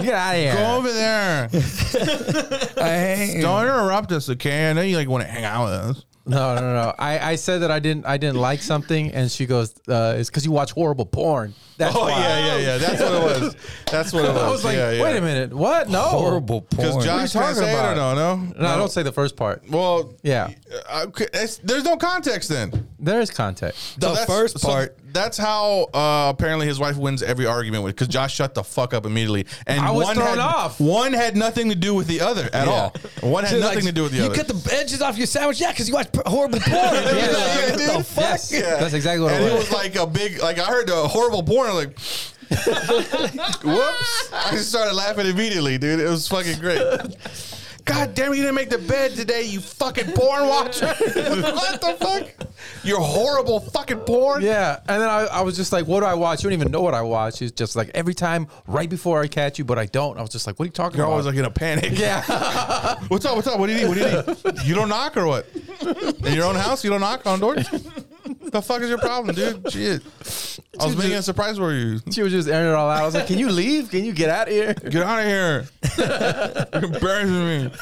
D: Get out of here.
B: Go over there. Don't interrupt us, okay? I know you like want to hang out with us.
D: No, no, no. I, I said that I didn't I didn't like something, and she goes, uh, "It's because you watch horrible porn." That's
B: oh
D: why.
B: yeah, yeah, yeah. That's what it was. That's what it was.
D: I was like,
B: yeah, yeah.
D: "Wait a minute, what? No,
A: Horrible porn.
B: Because Josh
D: What are you
B: can't
D: talking
B: say it or no,
D: about?
B: no,
D: No, I don't say the first part.
B: Well, uh,
D: yeah,
B: I- it's- there's no context then.
D: there is context.
B: So that's- so that's how uh, apparently his wife wins every argument with because Josh shut the fuck up immediately, and
D: I was
B: one
D: thrown
B: had,
D: off.
B: One had nothing to do with the other at
D: Yeah.
B: all. One had
A: Dude,
B: nothing
A: like,
B: to do with the
A: you
B: other.
A: cut the edges off your sandwich, yeah, because you watch p- horrible porn. yeah,
B: Yeah, dude.
D: Yes, that's exactly what
B: and
D: it
B: it
D: was.
B: was like a big like I heard a horrible porn I'm like whoops I just started laughing immediately dude it was fucking great god damn it, you didn't make the bed today you fucking porn watcher what the fuck you're horrible fucking porn
D: Yeah, and then I, I was just like, "What do I watch?" You don't even know what I watch. It's just like every time, right before I catch you, but I don't. I was just like, "What are you talking
B: you're
D: about?"
B: always like in a panic
D: yeah,
B: what's up what's up what do you need what do you need you don't knock or what in your own house you don't knock on doors the fuck is your problem dude shit I was making a surprise for you
D: she was just airing it all out. I was like, "Can you leave? Can you get out of here?
B: Get out of here. You're embarrassing me.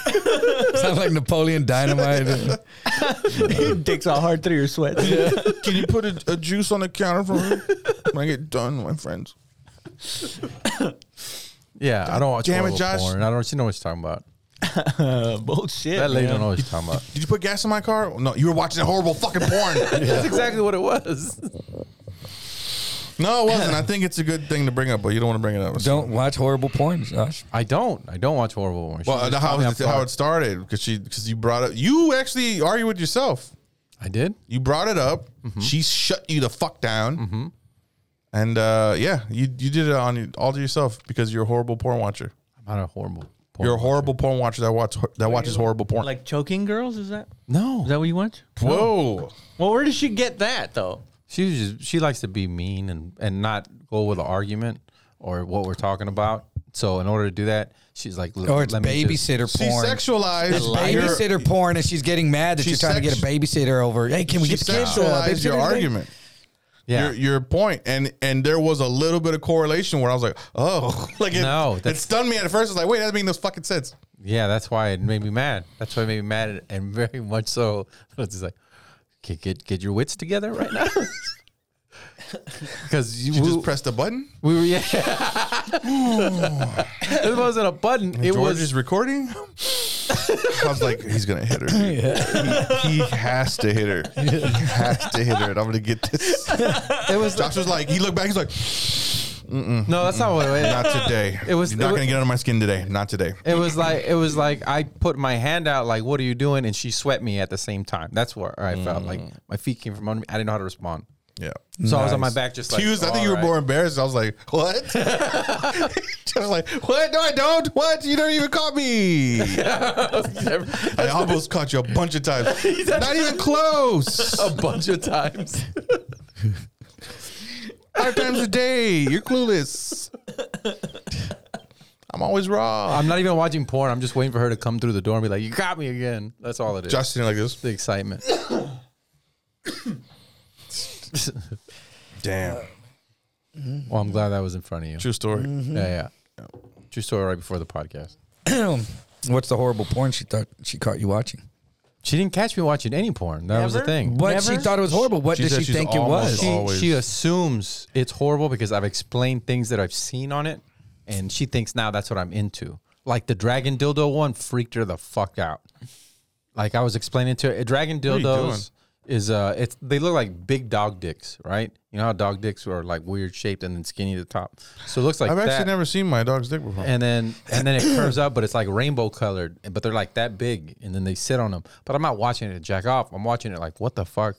A: Sounds like Napoleon Dynamite.
E: Dicks all hard through your sweat.
B: Can you put a, a juice on the counter for me when I get done, with my friends?
D: Yeah, I don't watch
B: Damn it,
D: horrible
B: Josh.
D: porn. I don't. She know what she's talking about.
E: Bullshit.
D: that lady
E: man.
D: don't know what she's talking about.
B: Did you put gas in my car? No, you were watching horrible fucking porn.
D: That's exactly what it was.
B: No, it wasn't. I think it's a good thing to bring up, but you don't want to bring it up.
A: Don't watch horrible porn.
D: I don't. I don't watch horrible porn.
B: Well,
D: She
B: the-
D: just
B: how,
D: told me
B: it-
D: I'm
B: how it started because she because you brought up you actually argue with yourself.
D: I did. Mm-hmm.
B: You brought it up. She shut you the fuck down. And uh, yeah, you you did it on all to yourself because you're a horrible porn watcher.
D: I'm not a horrible.
B: Porn you're a horrible porn watcher that watch that watches horrible porn.
E: Like choking girls? Is that?
D: No.
E: Is that what you want?
B: Whoa.
E: Well, where did she get that though?
D: She was just she likes to be mean and and not go with an argument or what we're talking about. So in order to do that, she's like,
A: Or Oh, it's babysitter porn. It's babysitter porn, and she's getting mad that
D: She
A: you're trying to
D: sex-
A: get a babysitter over. Hey, can we
B: She
A: get the kids? uh,
B: sexualized
A: babysitter
B: your
A: today?
B: argument. Yeah. Your, your point, and and there was a little bit of correlation where I was like, oh, like it,
D: No,
B: it
D: that's-
B: stunned me at first. I was like, wait, that doesn't make no fucking sense.
D: Yeah, that's why it made me mad. That's why it made me mad, and very much so. It's just like, get get get your wits together right now, because you
B: just pressed a button.
D: We were yeah. it wasn't a button. It
B: George
D: was
B: is recording. I was like, he's gonna hit her. He, he has to hit her. He has to hit her, and I'm gonna get this. It
D: was.
B: Josh was like, he looked back. He's like, Mm-mm,
D: No, that's not what it was.
B: Not today.
D: It was-
B: You're
D: it
B: not
D: wa-
B: gonna get under my skin today. Not today.
D: It was like it was like I put my hand out like what are you doing and she swept me at the same time. That's where I felt like my feet came from under me. I didn't know how to respond.
B: Mm. Yeah.
D: So I was on my
B: Nice.
D: back just
B: She
D: like
B: was- I think you were more embarrassed. I was like, what? I was like, what? No, I don't. What? You don't even call me. I almost caught you a bunch of times. Not even close.
D: A bunch of times.
B: Five times a day. You're clueless. I'm always raw.
D: I'm not even watching porn. I'm just waiting for her to come through the door and be like, "You got me again." That's all it is.
B: Josh sitting like this.
D: The excitement.
B: Damn. Mm-hmm.
D: Well, I'm glad that was in front of you.
B: True story. Mhm.
D: Yeah, yeah. True story. Right before the podcast.
A: What's the horrible porn she thought she caught you watching?
D: She didn't catch me watching any porn. That was the thing.
A: But she thought it was horrible. What did she think it was?
D: She, she assumes it's horrible because I've explained things that I've seen on it, and she thinks now that's what I'm into. Like the dragon dildo one freaked her the fuck out. Like I was explaining to her, eh, dragon
B: What are you doing?
D: dildos is uh, it's they look like big dog dicks, right? You know how dog dicks are like weird shaped and then skinny at the top. So it looks like
B: I've
D: that.
B: actually never seen my dog's dick
A: Uh-huh.
B: before.
D: and then and then it curves up, but it's like rainbow colored, but they're like that big, and then they sit on them. But I'm not watching it to jack off. I'm watching it like, what the fuck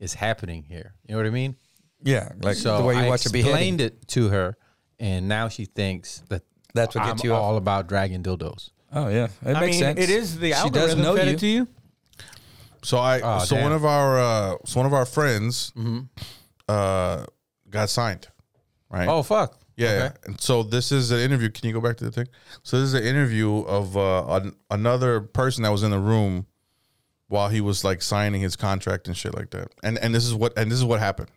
D: is happening here? You know what I mean?
A: Yeah, like
D: so
A: the way you
D: I
A: watch a beheading.
D: explained it to her, and now she thinks that
A: That's what
D: I'm
A: gets you off.
D: all about dragon dildos.
A: Oh yeah, it
E: I
A: makes
E: mean,
A: sense.
E: it is the
A: She
E: algorithm
A: does know
E: fed
A: you.
E: it to you.
B: So I
D: Oh,
B: so
D: damn. Mm-hmm.
B: one of our uh so one of our friends uh got signed. Right.
D: Oh, fuck.
B: Yeah.
D: Okay.
B: yeah. And so this is an interview. Can you go back to the thing? So this is an interview of uh an, another person that was in the room while he was like signing his contract and shit like that. And and this is what and this is what happened.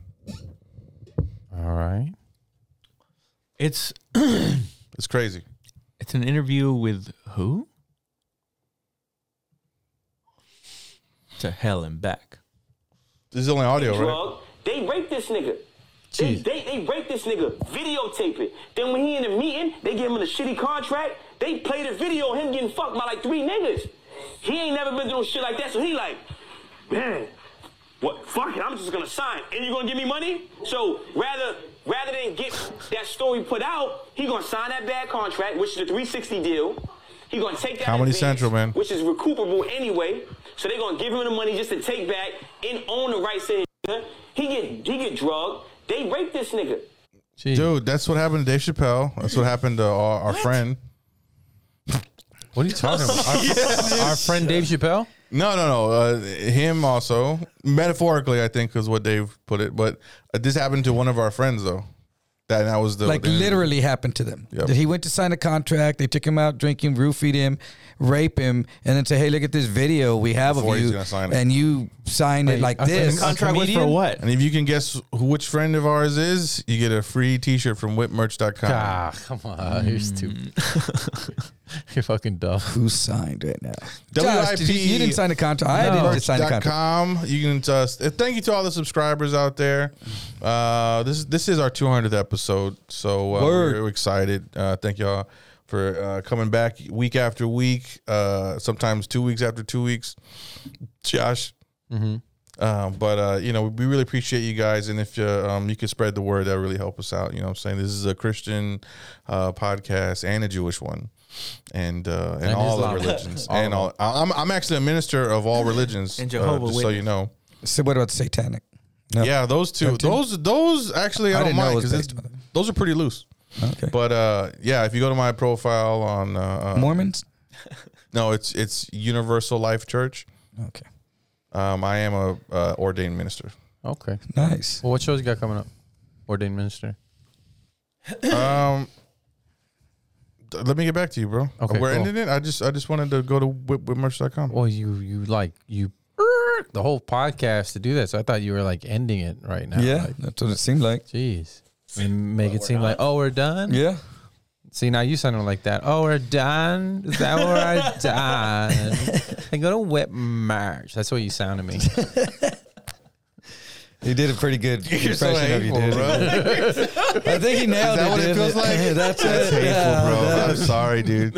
D: All right.
E: It's
B: It's crazy.
E: it's an interview with who? To hell and back.
B: This is only audio,
C: drug. They raped this nigga. They, they, they raped this nigga, videotape it. Then when he in the meeting, they give him a shitty contract. They played a video of him getting fucked by like three niggas. He ain't never been through no shit like that, so he like, man, what? Fuck it, I'm just gonna sign. And you gonna give me money? So rather rather than get that story put out, he gonna sign that bad contract, which is the 360 deal. He gonna take that
B: Comedy
C: advance,
B: Central, man.
C: which is recuperable anyway. So they gonna give him the money just to take back and own the rights to his nigga. He get he get drugged. They rape this nigga.
B: Dude, that's what happened to Dave Chappelle. That's what happened to our, our friend.
D: What are you talking about? Our, our friend Dave Chappelle?
B: No, no, no. Uh, him also metaphorically, I think, is what Dave put it. But uh, this happened to one of our friends though. That that was the
A: like
B: the-
A: literally happened to them. That he went to sign a contract, they took him out drinking, roofied him, rape him, and then say, "Hey, look at this video we have
B: Before
A: of
B: he's
A: you,"
B: gonna sign it.
A: and you signed it like this.
B: And if you can guess who, which friend of ours is, you get a free T-shirt from WhipMerch.com.
D: Ah, come on, you're stupid. You're fucking dumb.
A: Hmm. Who signed it now?
B: WIP.
A: Josh, did you, you didn't sign a contract. I didn't just sign a contract.
B: Com. You can just uh, thank you to all the subscribers out there. Uh, this this is our 200th episode, so uh,
A: Word.
B: we're excited. Uh, thank y'all for uh, coming back week after
D: Mm-hmm.
B: week. Uh, sometimes two weeks after two weeks. Josh, Um, but uh, you know, we really appreciate you guys, and if you um, you could spread the word, that really help us out. You know, what I'm saying this is a Christian uh, podcast and a Jewish one, and uh, and,
D: And
B: all the
D: Islam.
B: religions,
D: All
B: and
D: of
B: all. I'm I'm actually a minister of all religions,
A: And
B: uh,
A: Jehovah
B: just so you
A: Witness.
B: know.
A: So what about satanic? No.
B: Yeah, those two.
A: Them two?
B: Those those actually I,
A: I
B: don't
A: didn't know
B: mind
A: it was
B: because those are pretty loose. Okay. But uh, yeah, if you go to my profile on uh, uh,
A: Mormons?
B: no, it's it's Universal Life Church.
A: Okay.
B: Um, I am a uh, ordained minister.
D: Okay.
A: Nice.
D: Well, what shows you got coming up? Ordained minister.
B: um, d- let me get back to you, bro.
D: Okay,
B: we're
D: cool.
B: ending it. I just I just wanted to go to whip, whipmerch.com.
D: Well, you you like you the whole podcast to do that, so I thought you were like ending it right now.
A: Yeah,
D: like,
A: that's what it seemed like.
D: Jeez, and make it seem like oh we're done. Yeah. See now you sounding like that. Oh we're done. Is that where I done? I go to whip march. That's what you sound to me.
A: He did a pretty good
D: You're so
A: impression of you, dude.
D: hateful,
A: I think he nailed
B: Is that
A: it.
B: what it
A: didn't
B: feels like?
A: That's,
B: That's
A: it.
B: hateful,
A: Yeah,
B: bro.
A: that-
B: I'm sorry, dude.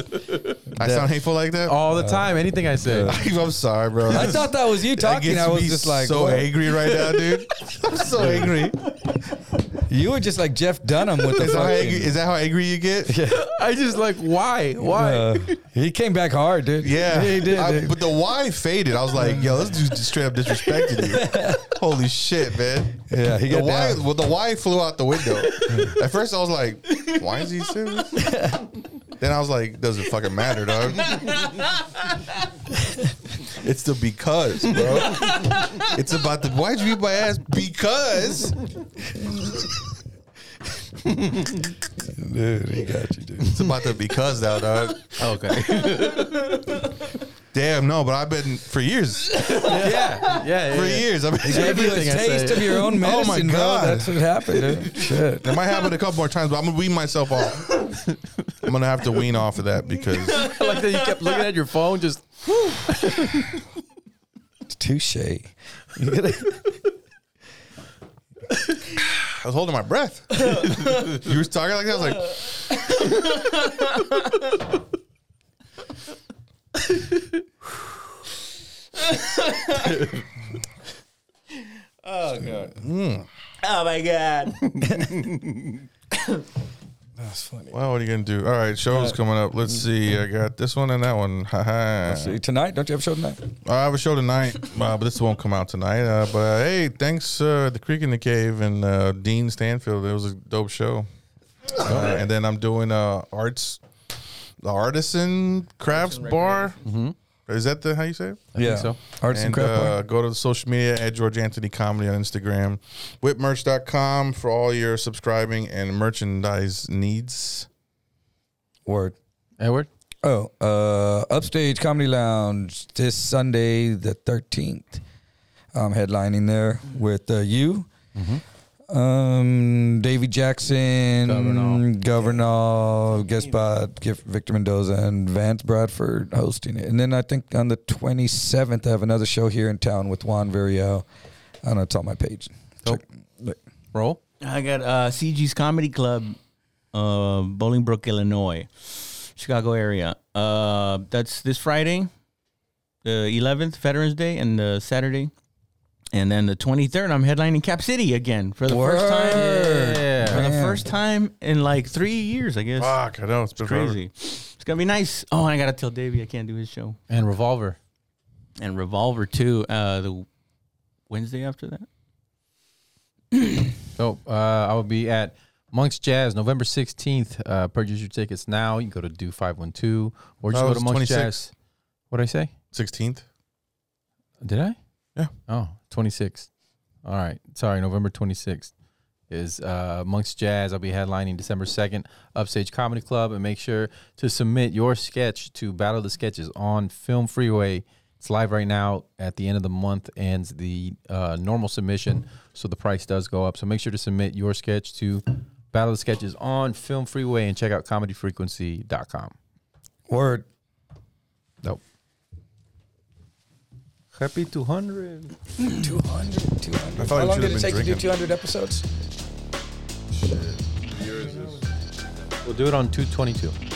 B: I sound hateful like that
D: all the time. Anything I say,
B: I'm sorry, bro.
A: I thought that was you
B: That
A: talking.
B: gets
A: I was
B: me
A: just like
B: so
A: what?
B: angry right now, dude. I'm so angry.
A: You were just like Jeff Dunham with the
B: Is that how
A: fucking.
B: angry- is that how angry you get?
D: I just like why why.
A: Uh, he came back hard, dude.
B: Yeah,
A: he did.
B: I-
A: dude.
B: but the why faded. I was like, yo, this dude just straight up disrespected you. Holy shit, man.
A: Yeah, he
B: the
A: got
B: why.
A: down.
B: Well, the why flew out the window. At first, I was like, why is he serious? then I was like, doesn't fucking matter, dog. It's the because, bro. it's about the why'd you beat my ass because.
A: dude, he got you, dude.
B: It's about the because now, dog.
A: Oh,
D: Okay.
B: Damn, no, but I've been for years.
D: yeah, yeah.
B: for years. I mean,
A: He gave you a taste of your own medicine,
B: Oh my
A: bro.
B: god,
A: That's what happened, dude. Shit.
B: It might happen a couple more times, but I'm gonna wean myself off. I'm gonna have to wean off of that because
D: like that you kept looking at your phone, just
A: Touche.
B: I was holding my breath. you were talking like that. I was like,
J: Oh god.
B: Mm.
J: Oh my god.
A: That's funny.
B: "Well, what are you gonna do?" All right, Mm-hmm. show's coming up. Let's see. I got this one and that one. Haha.
A: See, tonight, don't you have a show tonight?
B: I have a show tonight, uh, but this won't come out tonight. Uh, but uh, hey, thanks uh, the Creek in the Cave and uh, Dean Stanfield. It was a dope show. Uh, and then I'm doing uh, arts, the Artisan Crafts Bar. Is that the how you say it?
A: Mm-hmm. I think Yeah. so. Artisan
B: and,
A: Craft Bar.
B: uh, Go to the social media at George Anthony Comedy on Instagram, whipmerch.com for all your subscribing and merchandise needs.
A: Word.
D: Edward?
A: Oh, uh, Upstage Comedy Lounge this Sunday, the 13th. I'm headlining there with uh, you, um, Davey Jackson, Governor, guest spot, Gif- Victor Mendoza, and Vance Bradford hosting it. And then I think on the 27th, I have another show here in town with Juan Villarreal. I don't know, it's on my page. Check- look.
D: Roll.
E: I got uh, CG's Comedy Club, uh, Bolingbrook, Illinois, Chicago area. Uh, that's this Friday, the 11th, Veterans Day, and the Saturday. And then the 23rd, I'm headlining Cap City again for the first time.
A: Word.
E: For the
A: Man.
E: first time in like three years, I guess.
B: Fuck, I know. It's been forever.
E: crazy. It's going to be nice. Oh, and I got to tell Davey I can't do his show.
D: and revolver.
E: And Revolver, too, uh, the Wednesday after that.
D: So uh, I will be at Monk's Jazz November 16th. Uh, purchase your tickets now. You go to do 512 or just
B: Oh,
D: go to
B: it's
D: Monk's
B: 26th.
D: Jazz. What did I say?
B: 16th.
D: Did I?
B: Yeah.
D: Oh, 26th. All right. Sorry, November 26th is uh, Monk's Jazz. I'll be headlining December 2nd, Upstage Comedy Club. And make sure to submit your sketch to Battle of the Sketches on Film Freeway. It's live right now. At the end of the month ends the uh, normal submission, so the price does go up. So make sure to submit your sketch to Battle of the Sketches on Film Freeway and check out comedyfrequency.com.
A: Word.
D: Nope. Happy 200.
A: 200, 200.
D: I thought
A: How
D: you
A: long
D: should've
A: did
D: been
A: it take to do
D: drinking.
A: 200 episodes?
D: We'll do it on 222.